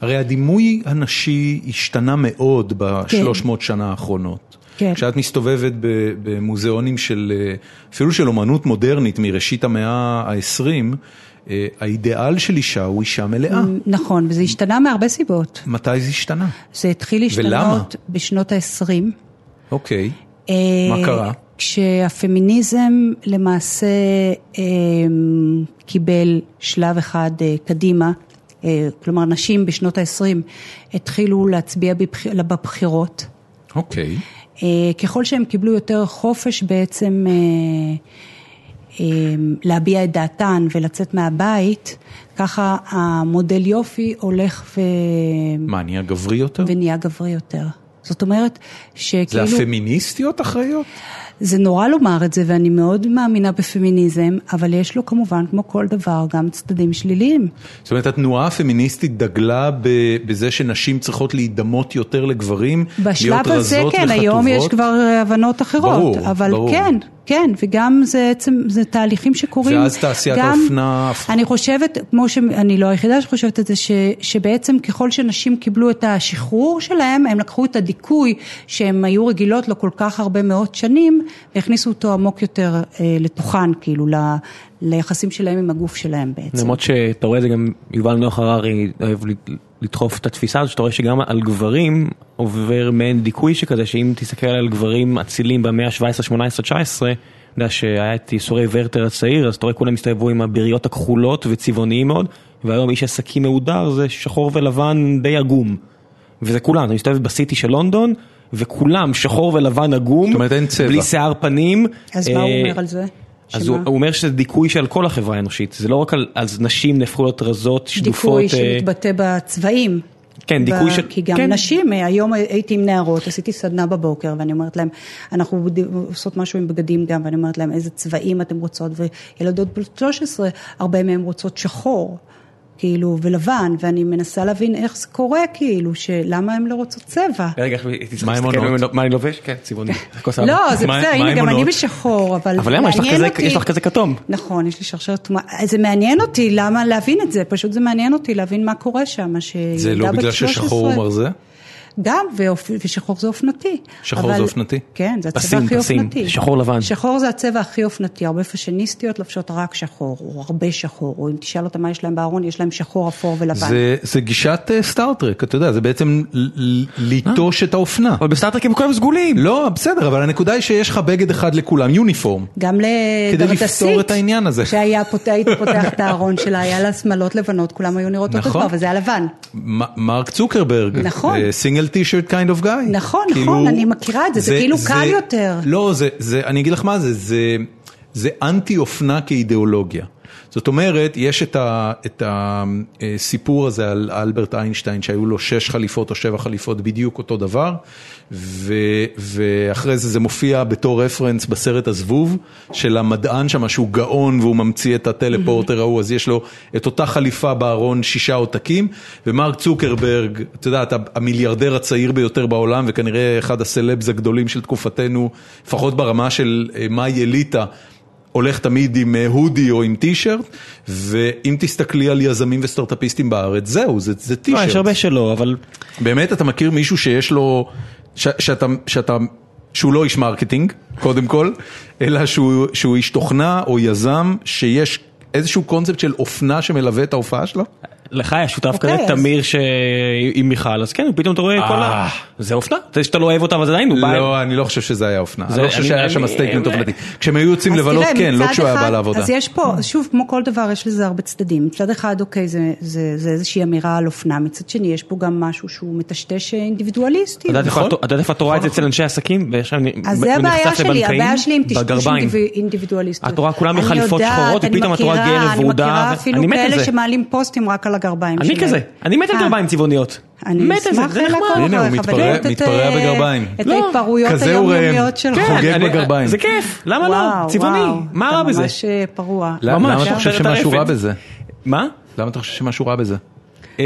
S1: הרי הדימוי הנשי השתנה מאוד בשלוש מאות שנה האחרונות.
S3: כן.
S1: כשאת מסתובבת ב- במוזיאונים של, אה, אפילו של אומנות מודרנית מראשית המאה ה-20, האידיאל של אישה הוא אישה מלאה.
S3: נכון, וזה השתנה מהרבה סיבות.
S1: מתי זה השתנה?
S3: זה התחיל להשתנות
S1: ולמה?
S3: בשנות ה-20.
S1: אוקיי, מה קרה?
S3: כשהפמיניזם למעשה אה, קיבל שלב אחד אה, קדימה, אה, כלומר נשים בשנות ה-20 התחילו להצביע בבח... בבחירות.
S1: אוקיי.
S3: אה, ככל שהם קיבלו יותר חופש בעצם אה, אה, להביע את דעתן ולצאת מהבית, ככה המודל יופי הולך ו...
S1: מה, נהיה גברי יותר?
S3: ונהיה גברי יותר. זאת אומרת
S1: זה
S3: שכאילו...
S1: הפמיניסטיות אחראיות?
S3: זה נורא לומר את זה, ואני מאוד מאמינה בפמיניזם, אבל יש לו כמובן, כמו כל דבר, גם צדדים שליליים.
S1: זאת אומרת, התנועה הפמיניסטית דגלה ב- בזה שנשים צריכות להידמות יותר לגברים, להיות
S3: בשלב הזה,
S1: רזות
S3: כן,
S1: וחטובות.
S3: היום יש כבר אה, הבנות אחרות.
S1: ברור,
S3: אבל
S1: ברור.
S3: כן, כן, וגם זה עצם, זה תהליכים שקורים.
S1: ואז תעשיית
S3: גם-
S1: האופנה הפכה.
S3: אני חושבת, כמו שאני לא היחידה שחושבת את זה, ש, שבעצם ככל שנשים קיבלו את השחרור שלהם, הם לקחו את הדיכוי שהן היו רגילות לו כל כך הרבה מאות שנים, והכניסו אותו עמוק יותר אה, לתוכן, כאילו, ל, ליחסים שלהם עם הגוף שלהם בעצם.
S2: למרות שאתה רואה את זה גם יובל נוח הררי אוהב לת- לדחוף את התפיסה הזאת שאתה רואה שגם על גברים עובר מעין דיכוי שכזה שאם תסתכל על גברים אצילים במאה ה-17, 18, 19, אתה יודע שהיה את ייסורי ורטר הצעיר אז אתה רואה כולם הסתובבו עם הבריות הכחולות וצבעוניים מאוד והיום איש עסקים מהודר זה שחור ולבן די עגום. וזה כולם, אתה מסתובב בסיטי של לונדון וכולם שחור ולבן עגום,
S1: זאת אומרת, אין צבע.
S2: בלי שיער פנים.
S3: אז מה הוא
S2: אה,
S3: אומר על זה?
S2: אז
S3: שמה?
S2: הוא, הוא אומר שזה דיכוי של כל החברה האנושית, זה לא רק על אז נשים נהפכו להיות רזות, שדופות,
S3: דיכוי
S2: אה,
S3: שמתבטא בצבעים.
S2: כן,
S3: ב-
S2: דיכוי של-
S3: כי גם
S2: כן.
S3: נשים, אה, היום הייתי עם נערות, עשיתי סדנה בבוקר, ואני אומרת להם, אנחנו ד- עושות משהו עם בגדים גם, ואני אומרת להם, איזה צבעים אתם רוצות, וילדות בנות 13, הרבה מהן רוצות שחור. כאילו, ולבן, ואני מנסה להבין איך זה קורה, כאילו, שלמה הן לא רוצות צבע.
S2: רגע, איך- הייתי צריך
S1: מה הם
S2: להסתכל
S1: עונות?
S2: אם- מה אני לובש? כן, צבעוני. הכל סבבה.
S3: לא, זה
S1: מה-
S3: בסדר,
S1: מה
S3: הנה,
S1: עם
S3: גם אני
S1: עונות?
S3: בשחור, אבל
S2: אבל למה, יש לך
S3: מעניין
S2: כזה-
S3: אותי-
S2: יש לך כזה כתום.
S3: נכון, יש לי שרשרת טומאה. זה מעניין אותי, למה להבין את זה? פשוט זה מעניין אותי להבין מה קורה שם, שילדה
S1: זה לא
S3: בת
S1: בגלל
S3: 13.
S1: ששחור הוא מרזה?
S3: גם, ואופ- ושחור זה אופנתי.
S1: שחור
S3: אבל-
S1: זה אופנתי?
S3: כן, זה הצבע
S2: פסים,
S3: הכי
S2: פסים,
S3: אופנתי.
S2: שחור לבן.
S3: שחור זה הצבע הכי אופנתי, הרבה פאשיניסטיות לובשות רק שחור, או הרבה שחור, או אם תשאל אותם מה יש להם בארון, יש להם שחור, אפור ולבן.
S1: זה, זה גישת אה, סטארט-טרק, אתה יודע, זה בעצם ל-
S3: אה.
S1: ל- ליטוש את האופנה.
S3: אוקיי.
S2: אבל בסטארטרק הם כולם סגולים.
S1: לא, בסדר, אבל הנקודה היא שיש לך בגד אחד לכולם, יוניפורם.
S3: גם לגרדסית,
S1: לפתור את העניין הזה.
S3: שהיה פותח, היית פותח את הארון שלה, היה לה שמלות לבנות, כולם היו נראות אותו
S1: נכון.
S3: דבר, וזה היה לבן.
S1: מ- מרק צוקרברג, אה,
S3: נכון.
S1: סינגל טישרט קיינד אוף גיא.
S3: נכון, נכון, אני מכירה את זה, זה כאילו קל יותר.
S1: לא, זה, זה, אני אגיד לך מה זה, זה, זה אנטי אופנה כאידיאולוגיה. זאת אומרת, יש את ה- את הסיפור הזה על אלברט איינשטיין, שהיו לו שש חליפות או שבע חליפות, בדיוק אותו דבר, ו, ואחרי זה זה מופיע בתור רפרנס בסרט הזבוב, של המדען שם, שהוא גאון והוא ממציא את הטלפורטר ההוא, אז יש לו את אותה חליפה בארון שישה עותקים, ומרק צוקרברג, את יודעת, המיליארדר הצעיר ביותר בעולם, וכנראה אחד הסלבס הגדולים של תקופתנו, לפחות ברמה של אה, מהי אליטה. הולך תמיד עם אה, הודי או עם טישרט, ואם תסתכלי על יזמים וסטארטאפיסטים בארץ, זהו, זה, זה
S2: לא,
S1: טישרט.
S2: יש הרבה שלא, אבל
S1: באמת אתה מכיר מישהו שיש לו, ש, שאתה, שאתה, שהוא לא איש מרקטינג, קודם כל, אלא שהוא, שהוא איש תוכנה או יזם, שיש איזשהו קונספט של אופנה שמלווה את ההופעה שלו?
S2: לך היה שותף כזה,
S3: אוקיי, אז-
S2: תמיר ש- עם מיכל, אז כן, פתאום אתה רואה כל ה...
S1: אה.
S2: זה אופנה, זה שאתה לא אוהב אותה, אבל זה עדיין, הוא בא...
S1: לא, אני לא חושב שזה היה אופנה.
S2: זה-
S1: אני לא חושב
S2: אני-
S1: שהיה
S2: אני-
S1: שם סטייטמנט
S2: אה,
S1: אופנתי. כשהם היו יוצאים
S3: אז
S1: לבלות,
S3: תראה,
S1: כן, לא
S3: מצד
S1: כשהוא היה
S3: אחד-
S1: בא לעבודה.
S3: אז יש פה, שוב, כמו כל דבר, יש לזה הרבה צדדים. מצד אחד, אוקיי, זה, זה, זה איזושהי אמירה על אופנה, מצד שני, יש פה גם משהו שהוא מטשטש אינדיבידואליסטי.
S2: את יודעת איפה
S1: נכון.
S2: את- את יודעת איפה את רואה את זה אצל אנשי עסקים? ועכשיו אני
S3: אז
S2: אני
S3: זה הבעיה
S2: נחשף
S3: שלי,
S2: לבנקאים?
S3: הבעיה שלי עם טשטוש
S2: בגרביים.
S3: אינדיב- אינדיבידואליסטיות.
S2: את רואה כולם
S3: אני
S2: בחליפות
S3: יודעת,
S2: שחורות,
S3: אני
S2: ופתאום את רואה
S3: מכירה,
S2: גבר
S3: אני
S2: ורודה,
S3: מכירה
S2: ו-
S3: אפילו
S2: אני מת על
S3: כאלה
S2: זה.
S3: שמעלים פוסטים רק על הגרביים
S2: אני
S3: שלהם.
S2: כזה, אני מת על
S3: אה,
S2: גרביים צבעוניות.
S3: אני
S2: מת על זה,
S3: אשמח
S2: זה נחמד.
S3: לעקוב
S1: הנה, הוא
S3: אחריך
S1: מתפרע-
S3: ולראות את,
S1: מתפרע
S3: אה,
S1: בגרביים.
S3: את
S2: לא,
S3: ההתפרעויות
S1: כזה הוא ראם.
S3: היומיומיות שלך.
S1: כן, חוגג
S2: אני-
S1: בגרביים.
S2: זה כיף, למה
S3: וואו,
S2: לא? צבעוני,
S3: וואו,
S2: מה רע בזה?
S3: אתה ממש אה, פרוע.
S1: למה למה
S2: ממש,
S1: אתה חושב
S2: שרשרת
S1: שמשהו רע
S2: הרפת.
S1: בזה?
S2: מה?
S1: למה אתה חושב שמשהו רע בזה?
S2: אה,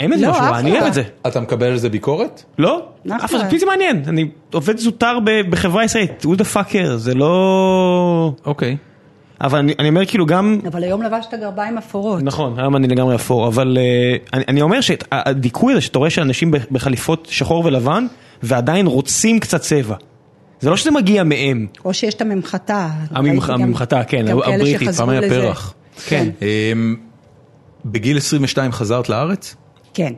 S2: אין בזה
S3: לא,
S2: משהו רע,
S3: אחלה.
S2: אני אוהב את זה.
S1: אתה מקבל על זה ביקורת?
S2: לא?
S3: אחלה.
S2: אף אחד, אותי זה מעניין, אני עובד זוטר ב- בחברה ישראלית, who the fucker, זה לא...
S1: אוקיי.
S2: אבל אני אני אומר כאילו גם...
S3: אבל היום לבשת גרביים אפורות.
S2: נכון, היום אני לגמרי אפור, אבל אה, אני- אני אומר שהדיכוי הזה שאתה רואה שאנשים ב- בחליפות שחור ולבן ועדיין רוצים קצת צבע. זה לא שזה מגיע מהם.
S3: או שיש את הממחטה.
S2: הממח-
S3: ראיתי גם-
S2: הממחטה, כן,
S3: גם כאלה
S2: הבריטית,
S3: שחזרו
S1: פעמי
S3: לזה.
S1: הפרח. אה,
S2: כן.
S1: אמ, בגיל 22 חזרת לארץ?
S3: כן.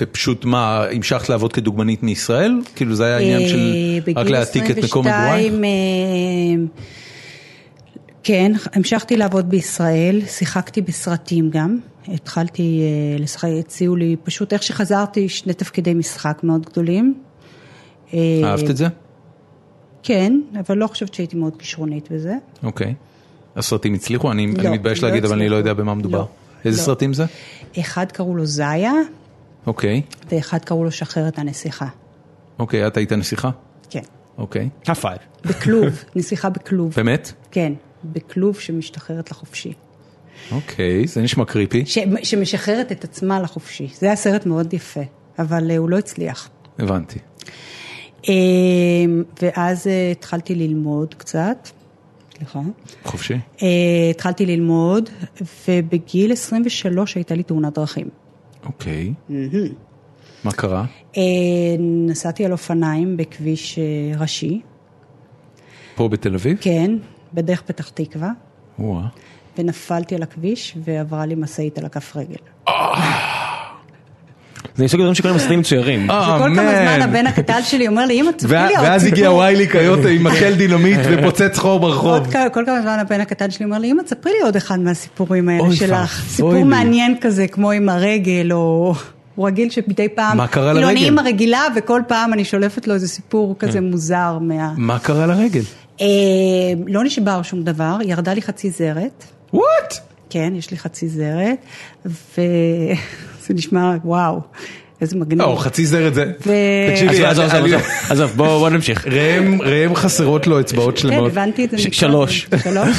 S1: ופשוט מה, המשכת לעבוד כדוגמנית מישראל? כאילו זה היה עניין של
S3: אה,
S1: רק
S3: בגיל
S1: להעתיק את מקום מגורי?
S3: 22, אה, כן, המשכתי לעבוד בישראל, שיחקתי בסרטים גם, התחלתי אה, לשחק, הציעו לי, פשוט איך שחזרתי, שני תפקידי משחק מאוד גדולים. אה,
S1: אהבת את זה?
S3: כן, אבל לא חושבת שהייתי מאוד כישרונית בזה.
S1: אוקיי. הסרטים הצליחו? אני אני
S3: לא,
S1: מתבייש
S3: לא
S1: להגיד, אבל אני לא יודע
S3: הצליחו.
S1: במה מדובר.
S3: לא,
S1: איזה
S3: לא.
S1: סרטים זה?
S3: אחד קראו לו זיה,
S1: אוקיי.
S3: ואחד קראו לו שחרר את הנסיכה.
S1: אוקיי, את היית נסיכה?
S3: כן.
S1: אוקיי.
S2: הפייב.
S3: בכלוב, נסיכה בכלוב.
S1: באמת?
S3: כן, בכלוב שמשתחררת לחופשי.
S1: אוקיי, זה נשמע קריפי.
S3: ש... שמשחררת את עצמה לחופשי. זה היה סרט מאוד יפה, אבל אה, הוא לא הצליח.
S1: הבנתי.
S3: אה, ואז אה, התחלתי ללמוד קצת, סליחה.
S1: חופשי.
S3: אה, התחלתי ללמוד, ובגיל 23 הייתה לי תאונת דרכים.
S1: אוקיי. מה קרה?
S3: אה, נסעתי על אופניים בכביש אה, ראשי,
S1: פה בתל אביב?
S3: כן, בדרך פתח תקווה,
S1: וואה.
S3: ונפלתי על הכביש ועברה לי משאית על הכף רגל.
S2: זה מסוג הדברים שקוראים לסרטים מצוירים.
S1: אה,
S3: וכל כמה זמן הבן הקטן שלי אומר לי, אמא, תביא לי עוד
S1: ואז הגיע
S3: סיפור."
S1: ויילי קיוטה עם מקל דינמיט ופוצץ חור ברחוב.
S3: עוד כמה, כל כמה זמן הבן הקטן שלי אומר לי, אמא, תספרי לי עוד אחד מהסיפורים האלה
S1: אוי
S3: שלך.
S1: ואבוי
S3: סיפור
S1: לי.
S3: מעניין כזה, כמו עם הרגל, או... הוא רגיל שמדי פעם...
S1: מה קרה לרגל?
S3: כאילו,
S1: אה.
S3: אני אימא רגילה, וכל פעם אני שולפת לו איזה סיפור כזה מוזר מה...
S1: מה קרה לרגל?
S3: אה, לא נשבר שום דבר, ירדה לי חצי זרת.
S1: וואט?
S3: כן, יש לי חצי זרת, וזה נשמע, וואו, איזה מגניב.
S1: לא, חצי זרת זה...
S3: ו-
S1: תקשיבי,
S2: עזוב, עזוב,
S1: אני-
S2: עזוב, עזוב, בואו בואו נמשיך.
S1: ראם- ראם חסרות לו אצבעות
S3: כן,
S1: שלמות.
S3: הבנתי את זה.
S2: ש-
S3: מקודם.
S2: שלוש.
S3: שלוש?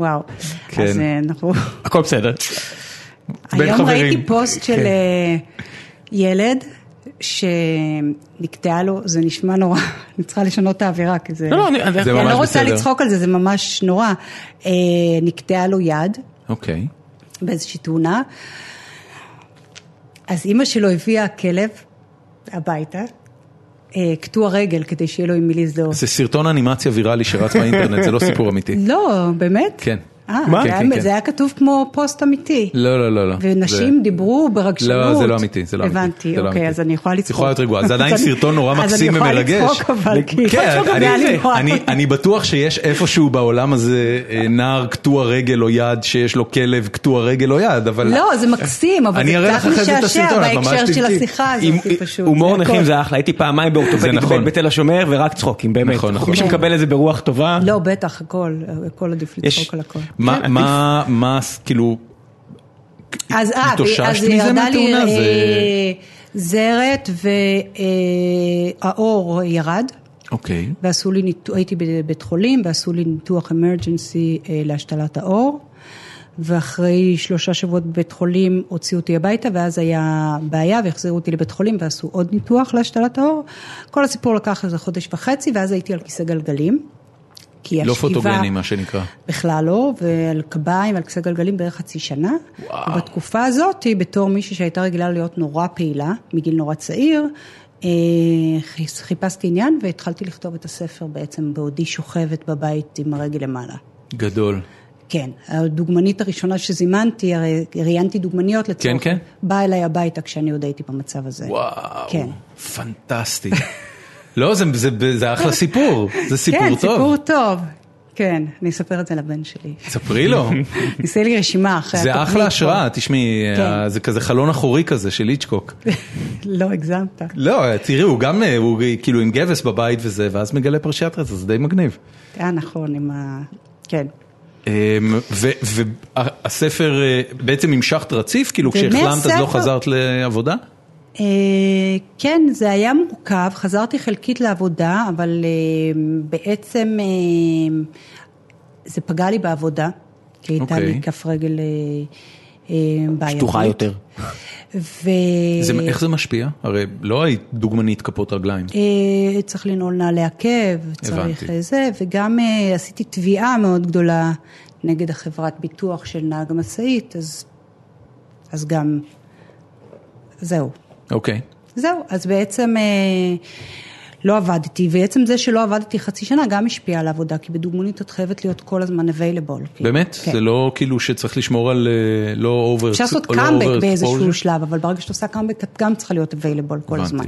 S3: וואו.
S1: כן.
S3: אז אה, אנחנו...
S2: הכל בסדר.
S1: בין
S3: היום
S1: חברים.
S3: ראיתי פוסט של
S1: כן.
S3: אה, ילד שנקטעה לו, זה נשמע נורא, אני צריכה לשנות את האווירה, כי זה...
S2: לא, לא, אני-
S1: זה
S3: אני
S1: ממש
S3: לא רוצה
S1: בסדר.
S3: לצחוק על זה, זה ממש נורא. אה, נקטעה לו יד
S1: אוקיי.
S3: באיזושהי תאונה, אז אימא שלו הביאה כלב הביתה, אה, קטוע רגל, כדי שיהיה לו עם מי להזדהות.
S1: זה סרטון אנימציה ויראלי שרץ באינטרנט, זה לא סיפור אמיתי.
S3: לא, באמת?
S1: כן.
S3: אה,
S1: מה?
S3: זה
S1: כן,
S3: היה-
S1: כן, כן.
S3: זה היה כתוב כמו פוסט אמיתי.
S1: לא, לא, לא, לא.
S3: ונשים
S1: זה-
S3: דיברו ברגשנות.
S1: לא, זה לא אמיתי, זה לא אמיתי.
S3: הבנתי,
S1: זה לא
S3: אוקיי,
S1: אמיתי.
S3: אז אני יכולה לצחוק.
S1: את יכולה להיות רגועה, זה עדיין
S3: אז אני-
S1: סרטון נורא
S3: אז אני
S1: מקסים
S3: יכולה
S1: ומרגש.
S3: לצחוק, אבל כאילו,
S1: כן,
S3: זה
S1: אני-
S3: היה לי נורא.
S1: אני- אני בטוח שיש איפשהו בעולם הזה אה, נער קטוע רגל או יד, שיש לו כלב קטוע רגל או יד, אבל...
S3: לא, זה מקסים, אבל
S1: אני
S3: זה
S1: אראה
S3: קצת
S1: לך אחרי זה את
S3: משעשע
S1: הסרטון, את ממש
S3: בהקשר של
S1: תבכי.
S3: השיחה
S2: עם-
S3: הזאת, פשוט.
S2: הומור
S3: זה הכל.
S2: נכים זה אחלה, הייתי פעמיים
S1: זה
S2: באורתופדית
S1: נכון.
S2: בתל השומר ורק צחוקים, באמת.
S1: נכון, נכון.
S2: מי שמקבל את זה ברוח טובה,
S3: לא, בטח, הכל, הכל עדיף
S2: יש-
S3: לצחוק על הכל.
S1: מה,
S2: כן,
S1: מה, מה, כאילו,
S3: אז אה,
S1: התאוששת
S3: אז
S1: מזה
S3: ירדה לי
S1: מהתאונה? זה-
S3: אה, זרת והאור ירד.
S1: אוקיי,
S3: ועשו לי ניתוח, הייתי בבית חולים, ועשו לי ניתוח אמרג'נסי להשתלת האור, ואחרי שלושה שבועות בבית חולים הוציאו אותי הביתה, ואז היה בעיה והחזירו אותי לבית חולים ועשו עוד ניתוח להשתלת האור. כל הסיפור לקח איזה חודש וחצי, ואז הייתי על כיסא גלגלים. כי
S1: לא
S3: השכיבה-
S1: פוטוגני מה שנקרא.
S3: בכלל לא, ועל קביים, על כיסא גלגלים בערך חצי שנה. ובתקופה הזאת, בתור מישהי שהייתה רגילה להיות נורא פעילה, מגיל נורא צעיר, אה, חיס- חיפשתי עניין והתחלתי לכתוב את הספר בעצם בעודי שוכבת בבית עם הרגל למעלה.
S1: גדול.
S3: כן, הדוגמנית הראשונה שזימנתי, הרי ראיינתי דוגמניות לצורך,
S1: כן, כן.
S3: באה אליי הביתה כשאני עוד הייתי במצב הזה.
S1: וואו,
S3: כן.
S1: פנטסטי. לא, זה, זה, זה אחלה סיפור, זה סיפור
S3: כן,
S1: טוב.
S3: סיפור טוב. כן, אני אספר את זה לבן שלי.
S1: ספרי לו.
S3: נעשה לי רשימה אחרי התוכנית.
S1: זה אחלה
S3: פה.
S1: השראה, תשמעי,
S3: כן.
S1: אה, זה כזה חלון אחורי כזה של איצ'קוק.
S3: לא, הגזמת.
S1: לא, תראי, הוא גם, אה, הוא כאילו עם גבס בבית וזה, ואז מגלה פרשיית רצח, זה די מגניב. אמ,
S3: אה, נכון, עם ה... כן.
S1: והספר, אה, בעצם המשכת רציף? כאילו כשהחלמת אז לא
S3: ומהספר-
S1: חזרת לעבודה?
S3: אה, כן, זה היה מורכב, חזרתי חלקית לעבודה, אבל אה, בעצם אה, זה פגע לי בעבודה, כי הייתה
S1: אוקיי.
S3: לי כף רגל אה, אה, בעייתית.
S2: שטוחה יותר.
S3: ו...
S1: זה- איך זה משפיע? הרי לא היית דוגמנית כפות רגליים.
S3: אה, צריך לנעול נעלי עקב, צריך
S1: הבנתי.
S3: אה, זה, וגם אה, עשיתי תביעה מאוד גדולה נגד החברת ביטוח של נהג המשאית, אז, אז גם, זהו.
S1: אוקיי.
S3: זהו, אז בעצם אה, לא עבדתי, ועצם זה שלא עבדתי חצי שנה גם השפיע על העבודה, כי בדוגמנית את חייבת להיות כל הזמן available. כאילו.
S1: באמת?
S3: כן.
S1: זה לא כאילו שצריך לשמור על אה, לא אובר...
S3: אפשר לעשות קאמבק באיזשהו שלב, אבל ברגע שאת עושה קאמבק את גם צריכה להיות available כל
S1: הבנתי.
S3: הזמן.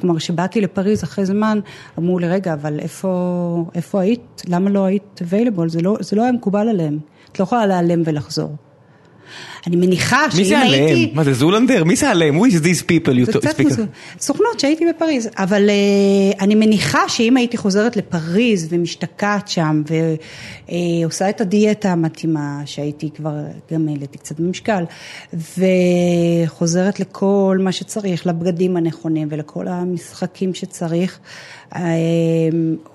S3: כלומר, כשבאתי לפריז אחרי זמן, אמרו לי, רגע, אבל איפה, איפה היית? למה לא היית available? זה לא, זה לא היה מקובל עליהם. את לא יכולה להיעלם ולחזור. אני מניחה
S2: מי
S3: שאם
S2: זה
S3: הייתי...
S2: עליהם? מה זה זולנדר? מי זה עליהם? Who is these people? you
S3: זה
S2: to-
S3: קצת
S2: speak of?
S3: מוזר. סוכנות שהייתי בפריז, אבל אה, אני מניחה שאם הייתי חוזרת לפריז ומשתקעת שם ועושה את הדיאטה המתאימה, שהייתי כבר, גם העליתי קצת במשקל, וחוזרת לכל מה שצריך, לבגדים הנכונים ולכל המשחקים שצריך, אה,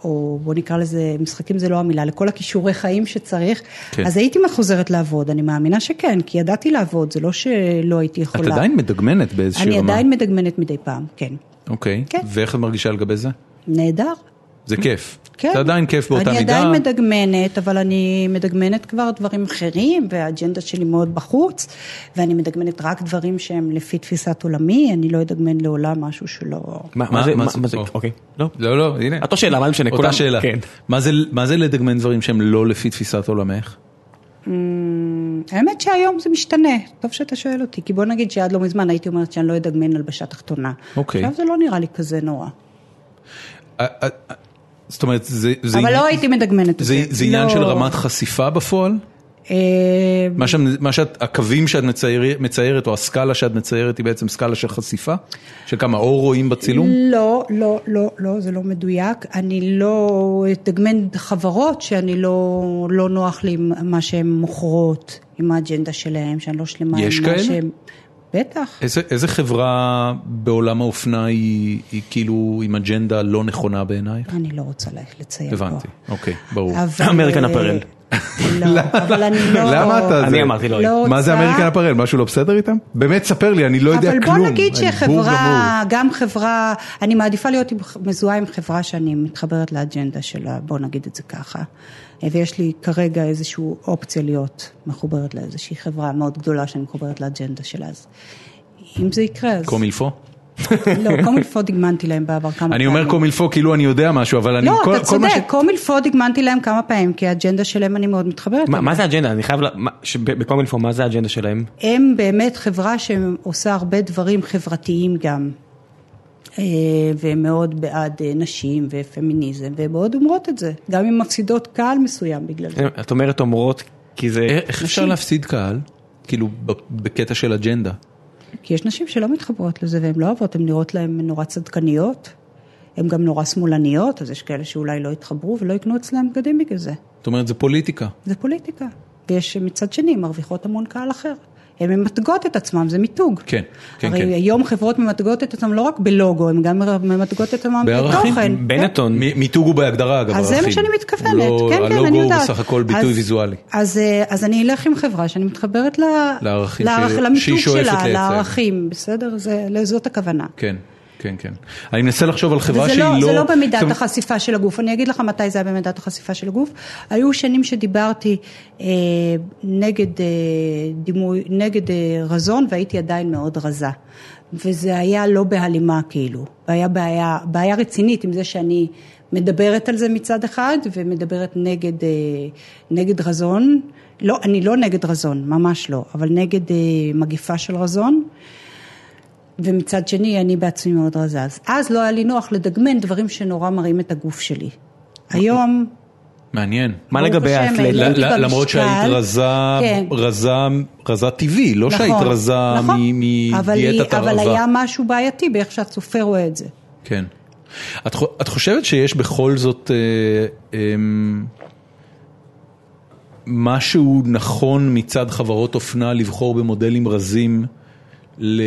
S3: או בוא נקרא לזה, משחקים זה לא המילה, לכל הכישורי חיים שצריך,
S1: כן.
S3: אז הייתי חוזרת לעבוד, אני מאמינה שכן, כי ידעתי לעבוד, זה לא שלא הייתי
S1: את
S3: יכולה.
S1: עדיין מדגמנת באיזושהי
S3: אני
S1: רמה.
S3: עדיין מדגמנת מדי פעם, כן.
S1: אוקיי,
S3: כן.
S1: ואיך את מרגישה לגבי זה?
S3: נהדר.
S1: זה כיף.
S3: כן.
S1: זה עדיין כיף באותה
S3: אני
S1: מידה.
S3: אני עדיין מדגמנת, אבל אני מדגמנת כבר דברים אחרים, והאג'נדה שלי מאוד בחוץ, ואני מדגמנת רק דברים שהם לפי תפיסת עולמי, אני לא אדגמן לעולם משהו שלא...
S2: מה מה זה?
S1: מה
S2: מה
S1: זה?
S2: מה זה?
S1: או.
S2: אוקיי. לא.
S1: לא, לא, הנה.
S2: אותו שאלה, מה משנה?
S1: אותה
S2: כולם-
S1: שאלה.
S2: כן.
S1: מה זה- מה זה לדגמן דברים שהם לא לפי תפיסת עולמך?
S3: האמת שהיום זה משתנה, טוב שאתה שואל אותי, כי בוא נגיד שעד לא מזמן הייתי אומרת שאני לא אדגמן הלבשה תחתונה.
S1: אוקיי.
S3: עכשיו זה לא נראה לי כזה נורא.
S1: אה, אה, אה, זאת אומרת, זה... זה
S3: אבל
S1: עניין-
S3: לא הייתי מדגמנת את
S1: זה
S3: זה.
S1: זה עניין
S3: לא.
S1: של רמת חשיפה בפועל?
S3: אה,
S1: מה שאת- מה שאת, הקווים שאת מצייר- מציירת, או הסקאלה שאת מציירת, היא בעצם סקאלה של חשיפה? של כמה אור רואים בצילום?
S3: לא, לא, לא, לא, זה לא מדויק. אני לא אתגמן חברות שאני לא, לא נוח לי עם מה שהן מוכרות, עם האג'נדה שלהן, שאני לא שלמה
S1: יש
S3: עם
S1: כאלה?
S3: מה שהן... בטח.
S1: איזה, איזה חברה בעולם האופנה היא, היא כאילו עם אג'נדה לא נכונה בעינייך?
S3: אני לא רוצה ל- לציין
S1: הבנתי,
S3: פה.
S1: אוקיי, ברור.
S3: אבל-
S2: American Apparel.
S3: לא, אבל אני לא...
S1: למה אתה
S2: אני אמרתי לא.
S3: לא
S1: מה זה
S3: רוצה-
S1: אמריקן אפרל? משהו לא בסדר איתם? באמת, ספר לי, אני לא יודע
S3: אבל
S1: כלום.
S3: בוא נגיד
S1: אני בור גמור.
S3: שחברה, גם חברה, אני מעדיפה להיות עם- מזוהה עם חברה שאני מתחברת לאג'נדה שלה, בוא נגיד את זה ככה. אה, ויש לי כרגע איזושהי אופציה להיות מחוברת לאיזושהי חברה מאוד גדולה שאני מחוברת לאג'נדה שלה, אז אם זה יקרה, אז...
S1: קומילפו?
S3: לא, קומילפו דגמנתי להם בעבר כמה פעמים.
S1: אני אומר קומילפו כאילו אני יודע משהו, אבל אני...
S3: לא,
S1: כל-
S3: אתה
S1: כל מה ש-
S3: צודק, קומילפו דגמנתי להם כמה פעמים, כי האג'נדה שלהם אני מאוד מתחברת.
S2: מה- מה זה האג'נדה? אני חייב... ל- מה- שב- בכל מיני פורמט, מה זה האג'נדה שלהם?
S3: הם באמת חברה שעושה הרבה דברים חברתיים גם. אה, והם מאוד בעד אה, נשים ופמיניזם, והן מאוד אומרות את זה, גם אם מפסידות קהל מסוים בגלל זה.
S2: את אומרת אומרות, כי זה...
S1: איך אפשר להפסיד קהל? כאילו, ב- בקטע של אג'נדה.
S3: כי יש נשים שלא מתחברות לזה והן לא אוהבות, הן נראות להן נורא צדקניות, הן גם נורא שמאלניות, אז יש כאלה שאולי לא יתחברו ולא יקנו אצלם בגדים בגלל זה.
S1: זאת אומרת, זה פוליטיקה.
S3: זה פוליטיקה. ויש מצד שני, מרוויחות המון קהל אחר. הן ממתגות את עצמם, זה מיתוג.
S1: כן, כן,
S3: הרי
S1: כן.
S3: היום חברות ממתגות את עצמן לא רק בלוגו, הן גם ממתגות את עצמן
S1: בערכים,
S3: בתוכן. כן.
S2: בנטון.
S1: מ- מיתוג הוא בהגדרה, אגב,
S3: אז זה מה
S1: ערכים.
S3: שאני
S1: הוא
S3: מתכוונת,
S1: לא-
S3: כן, כן, אני
S1: הלוגו הוא
S3: יודעת.
S1: בסך הכל ביטוי
S3: אז-
S1: ויזואלי.
S3: אז, אה, אז אני אלך עם חברה שאני מתחברת ל...
S1: לערכים
S3: לערך-
S1: שהיא-
S3: למיתוג
S1: שהיא שואפת
S3: שלה,
S1: לייצג.
S3: לערכים, בסדר? זה, זאת הכוונה.
S1: כן, כן, כן. אני מנסה לחשוב על חברה
S3: וזה
S1: שהיא
S3: לא,
S1: לא...
S3: זה לא במידת
S1: זאת אומרת,
S3: החשיפה של הגוף. אני אגיד לך מתי זה היה במידת החשיפה של הגוף. היו שנים שדיברתי אה, נגד, אה, דימוי, נגד אה, רזון והייתי עדיין מאוד רזה. וזה היה לא בהלימה כאילו. והיה בעיה, בעיה רצינית עם זה שאני מדברת על זה מצד אחד ומדברת נגד, אה, נגד רזון. לא, אני לא נגד רזון, ממש לא, אבל נגד אה, מגיפה של רזון. ומצד שני, אני בעצמי מאוד רזה. אז אז לא היה לי נוח לדגמן דברים שנורא מראים את הגוף שלי. היום,
S1: מעניין.
S2: מה
S3: ברוך
S2: לגבי
S3: השם,
S2: האתלט?
S1: ל-
S3: העליתי
S1: ל-
S3: לא במשקל.
S1: למרות שהיית רזה,
S3: כן.
S1: רזה, רזה טבעי, לא שהיית
S3: נכון,
S1: רזה
S3: נכון.
S1: מ-
S3: אבל היא-
S1: מדיאטת
S3: אבל
S1: הרעבה.
S3: היה משהו בעייתי באיך שהצופה רואה את זה.
S1: כן. את חו- את חושבת שיש בכל זאת אה, אמ, משהו נכון מצד חברות אופנה לבחור במודלים רזים ל-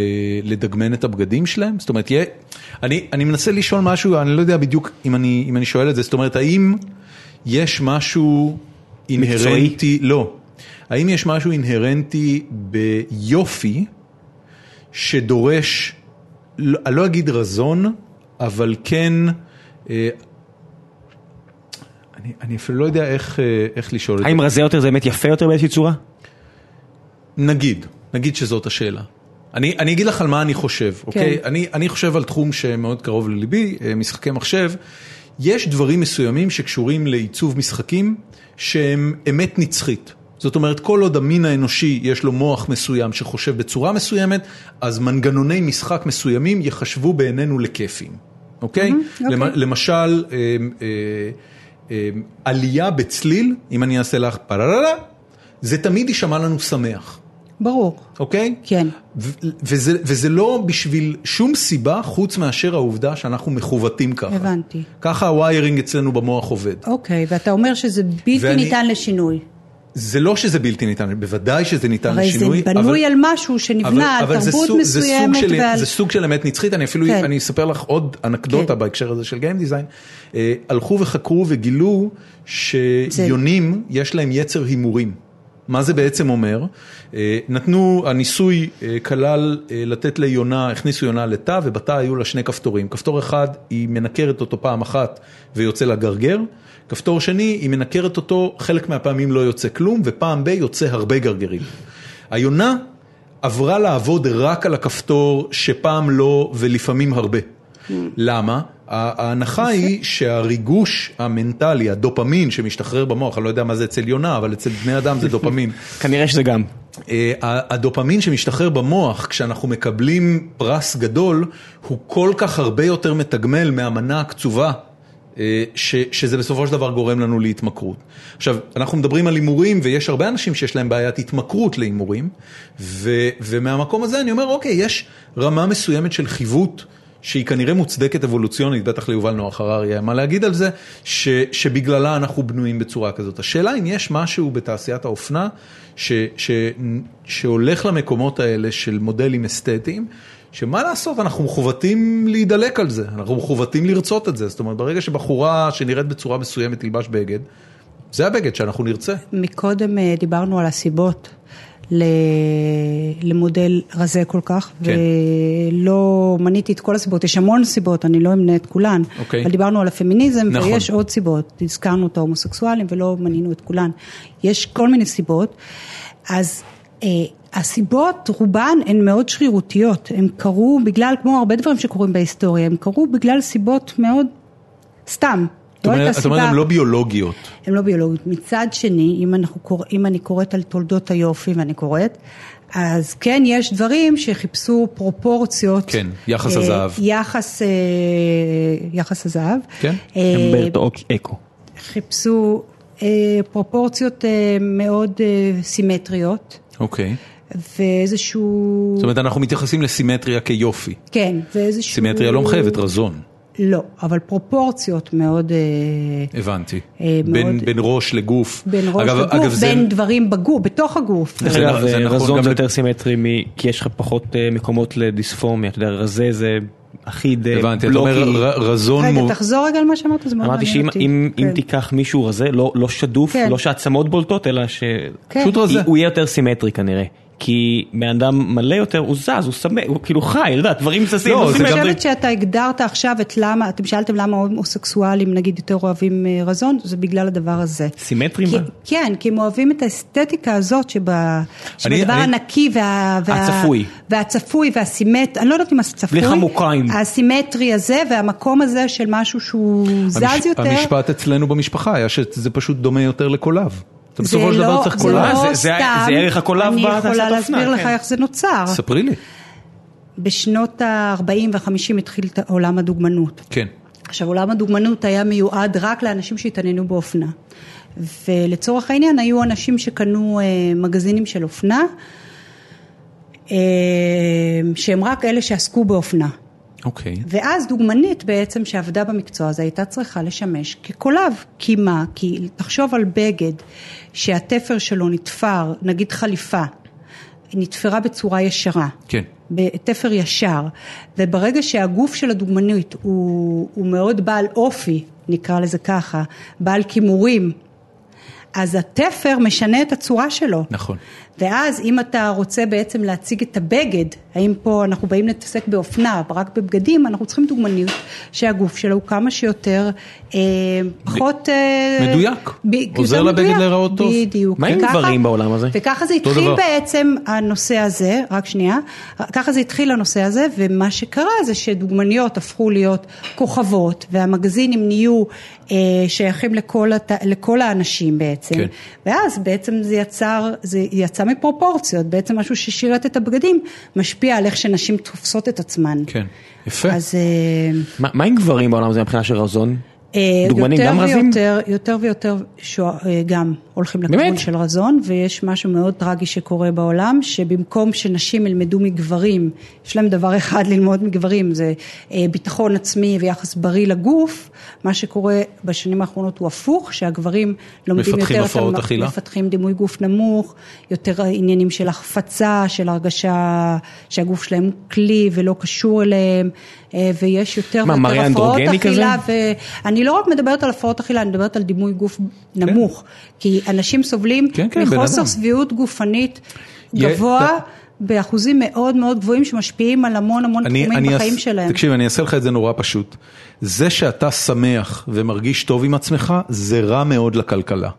S1: ל- לדגמן את הבגדים שלהם? זאת אומרת, יה- אני אני מנסה לשאול משהו, אני לא יודע בדיוק אם אני אם אני שואל את זה, זאת אומרת, האם יש משהו אינהרנטי, לא, האם יש משהו אינהרנטי ביופי שדורש לא, אני לא אגיד רזון, אבל כן, אה, אני, אני אפילו לא יודע איך, אה, איך לשאול את זה.
S2: האם רזה יותר זה באמת יפה יותר באיזושהי צורה?
S1: נגיד, נגיד שזאת השאלה. אני, אני אגיד לך על מה אני חושב, אוקיי? אני, אני חושב על תחום שמאוד קרוב לליבי, אה, משחקי מחשב. יש דברים מסוימים שקשורים לעיצוב משחקים שהם אמת נצחית. זאת אומרת, כל עוד המין האנושי יש לו מוח מסוים שחושב בצורה מסוימת, אז מנגנוני משחק מסוימים ייחשבו בעינינו לכיפים, אוקיי? Mm-hmm,
S3: אוקיי.
S1: למ, למשל, אה, אה, אה, עלייה בצליל, אם אני אעשה לך פרררה, זה תמיד יישמע לנו שמח,
S3: ברור.
S1: אוקיי?
S3: כן.
S1: ו- וזה, וזה לא בשביל שום סיבה חוץ מאשר העובדה שאנחנו מכוותים ככה.
S3: הבנתי.
S1: ככה הוויירינג אצלנו במוח עובד.
S3: אוקיי, ואתה אומר שזה בלתי
S1: ואני-
S3: ניתן לשינוי.
S1: זה לא שזה בלתי ניתן, בוודאי שזה ניתן
S3: הרי זה
S1: לשינוי.
S3: בנוי על משהו שנבנה, על
S1: זה
S3: תרבות
S1: סוג- זה סוג
S3: מסוימת
S1: של,
S3: ועל...
S1: זה סוג של אמת נצחית, אני אפילו,
S3: כן.
S1: אני אספר לך עוד אנקדוטה
S3: כן.
S1: בהקשר הזה של גיים דיזיין. אה, הלכו וחקרו וגילו שיונים, יש להם יצר הימורים. מה זה בעצם אומר? אה, נתנו, הניסוי אה, כלל אה, לתת ליונה, הכניסו יונה לתא, ובתא היו לה שני כפתורים. כפתור אחד, היא מנקרת אותו פעם אחת ויוצא לה גרגר. כפתור שני, היא מנקרת אותו, חלק מהפעמים לא יוצא כלום, ופעם ב- יוצא הרבה גרגרים. היונה עברה לעבוד רק על הכפתור שפעם לא ולפעמים הרבה. למה? ה- ההנחה היא שהריגוש המנטלי, הדופמין שמשתחרר במוח, אני לא יודע מה זה אצל יונה, אבל אצל בני אדם זה דופמין.
S2: כנראה שזה גם.
S1: אה, ה- הדופמין שמשתחרר במוח כשאנחנו מקבלים פרס גדול, הוא כל כך הרבה יותר מתגמל מהמנה הקצובה, אה, ש, שזה בסופו של דבר גורם לנו להתמכרות. עכשיו, אנחנו מדברים על הימורים, ויש הרבה אנשים שיש להם בעיית התמכרות להימורים, ו, ומהמקום הזה אני אומר, אוקיי, יש רמה מסוימת של חיווט. שהיא כנראה מוצדקת אבולוציונית, בטח ליובל נוח הררי היה מה להגיד על זה, ש, שבגללה אנחנו בנויים בצורה כזאת. השאלה אם יש משהו בתעשיית האופנה ש, ש, שהולך למקומות האלה של מודלים אסתטיים, שמה לעשות, אנחנו מחוותים להידלק על זה, אנחנו מחוותים לרצות את זה. זאת אומרת, ברגע שבחורה שנראית בצורה מסוימת תלבש בגד, זה הבגד שאנחנו נרצה.
S3: מקודם אה, דיברנו על הסיבות ל- למודל רזה כל כך,
S1: כן.
S3: ולא מניתי את כל הסיבות, יש המון סיבות, אני לא אמנה את כולן,
S1: אוקיי.
S3: אבל דיברנו על הפמיניזם,
S1: נכון.
S3: ויש עוד סיבות, הזכרנו את ההומוסקסואלים ולא מנינו את כולן, יש כל מיני סיבות, אז אה, הסיבות רובן הן מאוד שרירותיות, הם קרו בגלל, כמו הרבה דברים שקורים בהיסטוריה, הם קרו בגלל סיבות מאוד סתם.
S1: את אומרת,
S3: הייתה
S1: את אומרת,
S3: סיבה-
S1: הן לא ביולוגיות.
S3: הן לא ביולוגיות. מצד שני, אם, אנחנו קורא, אם אני קוראת על תולדות היופי ואני קוראת, אז כן יש דברים שחיפשו פרופורציות. אה,
S1: כן, יחס הזהב.
S3: יחס, אה, יחס הזהב.
S1: כן,
S3: אה,
S2: אמברטו אוק- אקו.
S3: חיפשו אה, פרופורציות אה, מאוד אה, סימטריות,
S1: אוקיי.
S3: ואיזשהו...
S1: זאת אומרת, אנחנו מתייחסים לסימטריה כיופי.
S3: כן, ואיזשהו...
S1: סימטריה לא מחייבת רזון.
S3: לא, אבל פרופורציות מאוד... אה,
S1: הבנתי.
S3: אה,
S1: בין,
S3: מאוד-
S1: בין ראש לגוף.
S3: בין ראש
S1: אגב-
S3: לגוף,
S1: אגב, זה-
S3: בין דברים בגוף, בתוך הגוף.
S2: דרך
S1: זה
S2: אגב,
S1: נ- זה נכון
S2: רזון
S1: גם
S2: זה
S1: ל-
S2: יותר סימטרי, מ- כי יש לך פחות אה, מקומות לדיספורמיה, אתה יודע, רזה זה אחיד, אה,
S1: הבנתי, אתה אומר
S2: בלוקי.
S1: ר- רזון... מוב-
S3: רגע, תחזור רגע על מה שאמרת, זה מאוד
S2: אמרתי שאם
S3: מעניין אותי.
S2: אם- אם
S3: כן.
S2: תיקח מישהו רזה, לא לא שדוף,
S3: כן.
S2: לא שהעצמות בולטות, אלא ש...
S3: כן.
S1: פשוט רזה.
S2: הוא- הוא יהיה יותר סימטרי כנראה. כי בן אדם מלא יותר, הוא זז, הוא סמא, הוא כאילו חי, אתה יודע, דברים זזים.
S1: לא,
S2: לא,
S1: זה
S3: אני
S1: גם-
S3: חושבת שאתה הגדרת עכשיו את למה, אתם שאלתם למה הומוסקסואלים נגיד יותר אוהבים אה, רזון, זה בגלל הדבר הזה.
S2: סימטרי
S3: כי-
S2: מה?
S3: כן, כי הם אוהבים את האסתטיקה הזאת שבה- שבדבר
S1: אני-
S3: הנקי וה... וה-
S2: הצפוי.
S3: והצפוי והסימטרי, אני לא יודעת אם הצפוי.
S2: בלי חמוקיים.
S3: הסימטרי הזה והמקום הזה של משהו שהוא זז
S1: המש-
S3: יותר.
S1: המשפט אצלנו במשפחה היה שזה פשוט דומה יותר לקולב. אתה
S3: זה
S1: בסופו של דבר
S3: לא-
S1: צריך
S3: זה
S1: קולב.
S3: לא
S2: זה- זה-
S3: סתם.
S2: זה ערך הקולב בתעשיית
S3: אני יכולה
S2: אופנה,
S3: להסביר לך
S2: כן.
S3: איך זה נוצר.
S1: ספרי לי.
S3: בשנות ה-40 ו-50 התחיל את עולם הדוגמנות.
S1: כן.
S3: עכשיו עולם הדוגמנות היה מיועד רק לאנשים שהתעניינו באופנה. ולצורך העניין היו אנשים שקנו אה, מגזינים של אופנה, אה, שהם רק אלה שעסקו באופנה.
S1: אוקיי.
S3: ואז דוגמנית בעצם שעבדה במקצוע הזה הייתה צריכה לשמש כקולב. כי מה? כי תחשוב על בגד שהתפר שלו נתפר, נגיד חליפה, נתפרה בצורה ישרה.
S1: כן.
S3: בתפר ישר, וברגע שהגוף של הדוגמנית הוא, הוא מאוד בעל אופי, נקרא לזה ככה, בעל כימורים, אז התפר משנה את הצורה שלו.
S1: נכון.
S3: ואז אם אתה רוצה בעצם להציג את הבגד, האם פה אנחנו באים להתעסק באופנה, רק בבגדים, אנחנו צריכים דוגמניות שהגוף שלה הוא כמה שיותר, אה, פחות... אה,
S1: מדויק.
S3: ב- יותר
S1: עוזר לבגד
S3: מדויק.
S1: להיראות טוב.
S3: בדיוק.
S2: מה עם
S3: וככה-
S2: גברים בעולם הזה?
S3: וככה זה
S1: אותו
S3: התחיל
S1: דבר.
S3: בעצם הנושא הזה, רק שנייה, ככה זה התחיל הנושא הזה, ומה שקרה זה שדוגמניות הפכו להיות כוכבות, והמגזינים נהיו אה, שייכים לכל, הת... לכל האנשים בעצם,
S1: כן.
S3: כן. ואז בעצם זה יצר, זה יצא מפרופורציות, בעצם משהו ששירת את הבגדים, משפיע על איך שנשים תופסות את עצמן.
S1: כן, יפה.
S3: אז... אה,
S2: מה מה עם גברים בעולם הזה מבחינה של רזון?
S3: אה,
S2: דוגמנים
S3: יותר
S2: גם רזים?
S3: ויותר, יותר ויותר שוע, אה, גם הולכים לכיוון
S2: באמת?
S3: של רזון, ויש משהו מאוד טרגי שקורה בעולם, שבמקום שנשים ילמדו מגברים, יש להם דבר אחד ללמוד מגברים, זה אה, ביטחון עצמי ויחס בריא לגוף, מה שקורה בשנים האחרונות הוא הפוך, שהגברים לומדים
S1: מפתחים
S3: יותר, את
S1: הפרעות
S3: המ-
S1: אכילה?
S3: מפתחים דימוי גוף נמוך, יותר עניינים של החפצה, של הרגשה שהגוף שלהם הוא כלי ולא קשור אליהם, אה, ויש יותר
S2: מה, מראה
S3: ויותר הפרעות
S2: אנדרוגני כזה?
S3: אכילה ואני לא רק מדברת על הפרעות אכילה, אני מדברת על דימוי גוף נמוך, כי אנשים סובלים
S1: כן, כן, בן אדם.
S3: מחוסר שביעות גופנית
S1: יה-
S3: גבוה.
S1: ת-
S3: באחוזים מאוד מאוד גבוהים שמשפיעים על המון המון תחומים בחיים
S1: אעש-
S3: שלהם.
S1: תקשיב, אני אעשה לך את זה נורא פשוט. זה שאתה שמח ומרגיש טוב עם עצמך, זה רע מאוד לכלכלה.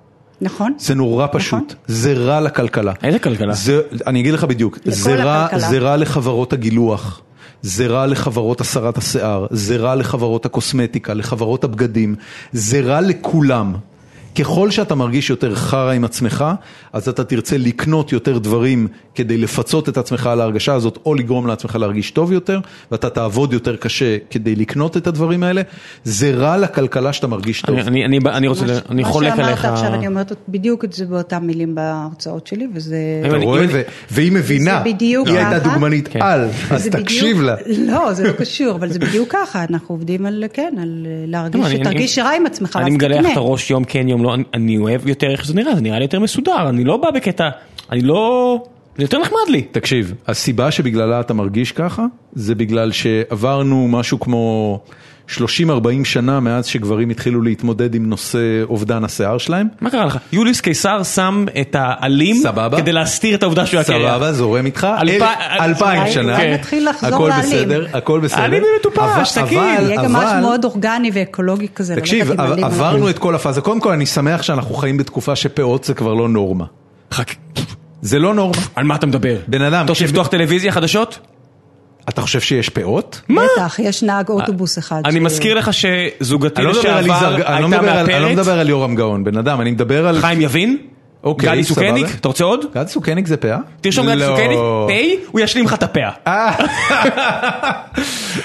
S3: נכון?
S1: זה נורא פשוט,
S3: נכון.
S1: זה רע לכלכלה.
S2: איזה כלכלה?
S1: זה, אני אגיד לך בדיוק, זה רע,
S3: הכלכלה.
S1: זה רע לחברות הגילוח, זה רע לחברות הסרת השיער, זה רע לחברות הקוסמטיקה, לחברות הבגדים, זה רע לכולם. ככל שאתה מרגיש יותר חרא עם עצמך, אז אתה תרצה לקנות יותר דברים כדי לפצות את עצמך על ההרגשה הזאת, או לגרום לעצמך להרגיש טוב יותר, ואתה תעבוד יותר קשה כדי לקנות את הדברים האלה. זה רע לכלכלה שאתה מרגיש טוב.
S2: אני- אני- אני אני רוצה,
S3: מה ש-
S2: אני חולק
S3: מה
S2: עליך.
S3: שאמרת עכשיו, אני אומרת בדיוק את זה באותן מילים בהרצאות שלי, וזה...
S1: אתה
S2: אני-
S1: רואה?
S2: אם אני-
S1: ו- והיא מבינה,
S3: בדיוק
S1: היא הייתה
S3: ככה.
S1: דוגמנית
S2: כן.
S1: על, אז
S3: זה
S1: תקשיב
S3: בדיוק-
S1: לה.
S3: לא, זה לא קשור, אבל זה בדיוק ככה, אנחנו עובדים על, כן, על אה, להרגיש,
S2: אני-
S3: שתרגיש
S2: אני-
S3: רע עם עצמך,
S2: אני
S3: ואז
S2: מגלח
S3: תקנה.
S2: את הראש יום כן יום לא, אני- אני אוהב יותר איך זה נראה, זה נראה לי יותר מסודר, אני לא בא בקטע, אני לא, זה יותר נחמד לי.
S1: תקשיב, הסיבה שבגללה אתה מרגיש ככה, זה בגלל שעברנו משהו כמו 30-40 שנה מאז שגברים התחילו להתמודד עם נושא אובדן השיער שלהם.
S2: מה קרה לך? יוליוס קיסר שם את העלים,
S1: סבבה.
S2: כדי להסתיר את העובדה
S3: כן.
S2: שהוא הקרח.
S1: סבבה, זורם איתך,
S2: אלפ-
S1: אלף-
S2: אל-
S1: אלפיים
S2: אולי-
S1: שנה, כן.
S2: אולי
S3: נתחיל לחזור
S1: הכל
S3: לעלים.
S1: בסדר, הכל בסדר.
S2: העלים היא מטופש,
S1: אבל-
S2: תגיד.
S1: אבל-
S3: יהיה גם משהו
S1: אבל-
S3: מאוד אורגני ואקולוגי כזה. לא
S1: תקשיב,
S3: ללכת עם
S1: עבר-
S3: מדים על
S1: עברנו
S3: הראש.
S1: את כל הפאזה. קודם כל, אני שמח שאנחנו חיים בתקופה שפאות זה כבר לא נורמה.
S2: חכה,
S1: זה לא נורמה.
S2: על מה אתה מדבר?
S1: בן אדם,
S2: אתה רוצה
S1: כש-
S2: לפתוח טלוויזיה חדשות?
S1: אתה חושב שיש פאות?
S3: בטח, יש
S1: אה,
S3: נהג אוטובוס אחד.
S2: אני
S3: ש-
S2: מזכיר לך שזוגתי
S1: אני לא מדבר על
S2: לשעבר
S1: יזהר- אני לא
S2: כאילו הייתה
S1: מדבר על- אני לא
S2: מאפרת,
S1: מדבר על יורם גאון, בן אדם, אני מדבר על...
S2: חיים יבין,
S1: אוקיי,
S2: גלי
S1: סבבה.
S2: סוכניק, אתה רוצה עוד?
S1: גל סוכניק זה פאה?
S2: תרשום גלי
S1: לא.
S2: סוכניק, פ', הוא ישלים לך את הפאה.
S1: אה.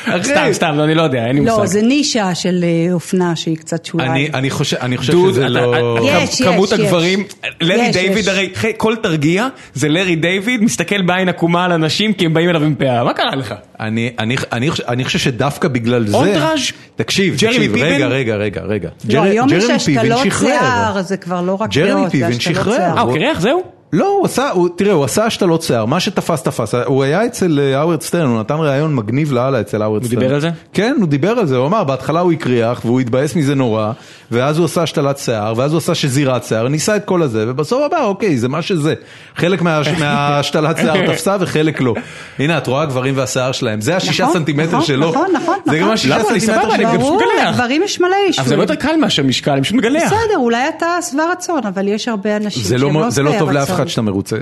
S1: אחי,
S2: סתם, סתם, אני לא יודע, אין לי מושג.
S3: לא, זה נישה של אה, אופנה שהיא קצת
S1: אני-
S3: שוליים.
S1: אני חושב אני חושב
S2: דוד,
S1: שזה
S2: אתה-
S1: לא...
S2: אתה-
S3: יש,
S2: כמות
S3: יש,
S2: הגברים,
S3: יש.
S2: לארי
S3: יש,
S2: דיוויד
S3: יש.
S2: הרי, אחי, כל תרגיע זה לארי דיוויד מסתכל בעין עקומה על אנשים כי הם באים אליו עם פאה, מה קרה לך? אה,
S1: אני, אני, אני, חושב, אני חושב שדווקא בגלל זה,
S2: אונטראז'?
S1: תקשיב,
S2: ג'רמי
S1: תקשיב,
S2: פיבן?
S1: רגע, רגע, רגע, רגע,
S3: לא, היום יש
S1: ג'רמי פיבן
S3: השתלות
S1: שחרר.
S3: שיער, זה כבר לא רק
S1: ג'רמי
S3: פאות, זה
S1: פיבן
S3: השתלות
S1: שחרר.
S3: שיער.
S2: אה, הוא קרח, זהו?
S1: לא, הוא עשה, הוא, תראה, הוא עשה השתלות שיער, מה שתפס תפס, הוא היה אצל אה, האוורד סטרן, הוא נתן ראיון מגניב לאללה אצל האוורד
S2: הוא
S1: סטרן.
S2: דיבר על זה?
S1: כן, הוא דיבר על זה, הוא אמר, בהתחלה הוא הקריח והוא התבאס מזה נורא, ואז הוא עשה השתלת שיער, ואז הוא עשה שזירת שיער, ניסה את כל הזה, ובסוף אמר, אוקיי, זה מה שזה. חלק מה- מההשתלת שיער תפסה וחלק לא. הנה, את רואה הגברים והשיער שלהם, זה השישה
S3: נכון,
S1: סנטימטר
S3: נכון,
S1: שלו.
S3: נכון, נכון,
S1: זה גם
S3: נכון.
S1: השישה
S2: למה? אני
S1: סנטימטר
S2: סבבה, אני
S1: שלו.
S2: גם
S3: ברור,
S2: פשוט גלח.
S3: לגברים יש מלא
S2: אבל זה הרבה
S3: אישורים.
S2: יותר קל מאשר משקל, אני פשוט מגלח.
S3: בסדר, אולי אתה שבע רצון, אבל יש הרבה אנשים
S1: זה לא
S3: שהם לא שבע
S1: מ-
S3: רצון.
S1: זה לא טוב לאף אחד שאתה מרוצה.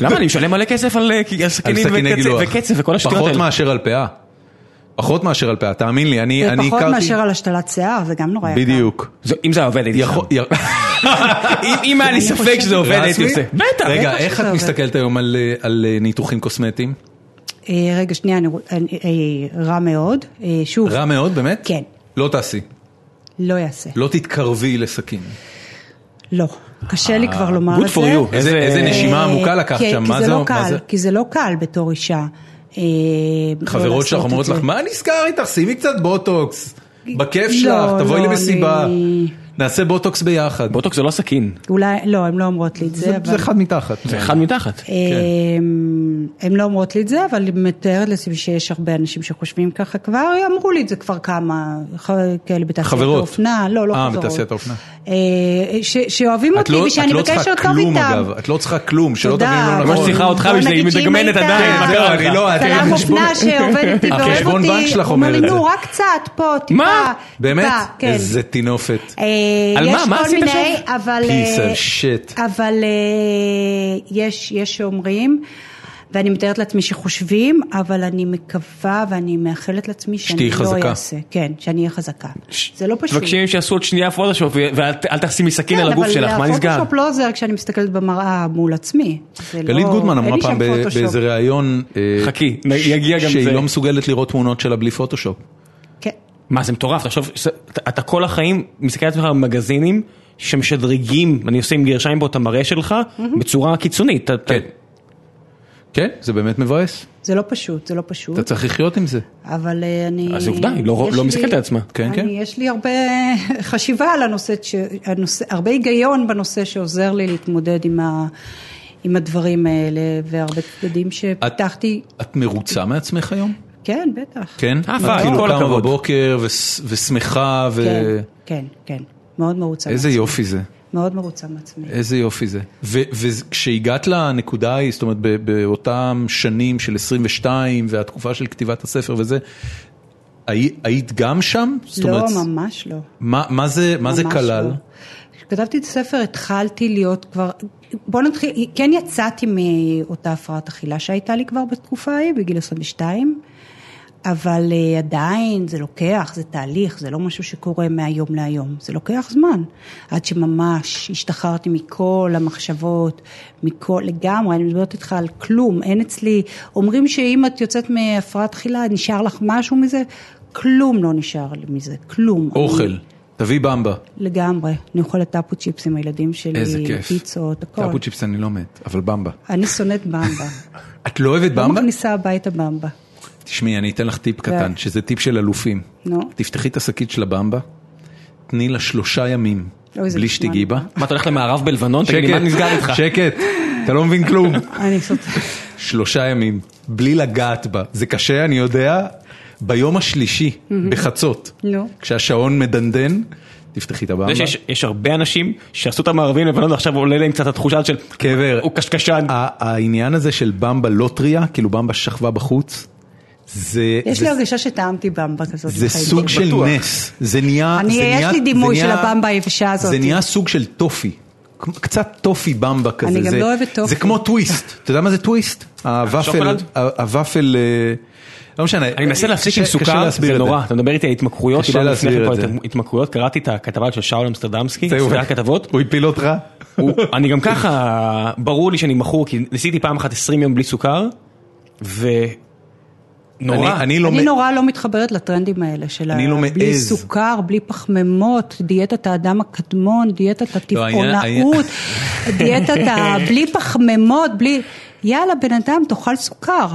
S2: למה? אני משלם מלא כסף על אה, על
S1: על
S2: סכינים
S1: סכיני
S2: וקצף-
S1: גילוח.
S2: וקצף וכל השטויות
S1: פחות
S2: האלה.
S1: מאשר על פאה. פחות מאשר על פאה, תאמין לי, אני אני הכרתי...
S3: ופחות מאשר על כן. השתלת שיער, זה גם נורא יקר.
S1: בדיוק.
S2: זה- אם זה היה עובד, הייתי
S1: יכול-
S2: שם. אם- אם היה לי
S3: אני
S2: ספק
S3: חושבת-
S2: שזה עובד, הייתי
S1: רשמי?
S2: עושה. בטח.
S1: רגע, אה-
S3: בטח
S1: איך
S3: שזה
S1: את
S3: עובד.
S1: מסתכלת היום על, אה, על אה, ניתוחים קוסמטיים?
S3: אה, רגע, שנייה, אני רוצ- אני- אה, רע מאוד. אה, שוב,
S1: רע מאוד, באמת?
S3: כן.
S1: לא תעשי,
S3: לא יעשה.
S1: לא תתקרבי לסכין.
S3: אה, לא. קשה לי
S1: אה,
S3: כבר לומר
S2: good
S3: את זה.
S2: for you.
S1: איזה-
S2: אה,
S1: איזה
S3: אה,
S1: נשימה עמוקה לקחת
S3: כי-
S1: שם,
S3: כי
S1: מה
S3: זה
S1: זה-
S3: לא
S1: מה
S3: קל,
S1: זה-
S3: כי זה לא קל בתור אישה. אה, לא
S1: חברות
S3: לעשות
S1: שלך
S3: את
S1: אומרות
S3: זה.
S1: לך, מה נסגר איתך? שימי קצת בוטוקס. בכיף
S3: לא,
S1: שלך, תבואי
S3: לא,
S1: למסיבה.
S3: אני-
S1: נעשה בוטוקס ביחד.
S2: בוטוקס זה לא סכין,
S3: אולי, לא, הן לא אומרות לי את זה,
S1: זה
S3: אבל... אה,
S1: זה אחד מתחת.
S2: זה אחד מתחת.
S3: הן לא אומרות לי את זה, אבל אני מתארת לעצמי שיש הרבה אנשים שחושבים ככה כבר, אמרו לי את זה כבר כמה, ח- כאלה בתעשיית
S1: חברות.
S3: האופנה, לא, לא
S1: אה,
S3: חברות.
S1: בתעשיית האופנה.
S3: אה, ש- שאוהבים
S1: את
S3: אותי
S1: לא-
S3: ושאני
S1: את לא
S3: בקשר
S1: צריכה
S3: טוב
S1: כלום
S3: איתם.
S1: אגב, את לא צריכה כלום, שלא
S3: תודה,
S1: תבינו לא
S3: אבל-
S1: נכון.
S2: ממש צריכה אותך
S3: בוא
S2: בשביל
S3: נגיד
S2: היא
S3: שאם
S2: מדגמנת
S3: היית-
S2: עדיין, מה
S3: זהו,
S2: קרה
S1: אני
S2: לך?
S1: לא- את-
S3: צלם אופנה שעובד איתי ואוהב
S1: החשבון בנק
S3: אותי,
S1: שלך
S3: הוא
S1: אומר
S3: אומר לי,
S1: את זה.
S3: נו, רק קצת, פה, טיפה.
S2: מה?
S1: באמת?
S3: טיפה", כן.
S1: איזה טינופת.
S3: אה,
S2: על
S3: יש
S2: מה? מה
S3: כל
S2: עשית
S3: מיני,
S2: שם?
S3: אבל,
S1: Piece
S3: אה,
S1: of shit.
S3: אבל אה, יש, יש שאומרים, ואני מתארת לעצמי שחושבים, אבל אני מקווה ואני מאחלת לעצמי
S1: שתהיי
S3: שאני
S1: חזקה.
S3: לא אעשה. כן, שאני אהיה חזקה. זה לא פשוט.
S2: תבקשי מהם שיעשו עוד שנייה פוטושופ ואל תשימי סכין
S3: כן,
S2: על הגוף
S3: אבל
S2: שלך, מה נסגר?
S3: הפוטושופ לא עוזר כשאני מסתכלת במראה מול עצמי. זה
S1: גלית
S3: לא-
S1: גודמן
S3: אין לי
S1: אמרה
S3: שם
S1: פעם ב-
S3: פוטושופ.
S1: באיזה ראיון, אה,
S2: חכי, נ-
S1: ש-
S2: יגיע גם זה.
S1: שהיא לא מסוגלת לראות תמונות שלה בלי פוטושופ.
S3: כן.
S2: מה זה מטורף, תחשוב, ש- אתה- אתה כל החיים מסתכל על עצמך במגזינים שמשדרגים, אני עושה עם גרשיים פה את המראה שלך, בצורה קיצונית. אתה- אתה-
S1: כן. כן, זה באמת מבאס.
S3: זה לא פשוט, זה לא פשוט.
S1: אתה צריך לחיות עם זה.
S3: אבל אה, אני...
S2: אז עובדה, היא לא-
S3: יש
S2: לא
S3: לי-
S2: מסתכלת על עצמה.
S1: כן,
S3: אני-
S1: כן.
S3: יש לי הרבה חשיבה על הנושא, ש- הנושא- הרבה היגיון בנושא שעוזר לי להתמודד עם ה- עם הדברים האלה, והרבה צדדים שפיתחתי.
S1: את מרוצה מעצמך היום?
S3: כן, בטח.
S1: כן?
S2: אה,
S1: את
S2: פאק,
S1: כאילו
S2: כל
S1: קמה
S2: הכבוד.
S1: בבוקר וס- ושמחה ו...
S3: כן, כן, כן. מאוד מרוצה
S1: איזה
S3: מעצמי.
S1: יופי זה.
S3: מאוד מרוצה מעצמי.
S1: איזה יופי זה. ו- וכשהגעת לנקודה ההיא, זאת אומרת, ב- באותם שנים של 22 והתקופה של כתיבת הספר וזה, הי- היית גם שם? זאת
S3: לא,
S1: אומרת,
S3: ממש לא.
S1: מה, מה זה, מה זה
S3: ממש
S1: כלל?
S3: לא. כשכתבתי את הספר התחלתי להיות כבר, בוא נתחיל, כן יצאתי מאותה הפרעת אכילה שהייתה לי כבר בתקופה ההיא, בגיל 22, אבל אה, עדיין זה לוקח, זה תהליך, זה לא משהו שקורה מהיום להיום, זה לוקח זמן, עד שממש השתחררתי מכל המחשבות, מכל, לגמרי, אני מדברת איתך על כלום, אין אצלי, אומרים שאם את יוצאת מהפרעת אכילה, נשאר לך משהו מזה? כלום לא נשאר לי מזה, כלום.
S1: אוכל, תביא במבה.
S3: לגמרי, אני אוכלת טאפו צ'יפס עם הילדים שלי,
S1: איזה כיף.
S3: פיצות, הכל.
S1: טאפו צ'יפס אני לא מת, אבל במבה.
S3: אני שונאת במבה,
S1: את לא אוהבת
S3: לא
S1: במבה?
S3: מכניסה הביתה במבה.
S1: תשמעי, אני אתן לך טיפ קטן, שזה טיפ של אלופים.
S3: נו.
S1: תפתחי את השקית של הבמבה, תני לה שלושה ימים,
S3: אוי, זה
S1: בלי
S3: נשמע
S1: שתיגעי בה.
S2: מה, אתה הולך למערב בלבנון? תגיד לי, מה נסגר איתך?
S1: שקט, שקט, אתה לא מבין כלום.
S3: אני שונאת...
S1: שלושה ימים, בלי לגעת בה. זה קשה, אני יודע. ביום השלישי, בחצות,
S3: נו.
S1: כשהשעון מדנדן, תפתחי את הבמבה.
S2: זה שיש יש הרבה אנשים שעשו את המערבים לבנון ועכשיו עולה להם קצת התחושה של
S1: קבר.
S2: הוא קשקשן.
S1: ה- העניין הזה של במבה לא טריה, כאילו במבה שכבה בחוץ, זה...
S3: יש
S1: זה-
S3: לי הרגשה שטעמתי במבה כזאת.
S1: זה
S3: בחיים.
S1: סוג של
S4: בטוח.
S1: נס, זה נהיה,
S3: אני-
S1: זה
S3: יש
S1: נהיה-
S3: לי דימוי
S1: זה נהיה-
S3: של הבמבה היבשה הזאת.
S1: זה נהיה סוג של טופי, כמו- קצת טופי במבה כזה.
S3: אני גם
S1: זה-
S3: לא אוהבת טופי.
S1: זה כמו טוויסט, אתה יודע מה זה טוויסט? הוואפל,
S2: שוקולד?
S1: ה- הוואפל, אה, לא משנה.
S2: אני מנסה להפסיק עם
S1: קשה- קשה
S2: סוכר,
S1: להסביר
S2: זה
S1: את
S2: נורא, אתה מדבר איתי על התמכרויות,
S1: קשה
S2: דיברנו לפני
S1: להסביר
S2: כן
S1: את
S2: פה על
S1: זה.
S2: התמכרויות, קראתי את הכתבה של שאול אמסטרדמסקי,
S1: זהו.
S2: סדרת כתבות,
S1: הוא הפיל אותך?
S2: הוא- אני גם ככה, ברור לי שאני מכור, כי ניסיתי פעם אחת 20 יום בלי סוכר, ונורא.
S1: אני- אני לא...
S3: אני
S1: מ-
S3: נורא לא מתחברת לטרנדים האלה של
S1: אני לא
S3: ה- בלי
S1: מעז.
S3: סוכר, בלי פחמימות, דיאטת האדם הקדמון, דיאטת
S1: לא, העניין-
S3: הטבעונאות, דיאטת ה... בלי פחמימות, בלי... יאללה, בן אדם, תאכל סוכר.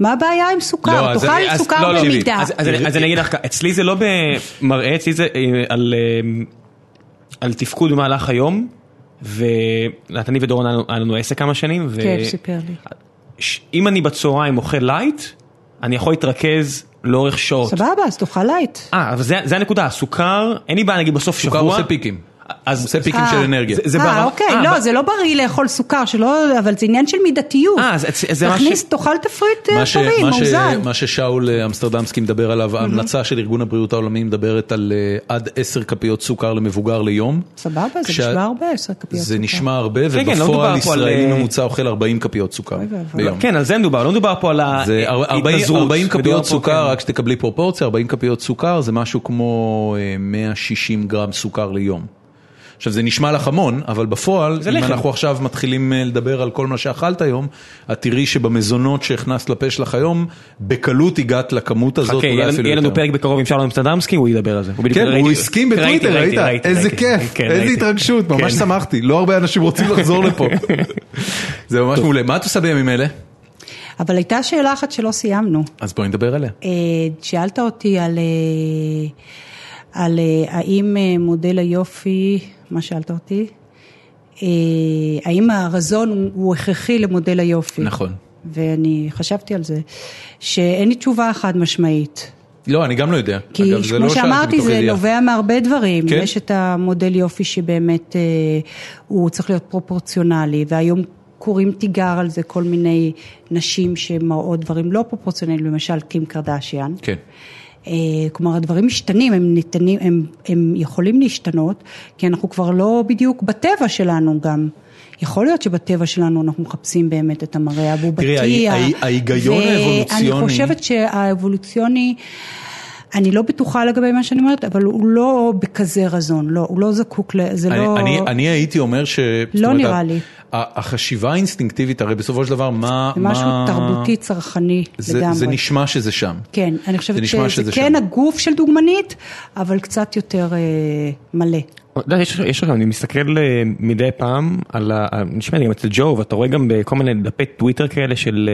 S3: מה הבעיה עם
S1: לא,
S3: סוכר?
S1: אז-
S3: תאכל
S1: אז-
S3: סוכר
S1: לא, לא,
S3: במידה.
S2: אז- אז אני- אז אני אגיד לך, ככה, אצלי זה לא במראה, אצלי זה אה, על, אה, על תפקוד במהלך היום, ואני ודורון היה לנו- היה לנו עסק כמה שנים, ו-
S3: כן, סיפר לי.
S2: ש- אם אני בצהריים אוכל לייט, אני יכול להתרכז לאורך שעות.
S3: סבבה, אז תאכל לייט.
S2: אה, אבל זה, זה הנקודה, הסוכר, אין לי בעיה נגיד בסוף
S1: סוכר
S2: שבוע.
S1: עושה פיקים.
S2: אז
S1: עושה פיקים
S3: אה.
S1: של אנרגיה.
S2: זה- זה
S3: אה,
S2: ברמה-
S3: אוקיי,
S2: אה,
S3: לא,
S2: ב-
S3: זה לא בריא לאכול סוכר, שלא, אבל זה עניין של מידתיות.
S2: אה, זה- זה- זה מה ש-
S3: תכניס, תאכל תפריט אה,
S1: מה ש-
S3: טרי,
S1: מה ש-
S3: מאוזן.
S1: מה ששאול אה, אמסטרדמסקי מדבר עליו, ההמלצה של ארגון הבריאות העולמי מדברת על אה, עד עשר כפיות סוכר למבוגר ליום.
S3: סבבה, זה
S1: כשה-
S3: נשמע הרבה, עשר כפיות
S1: זה
S3: סוכר.
S1: נשמע הרבה,
S2: כן, כן, לא
S1: ובפועל
S2: מדובר פה על,
S1: ישראלי
S2: אה,
S1: ממוצע אוכל 40 כפיות סוכר
S3: אוי ואבוי.
S1: ביום.
S2: כן, על זה מדובר, לא מדובר פה על
S1: זה אר- 40
S2: ההתנזרות,
S1: 40
S2: מדובר
S1: כפיות
S2: פה,
S1: סוכר,
S2: כן.
S1: רק שתקבלי פרופורציה, 40 כפיות סוכר זה משהו כמו אה, 160 גרם סוכר ליום. עכשיו זה נשמע לך המון, אבל בפועל,
S2: זה
S1: אם
S2: לחם.
S1: אנחנו עכשיו מתחילים אה, לדבר על כל מה שאכלת היום, את תראי שבמזונות שהכנסת לפה שלך היום, בקלות הגעת לכמות הזאת,
S2: חכה,
S1: אולי
S2: אוקיי, יהיה לנו-
S1: אפילו
S2: יהיה לנו
S1: יותר.
S2: פרק בקרוב עם שלום אמסטרדמסקי, הוא ידבר על זה. בדיוק-
S1: כן, הוא
S2: ראיתי-
S1: הסכים
S2: ראיתי,
S1: בטוויטר,
S2: ראיתי,
S1: ראית?
S2: ראיתי,
S1: איזה
S2: ראיתי.
S1: כיף,
S2: כן,
S1: איזה
S2: ראיתי.
S1: התרגשות, ממש
S2: כן.
S1: שמחתי, לא הרבה אנשים רוצים לחזור לפה. זה ממש מעולה. מה את עושה בימים אלה?
S3: אבל הייתה שאלה אחת שלא סיימנו.
S1: אז בואי נדבר עליה.
S3: אה, שאלת אותי על, אה, על אה, האם אה, מודל היופי, מה שאלת אותי? אה, האם הרזון הוא- הוא הכרחי למודל היופי?
S1: נכון.
S3: ואני חשבתי על זה, שאין לי תשובה חד משמעית.
S1: לא, אני גם לא יודע.
S3: כי
S1: אגב, זה
S3: כמו
S1: לא שאלתי
S3: שאמרתי,
S1: מתוך
S3: זה
S1: ידיעה.
S3: נובע מהרבה דברים.
S1: כן.
S3: יש את המודל יופי שבאמת אה, הוא צריך להיות פרופורציונלי, והיום קוראים תיגר על זה כל מיני נשים שמראות דברים לא פרופורציונליים, למשל קים קרדשיאן.
S1: כן.
S3: אה, כלומר, הדברים משתנים, הם, ניתנים, הם, הם יכולים להשתנות, כי אנחנו כבר לא בדיוק בטבע שלנו גם. יכול להיות שבטבע שלנו אנחנו מחפשים באמת את המראה הבובתי.
S1: תראי, ההי-
S3: ה-
S1: ההיגיון האבולוציוני-
S3: ואני חושבת שהאבולוציוני, אני לא בטוחה לגבי מה שאני אומרת, אבל הוא לא בכזה רזון, לא, הוא לא זקוק ל... זה
S1: אני,
S3: לא...
S1: אני, אני הייתי אומר ש... זאת
S3: לא
S1: אומרת,
S3: נראה
S1: ה-
S3: לי.
S1: ה- החשיבה האינסטינקטיבית, הרי בסופו של דבר, מה...
S3: זה משהו
S1: מה...
S3: תרבותי צרכני
S1: זה,
S3: לגמרי.
S1: זה נשמע שזה שם.
S3: כן, אני חושבת
S1: זה נשמע
S3: שזה
S1: שזה
S3: כן
S1: שם.
S3: הגוף של דוגמנית, אבל קצת יותר אה, מלא.
S2: אתה יודע, יש, יש, אני מסתכל אה, מדי פעם על ה... על- נשמע לי גם אצל ג'ו, ואתה רואה גם בכל מיני דפי טוויטר כאלה של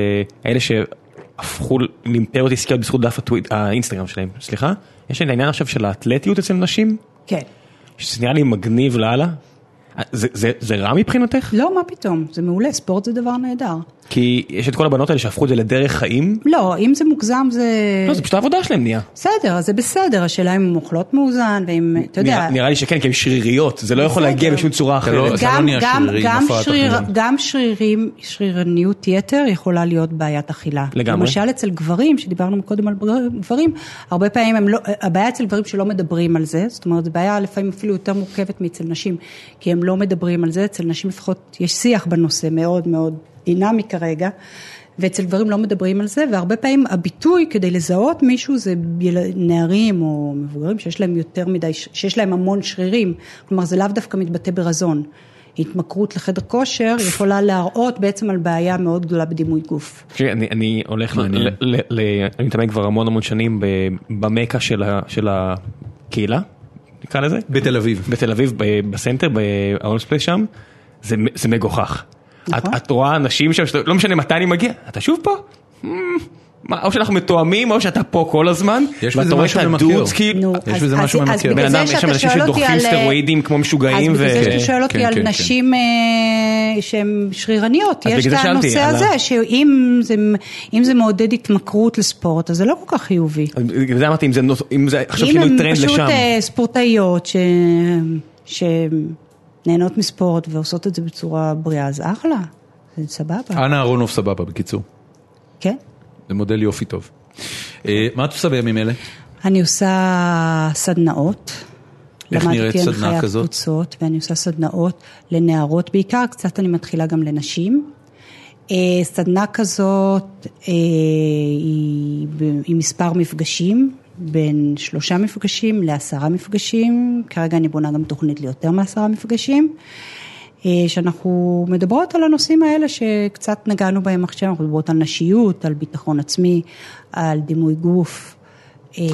S2: אה, אלה שהפכו לאימפריות עסקיות בזכות דף הטוויט, האינסטגרם שלהם, סליחה? יש לי העניין עכשיו של האתלטיות אצל נשים,
S3: כן.
S2: שזה נראה לי מגניב לאללה. אה, זה, זה, זה רע מבחינתך?
S3: לא, מה פתאום, זה מעולה, ספורט זה דבר נהדר.
S2: כי יש את כל הבנות האלה שהפכו את זה לדרך חיים.
S3: לא, אם זה מוגזם זה...
S2: לא, זה פשוט העבודה שלהם נהיה.
S3: בסדר, אז זה בסדר, השאלה אם הן אוכלות מאוזן, ואם, אתה יודע...
S2: נראה, נראה לי שכן, כי הן שריריות, זה לא יכול
S3: בסדר.
S2: להגיע בשום צורה
S1: אתה לא-
S2: אחרת.
S1: אתה
S3: גם,
S1: נהיה
S3: גם,
S1: שרירי עם
S3: גם,
S1: הפרעת
S3: שריר,
S1: אכילה.
S3: גם שרירים, שרירניות יתר יכולה להיות בעיית אכילה.
S2: לגמרי.
S3: למשל אצל גברים, שדיברנו קודם על גברים, הרבה פעמים הם לא, הבעיה אצל גברים שלא מדברים על זה, זאת אומרת, זו בעיה לפעמים אפילו יותר מורכבת מאצל נשים, כי הם לא מדברים על זה, אצל נשים לפחות יש שיח בנושא מאוד מאוד דינמי כרגע. ואצל גברים לא מדברים על זה, והרבה פעמים הביטוי כדי לזהות מישהו זה יל- נערים או מבוגרים שיש להם יותר מדי, ש- שיש להם המון שרירים, כלומר זה לאו דווקא מתבטא ברזון. התמכרות לחדר כושר יכולה להראות בעצם על בעיה מאוד גדולה בדימוי גוף.
S2: תראי, אני, אני הולך, ל,
S1: מעניין.
S2: ל, ל, ל, אני מתאמן כבר המון המון שנים ב- במקה של, ה, של הקהילה, נקרא לזה,
S1: בתל אביב.
S2: בתל אביב, ב- בסנטר, בהולמס פלייס שם, זה, מ- זה מגוחך.
S3: נכון.
S2: את, את רואה אנשים שם, שאתה- לא משנה מתי אני מגיע, אתה שוב פה? Hmm, מה, או שאנחנו מתואמים, או שאתה פה כל הזמן,
S1: יש
S2: ואתה
S1: בזה
S2: רואה את
S1: משהו ממכר. אה, כן.
S2: הדודס כאילו,
S3: נו,
S1: יש בזה משהו ממכר.
S2: בן
S3: בגלל
S2: אדם, יש
S3: זה
S2: שם
S3: שאתה
S2: אנשים
S3: שואל אותי
S2: שדוחפים
S3: על- אה,
S2: סטרואידים כמו משוגעים
S3: אז בגלל
S2: ו-
S3: זה
S1: כן,
S3: שאתה שואל אותי
S1: כן,
S3: על
S1: כן,
S3: נשים אה, שהן שרירניות,
S2: אז
S3: יש
S2: בגלל
S3: את
S2: זה שאלתי,
S3: הנושא
S2: על ה-
S3: הזה, שאם זה- אם זה מעודד התמכרות לספורט, אז זה לא כל כך חיובי.
S2: אז בגלל זה אמרתי, אם זה נוס- אם זה עכשיו
S3: אם
S2: שינוי
S3: הן
S2: טרנד
S3: פשוט
S2: לשם.
S3: אה, ספורטאיות ש... שנהנות מספורט ועושות את זה בצורה בריאה, אז אחלה, זה
S2: אה.
S3: סבבה,
S1: אנה אהרונוב סבבה, בקיצור.
S3: כן.
S1: זה מודל יופי טוב. אה, מה את עושה בימים אלה?
S3: אני עושה סדנאות.
S1: איך נראית סדנה
S3: למדתי הנחיית
S1: כזאת?
S3: קבוצות, ואני עושה סדנאות לנערות בעיקר, קצת אני מתחילה גם לנשים. אה, סדנה כזאת אה, היא ב- עם מספר מפגשים, בין שלושה מפגשים לעשרה מפגשים, כרגע אני בונה גם תוכנית ליותר מעשרה מפגשים, אה, שאנחנו מדברות על הנושאים האלה שקצת נגענו בהם עכשיו, אנחנו מדברות על נשיות, על ביטחון עצמי, על דימוי גוף. אה,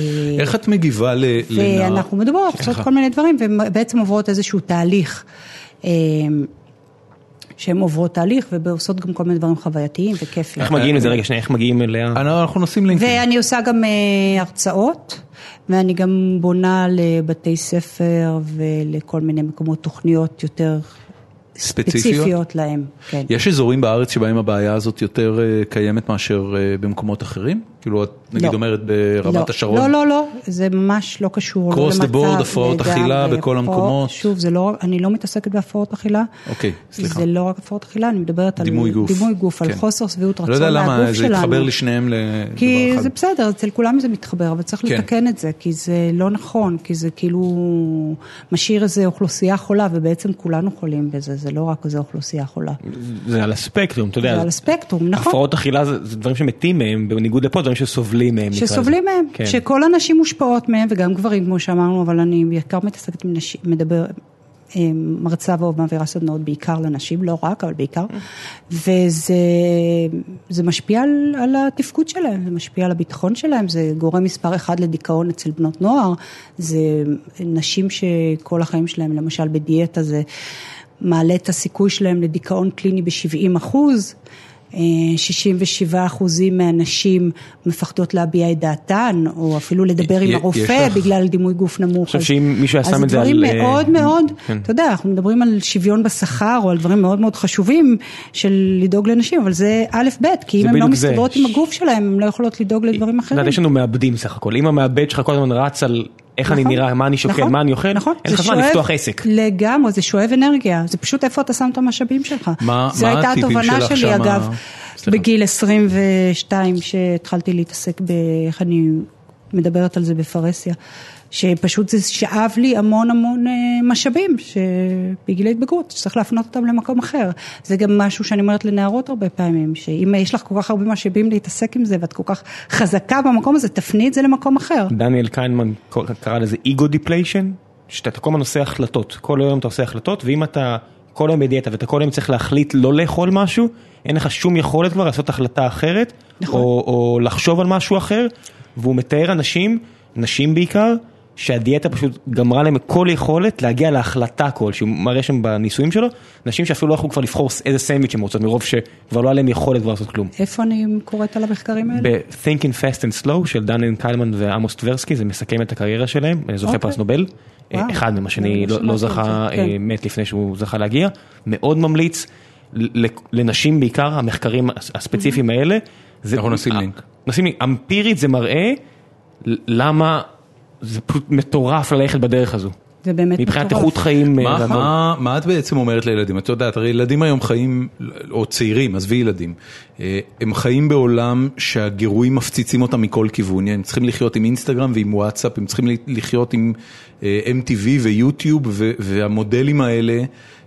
S1: איך את מגיבה ל- לנער?
S3: ואנחנו מדברות, עושות
S1: סליחה.
S3: כל מיני דברים, ובעצם עוברות איזשהו תהליך. אה, שהן עוברות תהליך ועושות גם כל מיני דברים חווייתיים וכיפים.
S2: איך מגיעים לזה? רגע, שנייה, איך מגיעים אליה?
S1: אנה, אנחנו נשים לינקים.
S3: ואני עושה גם אה, הרצאות, ואני גם בונה לבתי ספר ולכל מיני מקומות תוכניות יותר
S1: ספציפיות?
S3: ספציפיות להם. כן.
S1: יש אזורים בארץ שבהם הבעיה הזאת יותר אה, קיימת מאשר אה, במקומות אחרים? כאילו את נגיד
S3: לא.
S1: אומרת ברמת
S3: לא,
S1: השרון?
S3: לא, לא, לא, זה ממש לא קשור. לא
S1: Cross the
S3: למצב,
S1: board, הפרעות
S3: לגמרי,
S1: אכילה בכל
S3: הפרעות-
S1: המקומות.
S3: שוב, זה לא, אני לא מתעסקת בהפרעות אכילה.
S1: אוקיי, סליחה.
S3: זה לא רק הפרעות אכילה, אני מדברת על
S1: דימוי גוף.
S3: דימוי גוף, על
S1: כן.
S3: חוסר שביעות רצון
S1: לא יודע
S3: מהגוף שלנו.
S1: למה זה התחבר לשניהם לדבר
S3: כי
S1: אחד.
S3: זה בסדר, אצל כולם זה מתחבר, אבל צריך
S1: כן.
S3: לתקן את זה, כי זה לא נכון, כי זה כאילו משאיר איזו אוכלוסייה חולה, ובעצם כולנו חולים בזה, זה לא רק איזו אוכלוסייה חולה.
S2: זה על הספקטרום, אתה יודע.
S3: זה על הספקטרום, נכון.
S2: הפרעות אכילה זה, זה דברים שמתים מהם, בניגוד לפה, זה דברים שסובלים מהם. נקרא
S3: שסובלים
S2: לזה.
S3: מהם,
S2: כן.
S3: שכל הנשים מושפעות מהם, וגם גברים, כמו שאמרנו, אבל אני בעיקר מתעסקת עם נשים, מדבר, אה, מרצה ומעבירה סדנאות בעיקר לנשים, לא רק, אבל בעיקר, וזה זה משפיע על, על התפקוד שלהם, זה משפיע על הביטחון שלהם, זה גורם מספר אחד לדיכאון אצל בנות נוער, זה נשים שכל החיים שלהם, למשל בדיאטה, זה מעלה את הסיכוי שלהם לדיכאון קליני ב-70 אחוז. אה, 67 אחוזים מהנשים מפחדות להביע את דעתן, או אפילו לדבר
S1: י-
S3: עם
S1: יש
S3: הרופא
S1: לך-
S3: בגלל דימוי גוף נמוך.
S2: חושב
S3: אז-
S2: שאם מישהו היה שם את זה
S3: אז
S2: על,
S3: דברים
S2: אה,
S3: מאוד מאוד,
S2: כן.
S3: אתה יודע, אנחנו מדברים על שוויון בשכר, או על דברים מאוד מאוד חשובים של לדאוג לנשים, אבל זה א' ב', כי אם
S2: זה
S3: הן לא
S2: בדיוק זה.
S3: מסתדרות עם הגוף שלהם, הן לא יכולות לדאוג לדברים
S2: את יודעת,
S3: אחרים.
S2: יש לנו מעבדים סך הכל, אם המעבד שלך כל הזמן רץ על איך אני
S3: נכון,
S2: נראה, מה אני שוקל,
S3: נכון,
S2: מה אני אוכל,
S3: נכון,
S2: אין לך
S3: זה
S2: זמן
S3: שואב-
S2: לפתוח עסק.
S3: לגמרי, זה שואב אנרגיה, זה פשוט איפה אתה שם את המשאבים שלך.
S1: מה-
S3: זו
S1: מה
S3: הייתה
S1: הטיפים
S3: התובנה
S1: שלך
S3: שלי
S1: שמה-
S3: אגב,
S1: סליחה.
S3: בגיל 22 שהתחלתי להתעסק באיך אני מדברת על זה בפרהסיה, שפשוט זה שאב לי המון המון אה, משאבים שבגיל ההתבגרות, שצריך להפנות אותם למקום אחר. זה גם משהו שאני אומרת לנערות הרבה פעמים, שאם יש לך כל כך הרבה משאבים להתעסק עם זה ואת כל כך חזקה במקום הזה, תפני את זה למקום אחר.
S2: דניאל קיינמן קרא לזה אגו דיפליישן, שאתה כל הזמן עושה החלטות, כל היום אתה עושה החלטות, ואם אתה כל היום בדיאטה ואתה כל היום צריך להחליט לא לאכול משהו, אין לך שום יכולת כבר לעשות החלטה אחרת,
S3: נכון.
S2: או, או לחשוב על משהו אחר, והוא מתאר אנשים, נשים בעיקר, שהדיאטה פשוט גמרה להם כל יכולת להגיע להחלטה כלשהי, הוא מראה שם בניסויים שלו, נשים שאפילו לא יכלו כבר לבחור איזה סנדוויץ' הם רוצות, מרוב שכבר לא היה להם יכולת כבר לעשות כלום.
S3: איפה אני קוראת על המחקרים האלה?
S2: ב-Thinking Fast and Slow של דניאל קיילמן ועמוס טברסקי, זה מסכם את הקריירה שלהם, אה, זוכה
S3: אוקיי.
S2: פרס נובל. אה,
S3: וואו.
S2: אחד ממה שאני
S3: אני
S2: לא,
S3: שמעתי
S2: לא
S3: את
S2: זכה,
S3: זה, כן.
S2: אה, מת לפני שהוא זכה להגיע. מאוד ממליץ, ל- לנשים בעיקר, המחקרים הס- הספציפיים האלה. זה-
S1: אנחנו נשים
S2: אה,
S1: לינק.
S2: נשים לינק. אמפירית זה מראה ל- למה זה פשוט מטורף ללכת בדרך הזו.
S3: זה באמת
S2: מבחינת
S3: מטורף.
S2: איכות חיים. אה,
S1: מה,
S3: כן,
S2: והכל.
S1: מה,
S3: נכון.
S1: מה את בעצם אומרת לילדים? את יודעת, הרי ילדים היום חיים, או צעירים, עזבי ילדים, אה, הם חיים בעולם שהגירויים מפציצים אותם מכל כיוון. הם צריכים לחיות עם אינסטגרם ועם וואטסאפ, הם צריכים לחיות עם אה, MTV ויוטיוב, ו- והמודלים האלה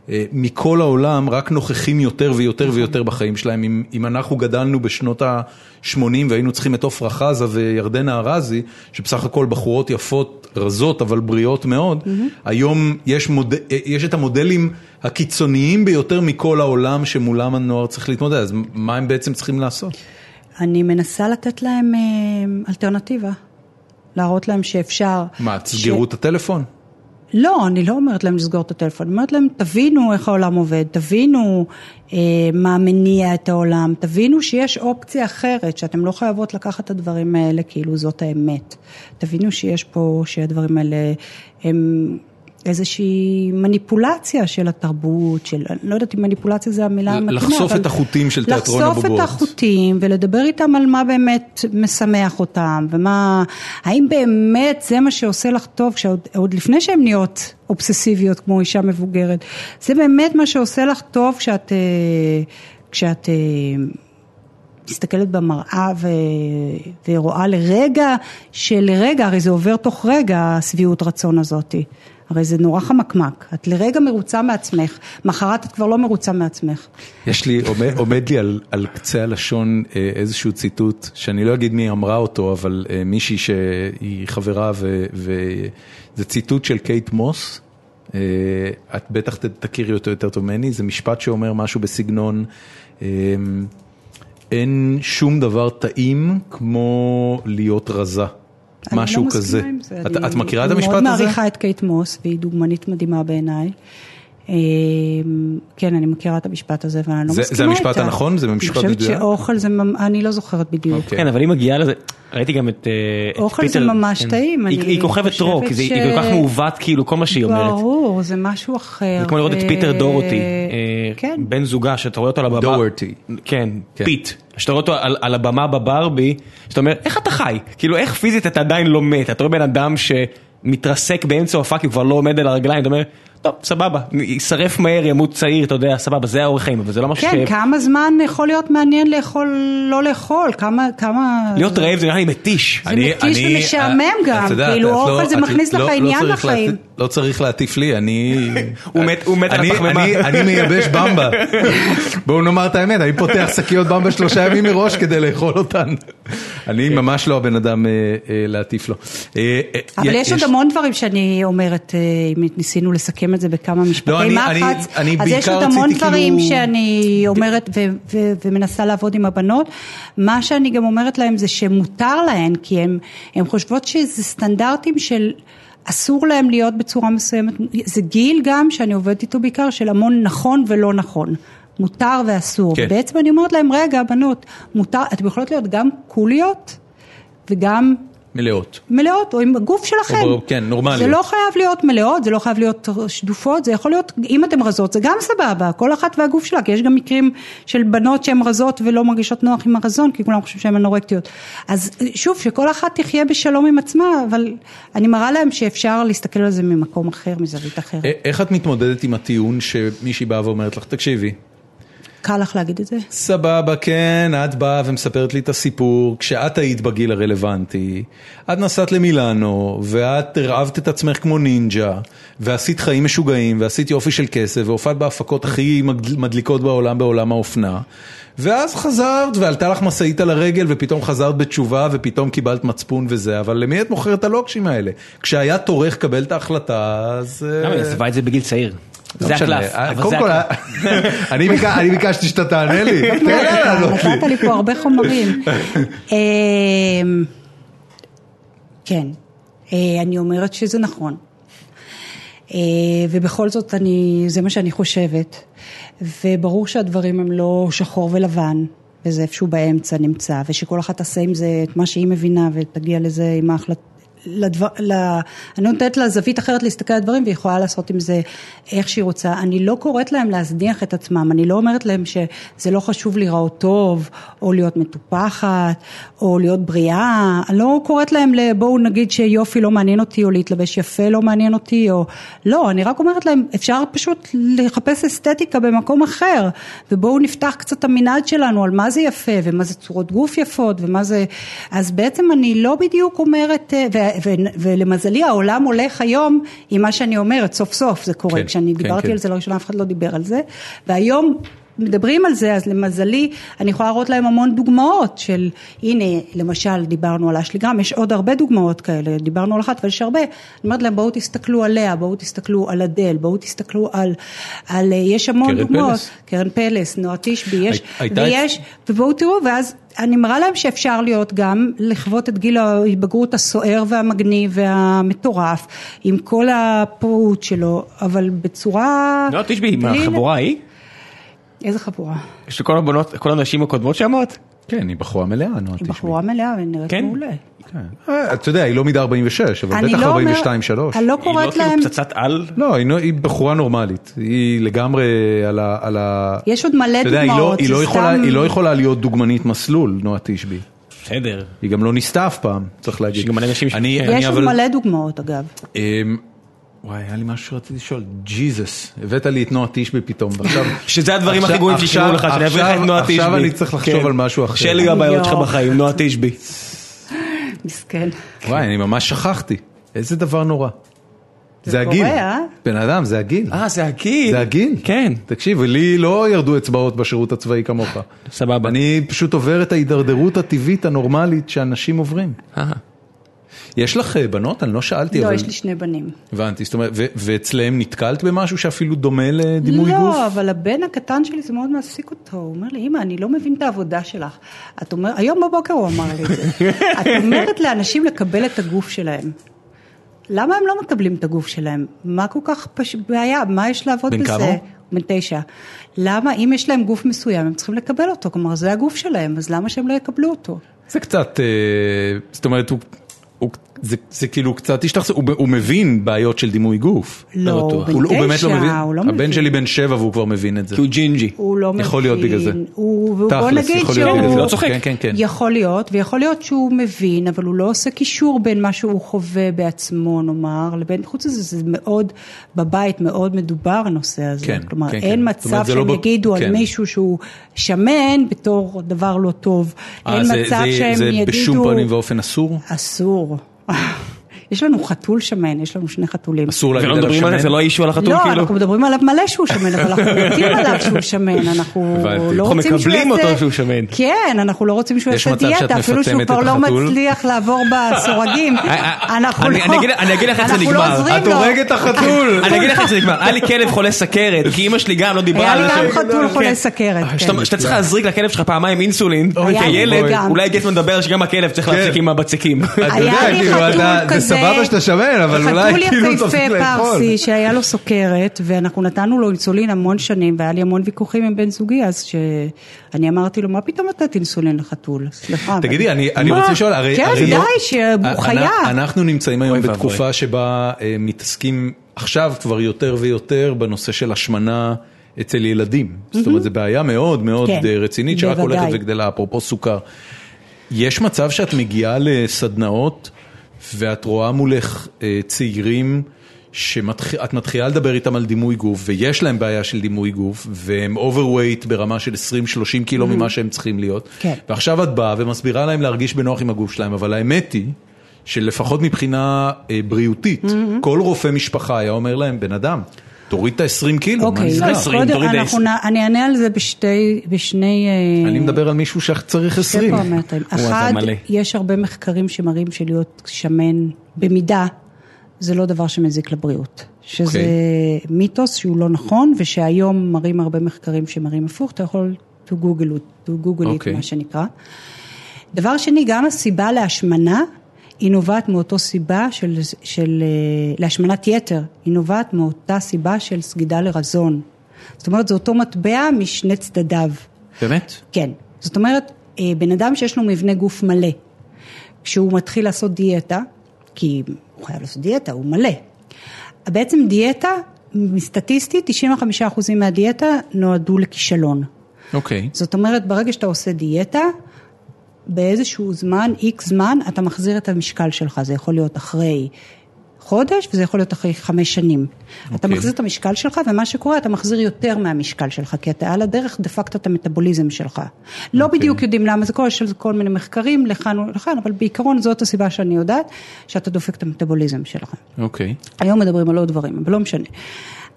S1: אה, מכל העולם רק נוכחים יותר ויותר ויותר בחיים שלהם. אם, אם אנחנו גדלנו בשנות ה-80 והיינו צריכים את עפרה חזה וירדנה ארזי, אה, שבסך הכל בחורות יפות, רזות, אבל בריאות מאוד, היום יש, מוד... אה, יש את המודלים הקיצוניים ביותר מכל העולם שמולם הנוער צריך להתמודד, אז מה הם בעצם צריכים לעשות?
S3: אני מנסה לתת להם אה, אלטרנטיבה. להראות להם שאפשר.
S1: מה, תסגרו את הטלפון?
S3: לא, אני לא אומרת להם לסגור את הטלפון, אני אומרת להם, תבינו איך העולם עובד, תבינו אה, מה מניע את העולם, תבינו שיש אופציה אחרת, שאתם לא חייבות לקחת את הדברים האלה כאילו זאת האמת. תבינו שיש פה, שהדברים האלה הם איזושהי מניפולציה של התרבות, של, אני לא יודעת אם מניפולציה זה המילה
S1: ל-
S3: המתאימה,
S1: לחשוף
S3: אבל-
S1: את החוטים של תיאטרון הבובות.
S3: לחשוף את החוטים. החוטים ולדבר איתם על מה באמת משמח אותם ומה, האם באמת זה מה שעושה לך טוב, כשעוד עוד לפני שהן נהיות אובססיביות כמו אישה מבוגרת, זה באמת מה שעושה לך טוב כשאת, אה, כשאת אה, מסתכלת במראה ו... ורואה לרגע, שלרגע, הרי זה עובר תוך רגע, השביעות רצון הזאתי. הרי זה נורא חמקמק, את לרגע מרוצה מעצמך, מחרת את כבר לא מרוצה מעצמך.
S1: יש לי, עומד, עומד לי על, על קצה הלשון אה, איזשהו ציטוט, שאני לא אגיד מי אמרה אותו, אבל אה, מישהי שהיא חברה, ו- וזה ציטוט של קייט מוס, אה, את בטח ת- תכירי אותו יותר טוב ממני, זה משפט שאומר משהו בסגנון, אה, אין שום דבר טעים כמו להיות רזה,
S3: אני
S1: משהו
S3: לא מסכימה
S1: כזה.
S3: עם זה.
S1: את,
S3: אני-
S1: את מכירה את המשפט
S3: אני
S1: הזה?
S3: מאוד מעריכה את קייט מוס, והיא דוגמנית מדהימה בעיניי. אמ, כן, אני מכירה את המשפט הזה, אבל אני לא
S1: זה- זה
S3: מסכימה איתה.
S1: המשפט הנכון? זה משפט
S3: אני חושבת
S1: מדויק?
S3: שאוכל זה, ממ- אני לא זוכרת בדיוק.
S1: אוקיי.
S2: כן, אבל היא מגיעה לזה, ראיתי גם את אה, את
S3: אוכל זה ממש
S2: כן.
S3: טעים,
S2: היא
S3: אני
S2: היא כוכבת
S3: חושבת
S2: רוק, זה- היא
S3: ש-
S2: כל כך מעוות כאילו כל מה שהיא אומרת.
S3: ברור, זה משהו אחר.
S2: זה כמו לראות את
S3: ו-
S2: פיטר דורותי, אה,
S3: אה, כן.
S2: בן זוגה שאתה רואה אותו על הבמה.
S1: דורותי.
S2: כן,
S1: כן.
S2: פיט. שאתה רואה אותו על, על הבמה בברבי, שאתה אומר, איך אתה חי? כאילו, איך פיזית אתה עדיין לא מת? אתה רואה בן אדם שמתרסק באמצע הופעה כי הוא כבר לא עומד על הרגליים, אתה אומר, טוב, סבבה, יישרף מהר, ימות צעיר, אתה יודע, סבבה, זה האורח חיים, אבל זה לא משהו
S3: כן,
S2: ש...
S3: כמה זמן יכול להיות מעניין לאכול, לא לאכול, כמה, כמה...
S2: להיות רעב זה נראה לי מתיש.
S3: זה מתיש ומשעמם גם,
S1: אה, את יודעת,
S3: כאילו,
S1: את לא-
S3: אוכל זה
S1: את
S3: מכניס לך עניין
S1: צריך
S3: לחיים.
S1: להטיף- לא צריך להטיף לי, אני...
S2: הוא מת- הוא מת על
S1: אני-
S2: הפחמימה.
S1: אני- אני מייבש במבה. בואו נאמר את האמת, אני פותח שקיות במבה שלושה ימים מראש כדי לאכול אותן. אני
S2: כן.
S1: ממש לא הבן אדם אה, אה, להטיף לו. אה, אה,
S3: אבל
S1: י-
S3: יש עוד המון דברים שאני אומרת, אה, אם ניסינו לסכם את זה בכמה משפטי
S1: לא, אני-
S3: מחץ,
S1: אני- אני
S3: אז יש עוד
S1: בעיקר
S3: המון
S1: רציתי
S3: דברים
S1: כאילו-
S3: שאני אומרת ו- ו- ומנסה לעבוד עם הבנות. מה שאני גם אומרת להם זה שמותר להן, כי הן- הן חושבות שזה סטנדרטים של... אסור להם להיות בצורה מסוימת, זה גיל גם שאני עובדת איתו בעיקר של המון נכון ולא נכון. מותר ואסור.
S2: כן.
S3: כן. בעצם אני אומרת להם, רגע, בנות, מותר, אתן יכולות להיות גם קוליות וגם
S1: מלאות.
S3: מלאות, או עם הגוף שלכם.
S1: או ב- כן, נורמליות.
S3: זה לא חייב להיות מלאות, זה לא חייב להיות שדופות, זה יכול להיות, אם אתן רזות, זה גם סבבה, כל אחת והגוף שלה, כי יש גם מקרים של בנות שהן רזות ולא מרגישות נוח עם הרזון, כי כולם חושבים שהן אנורקטיות. אז שוב, שכל אחת תחיה בשלום עם עצמה, אבל אני מראה להם שאפשר להסתכל על זה ממקום אחר, מזווית אחרת.
S1: א- אה, איך את מתמודדת עם הטיעון שמישהי באה ואומרת לך, תקשיבי,
S3: קל לך להגיד את זה?
S1: סבבה, כן, את באה ומספרת לי את הסיפור, כשאת היית בגיל הרלוונטי, את נסעת למילאנו, ואת הרעבת את עצמך כמו נינג'ה, ועשית חיים משוגעים, ועשית יופי של כסף, והופעת בהפקות הכי מגד- מדליקות בעולם, בעולם האופנה, ואז חזרת, ועלתה לך משאית על הרגל, ופתאום חזרת בתשובה, ופתאום קיבלת מצפון וזה, אבל למי את מוכרת את הלוקשים האלה? כשהיה תורך לקבל את ההחלטה, אז... אה,
S2: למה היא עזבה את זה בגיל צעיר?
S1: לא
S2: זה
S1: משנה.
S2: הקלף. אבל זה
S1: קודם כל,
S2: הקלף. לא,
S1: אני ביקש- אני ביקשתי שאתה תענה לי, תן לה לענות לי.
S3: נתת לי פה הרבה חומרים. אמ, כן, אה, אני אומרת שזה נכון. אה, ובכל זאת, אני, זה מה שאני חושבת. וברור שהדברים הם לא שחור ולבן, וזה איפשהו באמצע נמצא, ושכל אחת תעשה עם זה את מה שהיא מבינה, ותגיע לזה עם ההחלטה. לדבר, ל... אני לא נותנת לה זווית אחרת להסתכל על הדברים והיא יכולה לעשות עם זה איך שהיא רוצה. אני לא קוראת להם להזניח את עצמם, אני לא אומרת להם שזה לא חשוב להיראות טוב, או להיות מטופחת, או להיות בריאה, אני לא קוראת להם ל... בואו נגיד שיופי לא מעניין אותי, או להתלבש יפה לא מעניין אותי, או... לא, אני רק אומרת להם, אפשר פשוט לחפש אסתטיקה במקום אחר, ובואו נפתח קצת את המנעד שלנו על מה זה יפה, ומה זה צורות גוף יפות, ומה זה... אז בעצם אני לא בדיוק אומרת, אה, ו... ו... ולמזלי העולם הולך היום עם מה שאני אומרת, סוף סוף זה קורה,
S1: כן,
S3: כשאני
S1: כן,
S3: דיברתי
S1: כן.
S3: על זה לראשונה אף אחד לא דיבר על זה, והיום מדברים על זה, אז למזלי, אני יכולה להראות להם המון דוגמאות של, הנה, למשל, דיברנו על אשלי גרם, יש עוד הרבה דוגמאות כאלה, דיברנו על אחת, אבל יש הרבה. אני אומרת להם, בואו תסתכלו עליה, בואו תסתכלו על אדל, בואו תסתכלו על, על אה, יש המון
S1: קרן
S3: דוגמאות.
S1: פלס.
S3: קרן פלס, נועה תשבי, יש,
S1: הי- הייתה
S3: ויש, ובואו תראו, ואז אני מראה להם שאפשר להיות גם, לחוות את גיל ההתבגרות הסוער והמגניב והמטורף, עם כל הפראות שלו, אבל בצורה...
S1: אה,
S2: לא, תשמעי,
S3: בלי-
S2: מהחבורה ההיא?
S3: איזה חבורה?
S2: של כל הבנות, כל הנשים הקודמות שאמרת?
S1: כן, היא בחורה מלאה, נועה
S3: היא
S1: תשבי.
S3: בחורה מלאה, היא נראית
S2: כן.
S3: מעולה.
S1: אה, אתה יודע, היא לא מידה 46, אבל
S3: אני
S1: בטח
S3: לא
S1: 42-3.
S3: אני לא
S2: היא לא
S3: קוראת
S2: כאילו
S3: להם...
S2: פצצת על?
S1: לא, היא נו- היא בחורה נורמלית, היא לגמרי על ה... על ה-
S3: יש עוד מלא
S1: אתה יודע, היא לא-
S3: דוגמאות,
S1: היא
S3: זה
S1: לא יכולה-
S3: סתם-
S1: היא לא יכולה להיות דוגמנית מסלול, נועה תשבי.
S2: בסדר.
S1: היא גם לא ניסתה אף פעם, צריך להגיד.
S2: יש גם מלא נשים ש-
S1: אני-
S2: כן.
S1: אני
S3: יש עוד
S1: אבל-
S3: מלא דוגמאות אגב.
S1: אמ, וואי, היה לי משהו שרציתי לשאול, ג'יזוס, הבאת לי את נועה תשבי פתאום, ועכשיו...
S2: שזה הדברים הכי
S1: עכשיו-
S2: גרועים ששמעו לך,
S1: עכשיו-
S2: שאני אעביר לך את נועה תשבי.
S1: עכשיו אני צריך לחשוב
S2: כן.
S1: על משהו אחר.
S2: שאלו יהיו הבעיות שלך
S3: יואו.
S2: בחיים, נועה תשבי.
S3: מסכן.
S1: וואי, אני ממש שכחתי. איזה דבר נורא. זה הגיל.
S3: קורה, אה?
S1: בן אדם, זה הגיל.
S2: אה, זה הגיל.
S1: זה הגיל.
S2: כן.
S1: תקשיב, לי לא ירדו אצבעות בשירות הצבאי כמוך.
S2: סבבה.
S1: אני פשוט עובר את ההידרדרות הטבעית הנורמלית שאנשים עוברים.
S2: אה.
S1: יש לך אה, בנות? אני לא שאלתי,
S3: לא,
S1: אבל...
S3: יש לי שני בנים.
S1: הבנתי, זאת אומרת, ו- ואצלהם נתקלת במשהו שאפילו דומה לדימוי גוף?
S3: לא, אבל הבן הקטן שלי זה מאוד מעסיק אותו. הוא אומר לי, אמא, אני לא מבין את העבודה שלך. את אומר, היום בבוקר הוא אמר לי את זה. את אומרת לאנשים לקבל את הגוף שלהם. למה הם לא מקבלים את הגוף שלהם? מה כל כך פש... בעיה? מה יש לעבוד
S1: בן
S3: בזה?
S1: כמה הוא?
S3: בן תשע. למה אם יש להם גוף מסוים, הם צריכים לקבל אותו. כלומר, זה הגוף שלהם, אז למה שהם לא יקבלו אותו?
S1: זה קצת, אה, זאת אומרת, הוא, הוא, זה, זה כאילו קצת השתחזר, הוא, הוא מבין בעיות של דימוי גוף.
S3: לא, הוא
S1: בטוח.
S3: בן
S1: באמת
S3: תשע,
S1: מבין.
S3: הוא לא
S1: הבן
S3: מבין.
S1: שלי בן שבע והוא כבר מבין את זה.
S2: כי הוא ג'ינג'י.
S3: הוא לא מבין.
S1: יכול להיות בגלל זה.
S3: הוא, והוא בוא
S1: תכלס,
S3: נגיד
S1: יכול להיות בגלל זה.
S3: שהוא...
S2: לא צוחק.
S1: כן, כן, כן.
S3: יכול להיות, ויכול להיות שהוא מבין, אבל הוא לא עושה קישור בין מה שהוא חווה בעצמו, נאמר, לבין, חוץ מזה, זה מאוד, בבית מאוד מדובר הנושא הזה.
S1: כן,
S3: כלומר,
S1: כן, כן.
S3: אין
S1: זאת
S3: מצב
S1: אומרת, זה לא
S3: שהם
S1: ב-
S3: יגידו
S1: כן.
S3: על מישהו שהוא שמן בתור דבר לא טוב.
S1: אה,
S3: אין
S1: זה-
S3: מצב
S1: זה-
S3: שהם
S1: זה
S3: יגידו...
S1: בשום פנים ואופן אסור?
S3: אסור. יש לנו חתול שמן, יש לנו שני חתולים.
S1: אסור להגיד
S2: ולא
S1: עליו
S2: מדברים על
S1: שמן?
S2: זה, זה לא האישו על החתום
S3: לא,
S2: כאילו.
S3: אנחנו מדברים עליו מלא שהוא שמן, אבל אנחנו יודעים עליו שהוא שמן, אנחנו
S1: הבנתי.
S3: לא
S2: אנחנו
S3: רוצים שהוא יעשה...
S2: מקבלים אותו שהוא שמן.
S3: כן, אנחנו לא רוצים שהוא
S1: יש
S3: יעשה
S1: מצב שאת
S3: דיאטה, אפילו שהוא
S1: מפטמת
S3: כבר
S1: את
S3: לא
S1: החתול?
S3: מצליח לעבור בסורגים. אנחנו
S2: אה, אני-
S3: לא...
S2: אני אגיד- אני אגיד לך איך זה
S3: אנחנו לא
S2: נגמר.
S3: עוזרים
S1: את
S3: לו. כן.
S1: הורגת את החתול!
S2: אני אגיד לך איך זה נגמר, היה לי כלב חולה סכרת, כי אימא שלי גם לא דיברה
S3: היה
S2: על
S3: לי
S2: זה.
S3: גם
S2: ש-
S3: חתול
S2: כן.
S3: חולה סכרת. כן.
S2: שאתה שאתה
S1: אוקיי.
S2: צריך להזריק לכלב שלך פעמיים אינסולין,
S3: היה לי
S2: כילד,
S3: גם.
S1: כן.
S2: אולי גטמן מדבר שגם הכלב צריך להפסיק עם הבצקים.
S1: אתה יודע,
S3: היה לי
S1: כאילו,
S3: חתול
S1: אתה- זה
S3: כזה
S4: סבבה שאתה שמן, אבל אולי כאילו
S3: חתול
S4: תפסיק
S3: יפהפה
S4: לאכול.
S3: פרסי שהיה לו סוכרת, ואנחנו נתנו לו אינסולין המון שנים, והיה לי המון ויכוחים עם בן זוגי, אז שאני אמרתי לו, מה פתאום נתת אינסולין לחתול? סליחה. אבל-
S1: תגידי, אני, אני רוצה לשאול, הרי...
S3: כן,
S1: הרי
S3: די,
S1: לא-
S3: שהוא חיה.
S1: אנ- אנחנו נמצאים היום
S2: אוי ואבוי.
S1: בתקופה שבה אה, מתעסקים עכשיו כבר יותר ויותר בנושא של השמנה אצל ילדים. זאת אומרת, זו בעיה מאוד מאוד
S3: כן,
S1: אה, רצינית, שרק
S3: בוודאי.
S1: הולכת וגדלה, אפרופו סוכר. יש מצב שאת מגיעה לסדנאות ואת רואה מולך אה, צעירים שאת מתחילה לדבר איתם על דימוי גוף ויש להם בעיה של דימוי גוף והם אוברווייט ברמה של 20-30 קילו ממה שהם צריכים להיות.
S3: Mm. כן.
S1: ועכשיו את באה ומסבירה להם להרגיש בנוח עם הגוף שלהם, אבל האמת היא שלפחות מבחינה אה, בריאותית,
S3: Mm-hmm.
S1: כל רופא משפחה היה אומר להם, בן אדם, תוריד את ה-20 קילו, מה
S3: אוקיי,
S1: נסגר?
S3: אז
S2: עשרים,
S3: קודם,
S2: תוריד
S3: אנחנו נ- אני אענה על זה בשתי, בשני... אה,
S1: אני מדבר על מישהו שצריך
S3: שתי
S1: 20.
S3: פרמטרים.
S2: וואו, זה
S3: אחד,
S2: מלא.
S3: יש הרבה מחקרים שמראים שלהיות שמן במידה, זה לא דבר שמזיק לבריאות. שזה okay. מיתוס שהוא לא נכון, ושהיום מראים הרבה מחקרים שמראים הפוך, אתה יכול to google it, to google it,
S1: אוקיי.
S3: מה שנקרא. דבר שני, גם הסיבה להשמנה, היא נובעת מאותו סיבה של, של אה, להשמנת יתר, היא נובעת מאותה סיבה של סגידה לרזון. זאת אומרת, זה אותו מטבע משני צדדיו.
S2: באמת?
S3: כן. זאת אומרת, אה, בן אדם שיש לו מבנה גוף מלא, כשהוא מתחיל לעשות דיאטה, כי הוא חייב לעשות דיאטה, הוא מלא. בעצם דיאטה, סטטיסטית, 95% מהדיאטה נועדו לכישלון.
S1: אוקיי.
S3: זאת אומרת, ברגע שאתה עושה דיאטה, באיזשהו זמן, איקס זמן, אתה מחזיר את המשקל שלך. זה יכול להיות אחרי חודש, וזה יכול להיות אחרי חמש שנים. Okay. אתה
S1: אוקיי.
S3: מחזיר את המשקל שלך, ומה שקורה, אתה מחזיר יותר מהמשקל שלך, כי אתה על הדרך דפקת את המטאבוליזם שלך. Okay.
S1: אוקיי.
S3: לא בדיוק יודעים למה זה קורה, יש על זה כל מיני מחקרים לכאן ולכאן, אבל בעיקרון זאת הסיבה שאני יודעת, שאתה דופק את המטאבוליזם שלך.
S1: אוקיי.
S3: היום מדברים על עוד דברים, אבל לא משנה.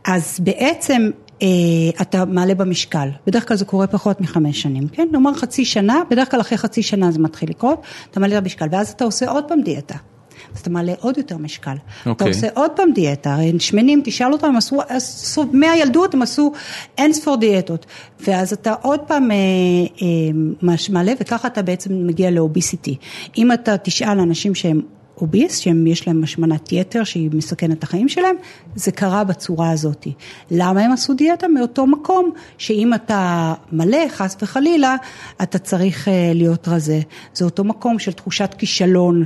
S3: אז בעצם אה, אתה מעלה במשקל, בדרך כלל זה קורה פחות מחמש שנים, כן? נאמר חצי שנה, בדרך כלל אחרי חצי שנה זה מתחיל לקרות, אתה מעלה במשקל, ואז אתה עושה עוד פעם דיאטה. אז אתה מעלה עוד יותר משקל. Okay. אתה
S1: אוקיי.
S3: עושה עוד פעם דיאטה, הרי שמנים, תשאל אותם, הם עשו, עשו, מהילדות הם עשו אין ספור דיאטות. ואז אתה עוד פעם אה, אה, מש- מעלה, וככה אתה בעצם מגיע לאוביסיטי. אם אתה תשאל אנשים שהם אוביס, שיש להם השמנת יתר שהיא מסכנת את החיים שלהם, זה קרה בצורה הזאת. למה הם עשו דיאטה? מאותו מקום שאם אתה מלא, חס וחלילה, אתה צריך אה, להיות רזה. זה אותו מקום של תחושת כישלון.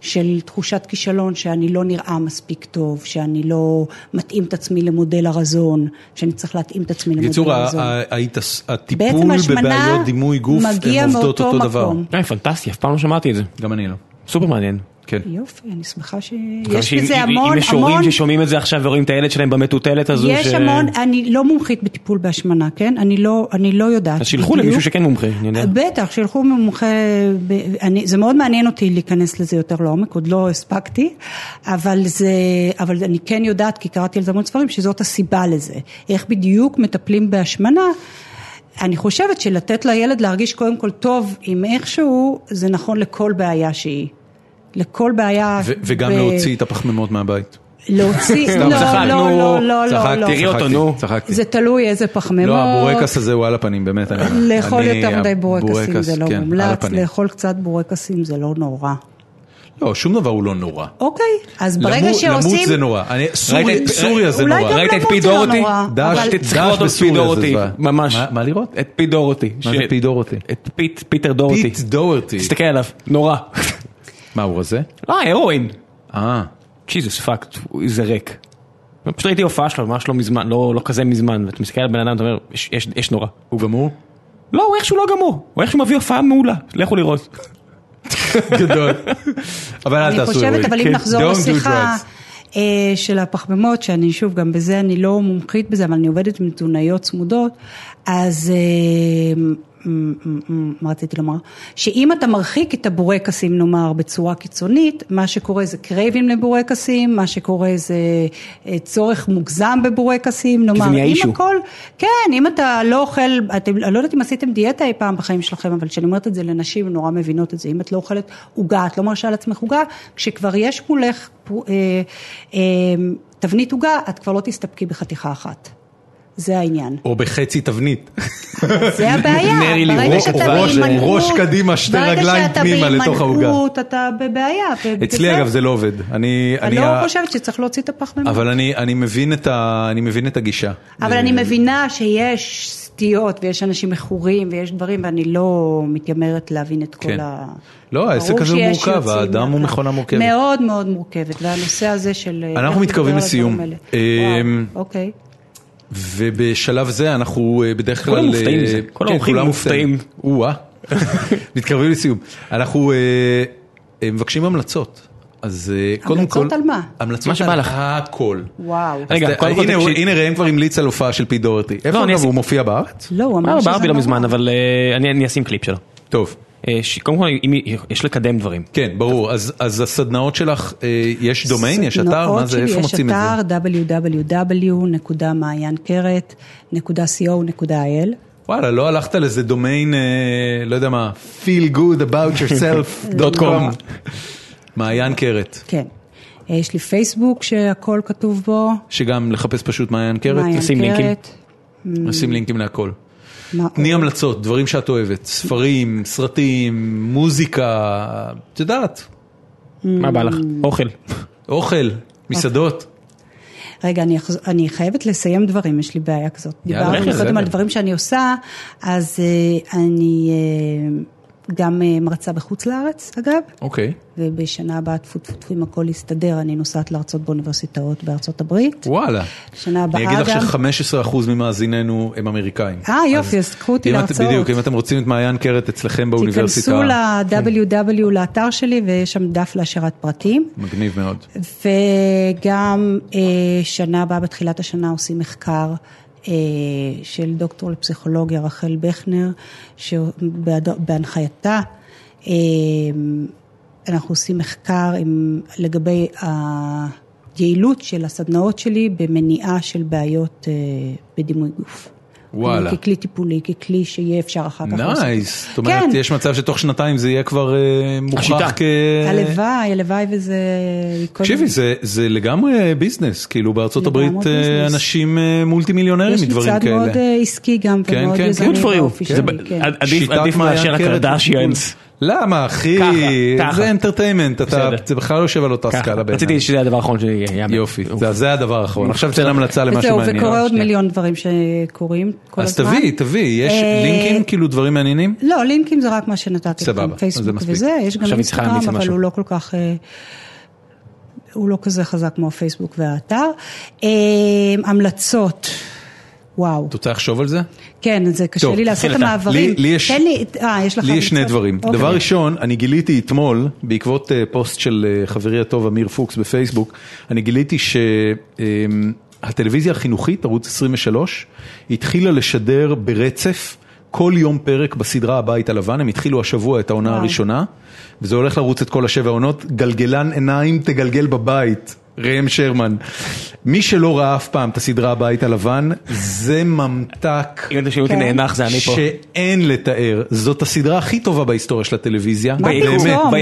S3: של תחושת כישלון, שאני לא נראה מספיק טוב, שאני לא מתאים את עצמי למודל הרזון, שאני צריך להתאים את עצמי למודל
S1: בקיצור, ה-
S3: הרזון.
S1: ה- ההתעס-
S3: בעצם
S1: הטיפול
S3: השמנה
S1: בבעיות דימוי גוף,
S3: מגיע
S1: הן עובדות
S3: מאותו
S1: אותו דבר.
S3: מקום.
S2: אה, פנטסטי, אף פעם לא שמעתי את זה.
S1: גם אני לא.
S2: סופר מעניין.
S1: כן.
S3: יופי, אני שמחה
S2: גם
S3: שיש
S2: שאם-
S3: בזה
S2: אם-
S3: המון,
S2: אם יש
S3: המון,
S2: הורים ששומעים את זה עכשיו ורואים את הילד שלהם במטוטלת הזו,
S3: יש
S2: ש-
S3: המון, אני לא מומחית בטיפול בהשמנה, כן? אני לא, אני לא יודעת.
S2: אז שילכו
S3: בדיוק.
S2: למישהו שכן מומחה, אני
S1: כן.
S2: יודע.
S3: בטח, שילכו ממומחה, ב- אני, זה מאוד מעניין אותי להיכנס לזה יותר לעומק, עוד לא הספקתי, אבל, זה, אבל אני כן יודעת, כי קראתי על זה המון ספרים, שזאת הסיבה לזה. איך בדיוק מטפלים בהשמנה, אני חושבת שלתת לילד להרגיש קודם כל טוב עם איכשהו, זה נכון לכל בעיה שהיא. לכל בעיה...
S1: ו- וגם
S3: ב-
S1: להוציא את הפחמימות מהבית.
S3: להוציא, לא, לא,
S2: צחקנו,
S3: לא, לא, לא, לא.
S2: תראי אותו,
S1: צחקתי,
S2: נו.
S1: צחקתי.
S3: זה תלוי איזה פחמימות.
S1: לא, הבורקס הזה הוא על הפנים, באמת. אני אומר.
S3: לאכול
S1: אה, אני-
S3: יותר מדי בורקסים
S1: הבורקס,
S3: זה לא
S1: כן, על
S3: מומלץ,
S1: הפנים.
S3: לאכול קצת בורקסים זה לא נורא.
S1: לא, שום דבר הוא לא נורא.
S3: אוקיי, אז ברגע
S1: למות-
S3: שעושים...
S1: למות זה נורא. אני- סוריה-
S2: את-
S1: סוריה זה
S3: אולי
S1: נורא.
S3: גם
S2: ראית את
S3: למות
S2: פי
S3: זה לא
S2: דורותי?
S3: נורא,
S1: דש-
S3: אבל-
S2: צריך
S1: דש
S2: לראות את פי
S1: בסוריה זה
S2: דורותי,
S1: זוועה.
S2: ממש.
S1: מה- מה לראות?
S2: את פי דורותי.
S1: מה זה
S2: ש-
S1: פי דורותי?
S2: את פיט, פיטר דורותי.
S1: פיט דוורטי.
S2: תסתכל עליו, נורא.
S1: מה, הוא רזה?
S2: לא, הרואין.
S1: אה.
S2: ג'יזוס פאק, זה ריק. פשוט ראיתי הופעה שלו ממש לא מזמן, לא לא כזה מזמן, ואתה מסתכל על בן אדם, אתה אומר, "יש- יש- יש נורא.
S1: הוא גמור?
S2: לא, הוא איכשהו לא גמור, הוא איכשהו מביא הופעה מעולה, לכו לראות.
S1: גדול. אבל אל
S3: אני
S1: תעשו
S3: חושבת,
S1: הרואין.
S3: אבל
S1: כן.
S3: אם נחזור
S1: Don't do
S3: לשיחה
S1: drugs.
S3: אה, של הפחמימות, שאני שוב, גם בזה אני לא מומחית בזה, אבל אני עובדת עם תזונאיות צמודות, אז אה, מ- מ- מ- מה רציתי לומר? שאם אתה מרחיק את הבורקסים, נאמר, בצורה קיצונית, מה שקורה זה קרייבים לבורקסים, מה שקורה זה אה, צורך מוגזם בבורקסים, נאמר,
S2: נהיה
S3: אם
S2: issue.
S3: הכל, כן, אם אתה לא אוכל, אתם, אני לא יודעת אם עשיתם דיאטה אי פעם בחיים שלכם, אבל כשאני אומרת את זה לנשים, הן נורא מבינות את זה, אם את לא אוכלת עוגה, את לא מרשה לעצמך עוגה, כשכבר יש מולך אה, אה, תבנית עוגה, את כבר לא תסתפקי בחתיכה אחת. זה העניין.
S1: או בחצי תבנית.
S3: זה הבעיה,
S2: נרי לי,
S3: ברגע
S2: ראש-
S3: שאתה
S1: ראש-
S3: בהימנעות,
S1: ראש קדימה, שתי רגליים פנימה לתוך העוגה.
S3: ברגע שאתה בהימנעות, אתה בבעיה.
S1: אצלי אגב זה לא עובד. אני,
S3: אני
S1: אני
S3: לא
S1: ה-
S3: חושבת שצריך להוציא את הפח ממנו.
S1: אבל אני, אני, מבין את ה, אני מבין את הגישה.
S3: אבל אני מבינה שיש סטיות ויש אנשים מכורים ויש דברים ואני לא מתיימרת להבין את כל
S1: כן.
S3: ה...
S1: לא, העסק
S3: ברור
S1: הזה הוא
S3: שיש
S1: מורכב,
S3: יוצאים
S1: האדם הוא
S3: מהכלל.
S1: מכונה מורכבת.
S3: מאוד מאוד מורכבת, והנושא הזה של... אה, כן,
S1: אנחנו מתקרבים לסיום. אמ,
S3: אמ... אוקיי.
S1: ובשלב זה אנחנו אה, בדרך
S2: כולם
S1: כלל...
S2: מופתעים
S1: אה,
S2: מזה. כל
S1: כן,
S2: האורחים
S1: כולם
S2: מופתעים.
S1: או-אה. מתקרבים לסיום. אנחנו אה, אה, מבקשים המלצות. אז אה, קודם כל...
S3: המלצות על מה?
S2: מה
S1: המלצות
S2: שבא
S1: על
S2: לך.
S1: הכל.
S3: וואו.
S1: אז
S2: רגע,
S1: ת-
S2: קודם כל
S1: הנה, הוא-
S2: תקשיב. לא,
S1: הנה ראם כבר המליץ על הופעה של פי דורטי. איפה
S2: אני
S1: אגב
S2: אעשה-
S1: הוא מופיע בארץ?
S3: לא, הוא אמר
S2: אה,
S3: שזה
S2: בארבי לא
S3: נורא.
S2: מזמן, אבל אה, אני אני אשים קליפ שלו.
S1: טוב.
S2: אה, ש- קודם כל, אם- יש לקדם דברים.
S1: כן, ברור. אז אז הסדנאות שלך, אה, יש דומיין? יש אתר? מה
S3: סדנאות
S1: זה?
S3: שלי,
S1: איפה מוצאים את זה?
S3: יש אתר www.מעיינקרת.co.il
S1: וואלה, לא הלכת לאיזה דומיין, אה, לא יודע מה, feel good about yourself dot com.
S3: לא.
S1: מעיין קרת,
S3: כן. אה, יש לי פייסבוק שהכל כתוב בו.
S1: שגם לחפש פשוט מעיין קרת,
S3: מעיין
S2: נשים לינקים.
S3: קרת.
S1: נשים לינקים להכל.
S3: מה
S1: תני
S3: עוד?
S1: המלצות, דברים שאת אוהבת, ספרים, סרטים, מוזיקה, את יודעת,
S2: מה בא לך? אוכל.
S1: אוכל, מסעדות.
S3: רגע, אני, אחז... אני חייבת לסיים דברים, יש לי בעיה כזאת.
S1: יאללה,
S3: דיברנו
S1: לכי,
S3: קודם
S1: בסדר.
S3: על דברים שאני עושה, אז אה, אני אה, גם אה, מרצה בחוץ לארץ, אגב,
S1: אוקיי.
S3: ובשנה הבאה, טפו טפו טפו, אם הכל יסתדר, אני נוסעת להרצות באוניברסיטאות בארצות הברית.
S1: וואלה.
S3: שנה הבאה
S1: אני אגיד לך
S3: גם.
S1: ש-15% ממאזיננו הם אמריקאים.
S3: אה, יופי,
S1: אז
S3: אז קחו אותי
S1: אם את-
S3: להרצאות.
S1: בדיוק, אם אתם רוצים את מעיין קרת אצלכם באוניברסיטה.
S3: תיכנסו ל-www, לאתר שלי, ויש שם דף להשארת פרטים.
S1: מגניב מאוד.
S3: וגם אה, שנה הבאה, בתחילת השנה, עושים מחקר אה, של דוקטור לפסיכולוגיה רחל בכנר, שבהנחייתה אה, אנחנו עושים מחקר עם, לגבי היעילות של הסדנאות שלי במניעה של בעיות אה, בדימוי גוף.
S1: וואלה.
S3: ככלי טיפולי, ככלי שיהיה אפשר אחר כך. לעשות.
S1: נייס, זאת אומרת,
S3: כן.
S1: יש מצב שתוך שנתיים זה יהיה כבר אה,
S2: השיטה.
S1: מוכח כ...
S3: הלוואי, הלוואי וזה...
S1: אה, תקשיבי, זה, זה לגמרי ביזנס, כאילו בארצות
S3: לגמרי
S1: הברית אה,
S3: ביזנס.
S1: אנשים אה, מולטי מיליונרים
S3: יש לי
S1: מדברים
S3: צד
S1: כאלה.
S3: מאוד אה, עסקי גם,
S1: כן,
S3: ומאוד
S1: כן,
S3: יזמי
S2: Good for
S3: באופי
S2: you.
S3: שלי,
S2: זה ב-
S3: כן.
S2: עד- עדיף
S1: שיטת
S2: עדיף
S1: מעיין
S2: מאשר
S1: קרת
S2: הקרדשיאנס.
S1: בטיפול. למה אחי,
S2: ככה, ככה.
S1: זה אנטרטיימנט, אתה-
S2: בסדר.
S1: זה בכלל לא יושב על אותה
S2: ככה.
S1: סקאלה בעיניי.
S2: אוקיי. רציתי שזה הדבר האחרון שלי. יהיה, יאמן.
S1: יופי, זה- זה הדבר האחרון, עכשיו תן המלצה למשהו
S3: וזהו,
S1: מעניין.
S3: וקורה עוד
S2: שנייה.
S3: מיליון דברים שקורים כל
S1: אוקיי. אז
S3: הזמן.
S1: תביאי, תביאי, יש
S3: אה,
S1: לינקים, כאילו דברים מעניינים?
S3: לא, לינקים זה רק מה שנתתי
S1: סבבה,
S3: לכם,
S1: אז זה
S3: פייסבוק
S1: מספיק.
S3: וזה, יש גם
S2: עכשיו היא צריכה
S3: אינסטגרם,
S2: להמליץ על
S3: אבל
S2: משהו.
S3: הוא לא כל כך, אה, הוא לא כזה חזק כמו הפייסבוק והאתר. אה, המלצות, וואו,
S1: את רוצה לחשוב על זה?
S3: כן, זה קשה
S1: טוב,
S3: לי לעשות
S2: תתחיל
S3: את
S2: אתה.
S3: המעברים.
S1: לי- לי יש-
S3: תן לי, אה, יש לך
S1: לי יש שני
S3: המלצות?
S1: דברים.
S3: אוקיי.
S1: דבר ראשון, אני גיליתי אתמול, בעקבות אה, פוסט של אה, חברי הטוב אמיר פוקס בפייסבוק, אני גיליתי שהטלוויזיה החינוכית, ערוץ 23, התחילה לשדר ברצף. כל יום פרק בסדרה הבית הלבן, הם התחילו השבוע את העונה
S3: וואו.
S1: הראשונה, וזה הולך לרוץ את כל השבע עונות, גלגלן עיניים תגלגל בבית, ראם שרמן. מי שלא ראה אף פעם את הסדרה הבית הלבן, זה ממתק
S2: אם אתם שומעים אותי
S3: כן.
S2: נאנח זה אני פה.
S1: שאין לתאר, זאת הסדרה הכי טובה בהיסטוריה של הטלוויזיה.
S3: מה
S1: באמת.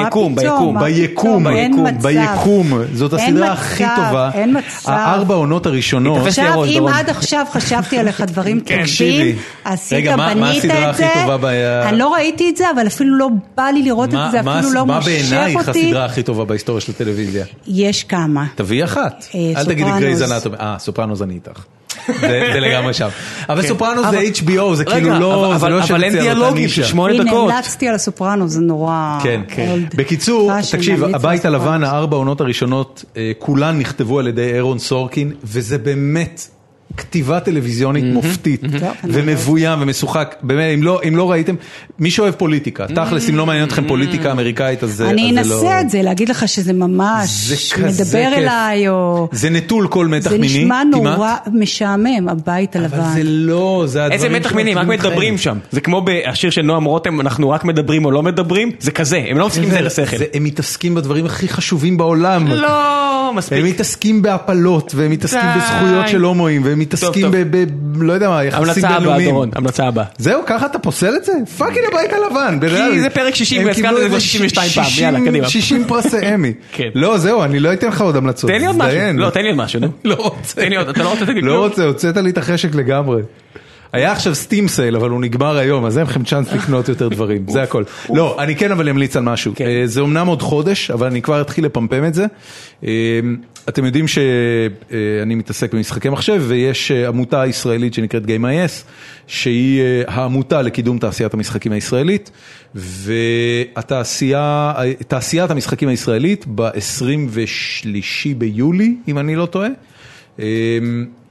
S2: ביקום?
S3: פתאום,
S2: ביקום,
S3: מה פתאום,
S2: ביקום,
S3: מה
S1: ביקום,
S3: פתאום, אין
S1: ביקום,
S3: מצב.
S1: ביקום, זאת
S3: אין
S1: הסדרה
S3: מצב,
S1: הכי טובה.
S3: אין מצב.
S1: הארבע עונות הראשונות,
S2: תתפס לי
S3: עכשיו,
S2: הראש,
S3: אם
S2: דורון.
S3: עד עכשיו חשבתי עליך דברים
S1: תקשיבי.
S3: טובים, עשית,
S1: רגע, מה- מה
S3: בנית
S1: הסדרה
S3: את
S1: הכי
S3: זה,
S1: טובה ב-
S3: אני לא ראיתי את זה, אבל אפילו לא בא לי לראות את
S1: מה-
S3: זה,
S1: מה-
S3: אפילו לא
S1: מה
S3: מושך
S1: בעינייך
S3: אותי.
S1: הסדרה הכי טובה בהיסטוריה של הטלוויזיה?
S3: יש כמה.
S1: תביאי אחת,
S3: אה,
S1: אל תגידי
S3: סופרנוס.
S1: גרייז אנטומי, אה סופרנוס אני איתך, זה זה לגמרי שם, אבל
S3: כן.
S1: סופרנוס זה
S2: אבל-
S1: HBO, זה
S2: רגע,
S1: כאילו לא,
S2: אבל-
S1: זה לא
S2: אבל- אבל אין
S1: יושב אצל אותה
S2: דיאלוגים של
S1: נישה.
S2: שמונה
S3: הנה,
S2: דקות.
S3: המלצתי על הסופרנו, זה נורא...
S1: כן, כן.
S3: old
S1: בקיצור,
S3: fashioned,
S1: תקשיב,
S3: להמליץ על
S1: הבית
S3: הסופרנוס.
S1: הלבן, הארבע עונות הראשונות, אה, כולן נכתבו על ידי אהרון סורקין, וזה באמת כתיבה טלוויזיונית מופתית, ומבוים ומשוחק, באמת, אם לא- אם לא ראיתם, מי שאוהב פוליטיקה, תכלס, אם לא מעניין אתכם פוליטיקה אמריקאית, אז זה אז
S3: אני
S1: זה לא...
S3: אנסה את זה, להגיד לך שזה ממש
S1: זה כזה
S3: מדבר
S1: כיף.
S3: אליי, או...
S1: זה נטול כל מתח
S3: זה
S1: מיני,
S3: נשמע
S1: כמעט.
S3: נורא משעמם, הבית
S1: אבל
S3: הלבן.
S1: זה לא, זה הדברים
S2: איזה מתח מינים, רק
S1: שמתחילים
S2: מדברים
S1: חיים.
S2: שם. זה כמו בשיר של נועם רותם, אנחנו רק מדברים או לא מדברים, זה כזה, הם לא מפסיקים את זה לשכל.
S1: זה- הם מתעסקים בדברים הכי חשובים בעולם.
S2: לא, לא, מספיק.
S1: הם מתעסקים בהפלות, והם מתעסקים
S2: די.
S1: בזכויות של הומואים, והם מתעסקים
S2: טוב.
S1: ב... ב- לא יודע מה, יחסים
S2: המלצה הבאה,
S1: בינלאומיים.
S2: דורון, המלצה הבאה.
S1: זהו, ככה אתה פוסל את זה? פאקינג הבית הלבן, בריאלי.
S2: זה פרק 60
S1: הם
S2: והזכרנו
S1: קיבלו
S2: את זה כבר
S1: איזה
S2: 62 פעם,
S1: 60
S2: יאללה, קדימה.
S1: 60 פרסי אמי.
S2: כן.
S1: לא, זהו, אני לא אתן לך עוד המלצות.
S2: תן לי עוד משהו.
S1: תזדיין.
S2: לא, תן לי עוד משהו, נו.
S1: לא רוצה.
S2: תן לי עוד, אתה לא רוצה לתת לי
S1: לא
S2: כלום?
S1: רוצה, הוצאת לי את החשק לגמרי. היה עכשיו סטים סייל, אבל הוא נגמר היום, אז אין לכם צ'אנס לקנות יותר דברים, זה הכל. לא, אני כן אבל אמליץ על משהו.
S2: כן.
S1: אה, זה אמנם עוד חודש, אבל אני כבר אתחיל לפמפם את זה. אה, אתם יודעים שאני מתעסק במשחקי מחשב, ויש אה, עמותה ישראלית שנקראת Game.is, שהיא אה, העמותה לקידום תעשיית המשחקים הישראלית, והתעשייה, אה, תעשיית המשחקים הישראלית ב-23 ביולי, אם אני לא טועה. אמ,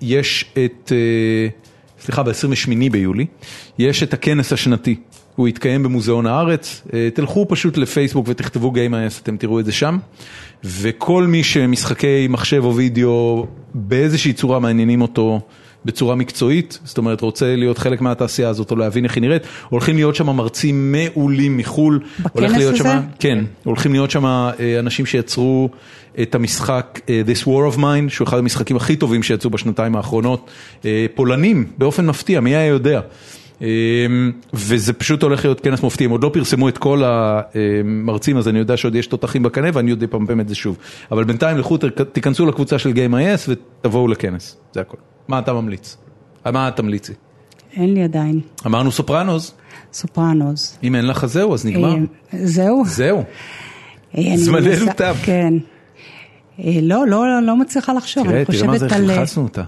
S1: יש את, אה, סליחה, ב-28 ביולי, יש את הכנס השנתי. הוא יתקיים במוזיאון הארץ, אה, תלכו פשוט לפייסבוק ותכתבו GameIS, אתם תראו את זה שם. וכל מי שמשחקי מחשב או וידאו באיזושהי צורה מעניינים אותו בצורה מקצועית, זאת אומרת רוצה להיות חלק מהתעשייה הזאת או להבין איך היא נראית, הולכים להיות שם מרצים מעולים מחו"ל. הולך
S3: בכנס
S1: להיות
S3: הזה?
S1: שמה- כן, הולכים להיות שם אה, אנשים שיצרו את המשחק אה, This War of Mine, שהוא אחד המשחקים הכי טובים שיצאו בשנתיים האחרונות. אה, פולנים, באופן מפתיע, מי היה יודע. אה, וזה פשוט הולך להיות כנס מופתי, הם עוד לא פרסמו את כל המרצים, אז אני יודע שעוד יש תותחים בקנה ואני עוד אפמפם את זה שוב. אבל בינתיים לכו, ת- תיכנסו לקבוצה של Game.is ותבואו לכנס, זה הכל. מה אתה ממליץ? אה, מה את תמליצי?
S3: אין לי עדיין.
S1: אמרנו סופרנוס,
S3: סופרנוס.
S1: אם אין לך אז זהו, אז נגמר.
S3: אה, זהו.
S1: זהו.
S3: אה, אני
S1: זמננו
S3: מנסה-
S1: תם.
S3: כן. אה, לא, לא, לא, לא מצליחה לחשוב,
S1: תראה,
S3: אני
S1: תראה מה
S3: חושבת
S1: זה,
S3: על... אה,
S1: חלחצנו אותה.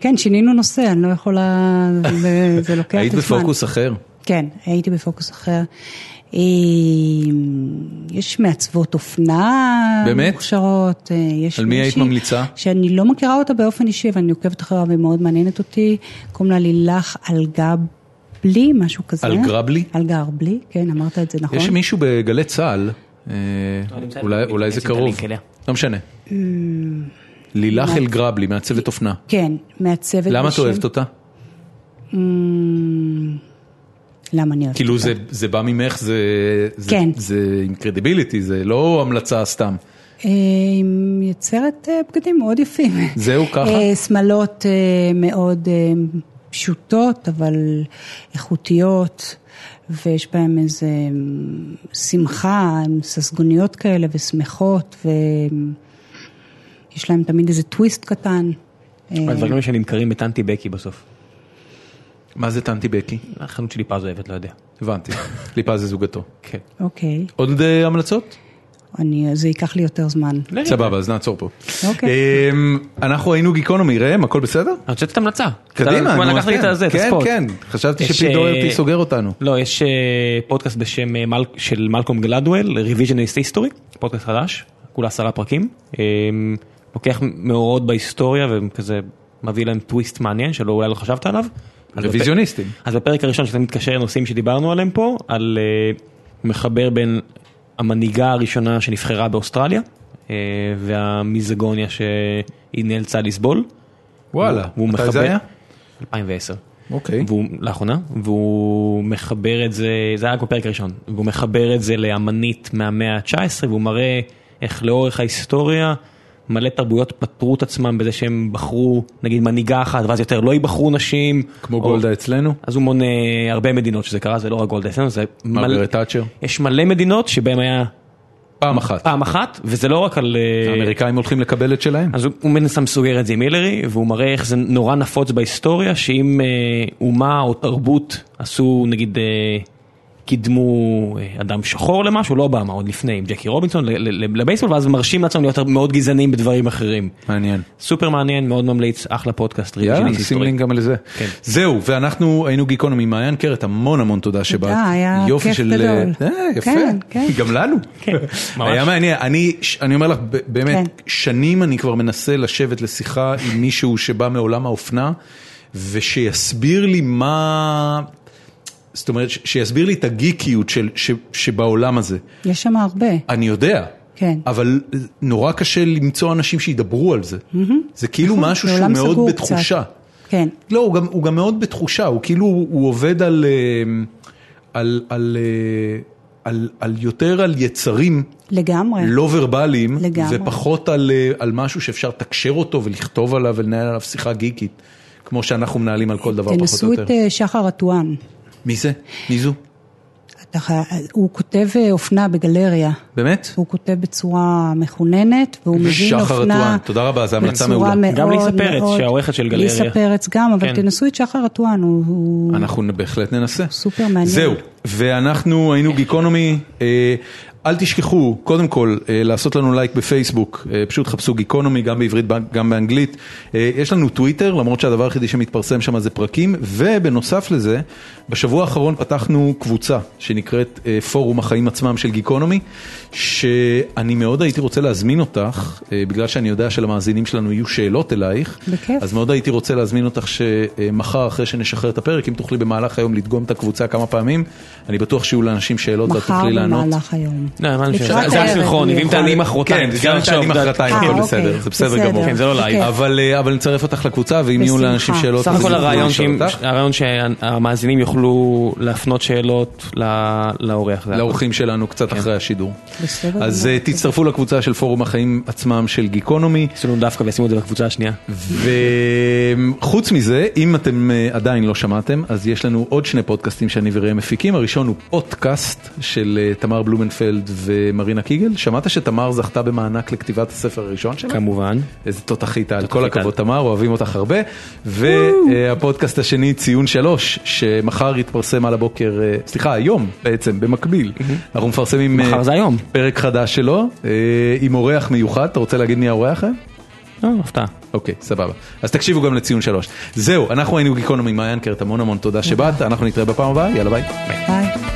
S3: כן, שינינו נושא, אני לא יכולה... זה- זה לוקח
S1: היית
S3: את הזמן.
S1: בפוקוס אחר.
S3: כן, הייתי בפוקוס אחר. אה, יש מעצבות אופנה
S1: באמת?
S3: מוכשרות. אה, יש
S1: על מי היית
S3: מישהי
S1: ממליצה?
S3: שאני לא מכירה אותה באופן אישי, אבל אני עוקבת אחריה והיא מאוד מעניינת אותי. קוראים לה לילך אלגבלי, משהו כזה.
S1: אלגרבלי?
S3: אלגרבלי, כן, אמרת את זה נכון.
S1: יש מישהו בגלי צה"ל, אה,
S2: לא נמצא,
S1: אולי-
S2: אני
S1: אולי זה
S2: אמצא את
S1: קרוב,
S2: הלינק אליה.
S1: לא משנה.
S3: אה,
S1: לילך אלגרבלי, מעצבת אופנה.
S3: כן, מעצבת
S1: למה את
S3: נשים.
S1: אוהבת אותה?
S3: למה אני אוהבת?
S1: כאילו זה- זה בא ממך, זה- זה-
S3: כן.
S1: זה אינקרדיביליטי, זה לא המלצה סתם.
S3: אה, היא מייצרת אה, בגדים מאוד יפים.
S1: זהו, ככה?
S3: אה, שמלות אה, מאוד אה, פשוטות, אבל איכותיות, ויש בהן איזה אה, שמחה, הן ססגוניות כאלה ושמחות, ויש להן תמיד איזה טוויסט קטן. אה,
S2: הדברים האלה שנמכרים בטנטי בקי בסוף.
S1: מה זה טנטי בקי?
S2: החנות שלי פז אוהבת, לא יודע.
S1: הבנתי, ליפה זה זוגתו.
S2: כן.
S3: אוקיי,
S1: עוד אה, המלצות?
S3: אני, זה ייקח לי יותר זמן.
S2: כן.
S1: סבבה, אז נעצור פה.
S3: אוקיי.
S1: אמ, אנחנו היינו גיקונומי, ראם, הכל בסדר?
S2: אני רוצה לתת המלצה.
S1: קדימה,
S2: נו.
S1: נו,
S2: לקחת לי
S1: כן.
S2: את הזה, את
S1: כן,
S2: הספורט.
S1: כן, חשבתי
S2: יש,
S1: שפתאום
S2: אה,
S1: הייתי סוגר אותנו.
S2: לא, יש אה, פודקאסט בשם אה, מל- של מלקום גלדואל, Revisionist History, פודקאסט חדש, כולה עשרה פרקים. אה, לוקח מאורעות בהיסטוריה וכזה מביא להם טוויסט מעניין שלא אולי לא חשבת עליו. אז בפ-
S1: רוויזיוניסטים.
S2: אז בפרק הראשון שאתה מתקשר לנושאים שדיברנו עליהם פה, על אה, מחבר בין המנהיגה הראשונה שנבחרה באוסטרליה אה, והמיזגוניה שהיא נאלצה לסבול.
S1: וואלה,
S2: והוא
S1: מתי
S2: מחבר-
S1: זה היה?
S2: 2010.
S1: אוקיי.
S2: והוא, לאחרונה, והוא מחבר את זה, זה היה רק בפרק הראשון, והוא מחבר את זה לאמנית מהמאה ה-19, והוא מראה איך לאורך ההיסטוריה מלא תרבויות פטרו את עצמם בזה שהם בחרו, נגיד מנהיגה אחת, ואז יותר לא ייבחרו נשים.
S1: כמו
S2: או-
S1: גולדה אצלנו?
S2: אז הוא מונה הרבה מדינות שזה קרה, זה לא רק גולדה אצלנו, זה מלא-
S1: מרגרט תאצ'ר?
S2: יש מלא מדינות שבהן היה
S1: פעם אחת.
S2: פעם אחת, וזה לא רק על... אה,
S1: האמריקאים הולכים לקבל את שלהם?
S2: אז הוא- הוא מן הסתם סוגר את זה עם הילרי, והוא מראה איך זה נורא נפוץ בהיסטוריה, שאם אה, אומה או תרבות עשו, נגיד, אה, קידמו אה, אדם שחור למשהו, לא אובמה, עוד לפני, עם ג'קי רובינסון, ל- ל- ל- לבייסבול, ואז מרשים לעצמם להיות מאוד גזענים בדברים אחרים.
S1: מעניין.
S2: סופר מעניין, מאוד ממליץ, אחלה פודקאסט,
S1: יאללה,
S2: ריביזיוניסט
S1: נשים
S2: היסטורי.
S1: לינק גם לזה.
S2: כן.
S1: זהו, ואנחנו היינו גיקונומי. מעיין קרת, המון המון תודה שבאת.
S3: תודה, היה
S1: יופי
S3: כיף
S1: של-
S3: גדול.
S1: אה, יפה,
S3: כן, כן.
S1: גם לנו.
S2: ממש.
S1: היה מעניין, אני ש- אני אומר לך, ב- באמת,
S3: כן.
S1: שנים אני כבר מנסה לשבת לשיחה עם מישהו שבא מעולם האופנה, ושיסביר לי מה... זאת אומרת, ש- שיסביר לי את הגיקיות של- ש- שבעולם הזה.
S3: יש שם הרבה.
S1: אני יודע.
S3: כן.
S1: אבל נורא קשה למצוא אנשים שידברו על זה. זה כאילו משהו שהוא
S3: בעולם
S1: מאוד
S3: נכון, סגור קצת.
S1: בתחושה.
S3: כן.
S1: לא, הוא גם, הוא גם מאוד בתחושה, הוא כאילו, הוא עובד על, אה, על, על, אה, על, על יותר על יצרים.
S3: לגמרי.
S1: לא ורבליים,
S3: לגמרי.
S1: ופחות על, אה, על משהו שאפשר לתקשר אותו ולכתוב עליו ולנהל עליו שיחה גיקית, כמו שאנחנו מנהלים על כל דבר פחות או
S3: תנסו
S1: יותר.
S3: את אה, שחר עטואן.
S1: מי זה? מי זו?
S3: אתה חי- הוא כותב אה, אופנה בגלריה.
S1: באמת?
S3: הוא כותב בצורה מכוננת, והוא מבין אופנה...
S1: שחר עטואן, תודה רבה, זו המלצה
S3: בצורה
S1: מעולה.
S2: גם ליסה
S3: מאוד
S2: פרץ,
S3: מאוד-
S2: שהעורכת של גלריה.
S3: ליסה פרץ גם, אבל
S2: כן.
S3: תנסו את שחר עטואן, הוא- הוא...
S1: אנחנו בהחלט ננסה.
S3: סופר מעניין.
S1: זהו, ואנחנו היינו גיקונומי. אה, אל תשכחו, קודם כל, אה, לעשות לנו לייק בפייסבוק, אה, פשוט חפשו גיקונומי, גם בעברית, גם באנגלית. אה, יש לנו טוויטר, למרות שהדבר היחידי שמתפרסם שם זה פרקים, ובנוסף לזה, בשבוע האחרון פתחנו קבוצה שנקראת אה, פורום החיים עצמם של גיקונומי, שאני מאוד הייתי רוצה להזמין אותך, אה, בגלל שאני יודע שלמאזינים שלנו יהיו שאלות אלייך.
S3: בכיף.
S1: אז מאוד הייתי רוצה להזמין אותך שמחר, אחרי שנשחרר את הפרק, אם תוכלי במהלך היום לדגום את הקבוצה כמה פעמים, אני בטוח שיהיו לאנשים שאלות ואת
S3: מחר
S1: לא תוכלי לענות.
S3: במהלך היום.
S2: לא, הבנו
S3: לקראת
S2: שזה- זה
S3: הערב
S2: הסינכרוני,
S3: אני
S2: ואם
S3: אוכל.
S2: תעני מחרתיים,
S1: כן, גם אם תעני מחרתיים,
S3: אה,
S1: הכל
S3: אוקיי,
S1: בסדר, זה בסדר
S3: בסדר.
S1: גמור.
S2: כן, זה לא לייב.
S3: אוקיי.
S1: אבל אה, אבל נצרף אותך לקבוצה, ואם יהיו
S3: בשמחה.
S1: לאנשים שאלות,
S2: סך
S1: אז הם
S2: הכל
S1: יוכלו
S2: הרעיון
S1: לשאול
S2: שאם-
S1: אותך.
S2: הרעיון שהמאזינים יוכלו להפנות שאלות ל- לאורח. זה
S1: לאורחים שלנו קצת אחרי השידור.
S3: בסדר
S1: אז
S3: גמור.
S1: אה, תצטרפו לקבוצה של פורום החיים עצמם של גיקונומי.
S2: עשו לנו דווקא וישימו את זה בקבוצה השנייה.
S1: וחוץ מזה, אם אתם אה, עדיין לא שמעתם, אז יש לנו עוד שני פודקאסטים שאני וראם מפיקים. הראשון הוא פודקאסט של אה, תמר בלומנפלד ומרינה קיגל. שמעת שתמר זכתה במענק לכתיבת הספר הראשון שלה?
S2: כמובן.
S1: איזה תותחית על, כל
S2: תותחית-על.
S1: הכבוד תמר, אוהבים אותך הרבה. והפודקאסט השני, ציון שלוש, שמחר יתפרסם על הבוקר, אה, סליחה, היום בעצם, במקביל. אנחנו מפרסמים אה,
S2: מחר זה היום.
S1: פרק חדש שלו, אה, עם אורח מיוחד, אתה רוצה להגיד מי האורח? אה?
S2: לא, הפתעה.
S1: אוקיי, סבבה. אז תקשיבו גם לציון שלוש. זהו, אנחנו היינו גיקונומי מעיין קרט, המון המון תודה שבאת, אנחנו נתראה בפעם הבאה, יאללה ביי.
S3: ביי.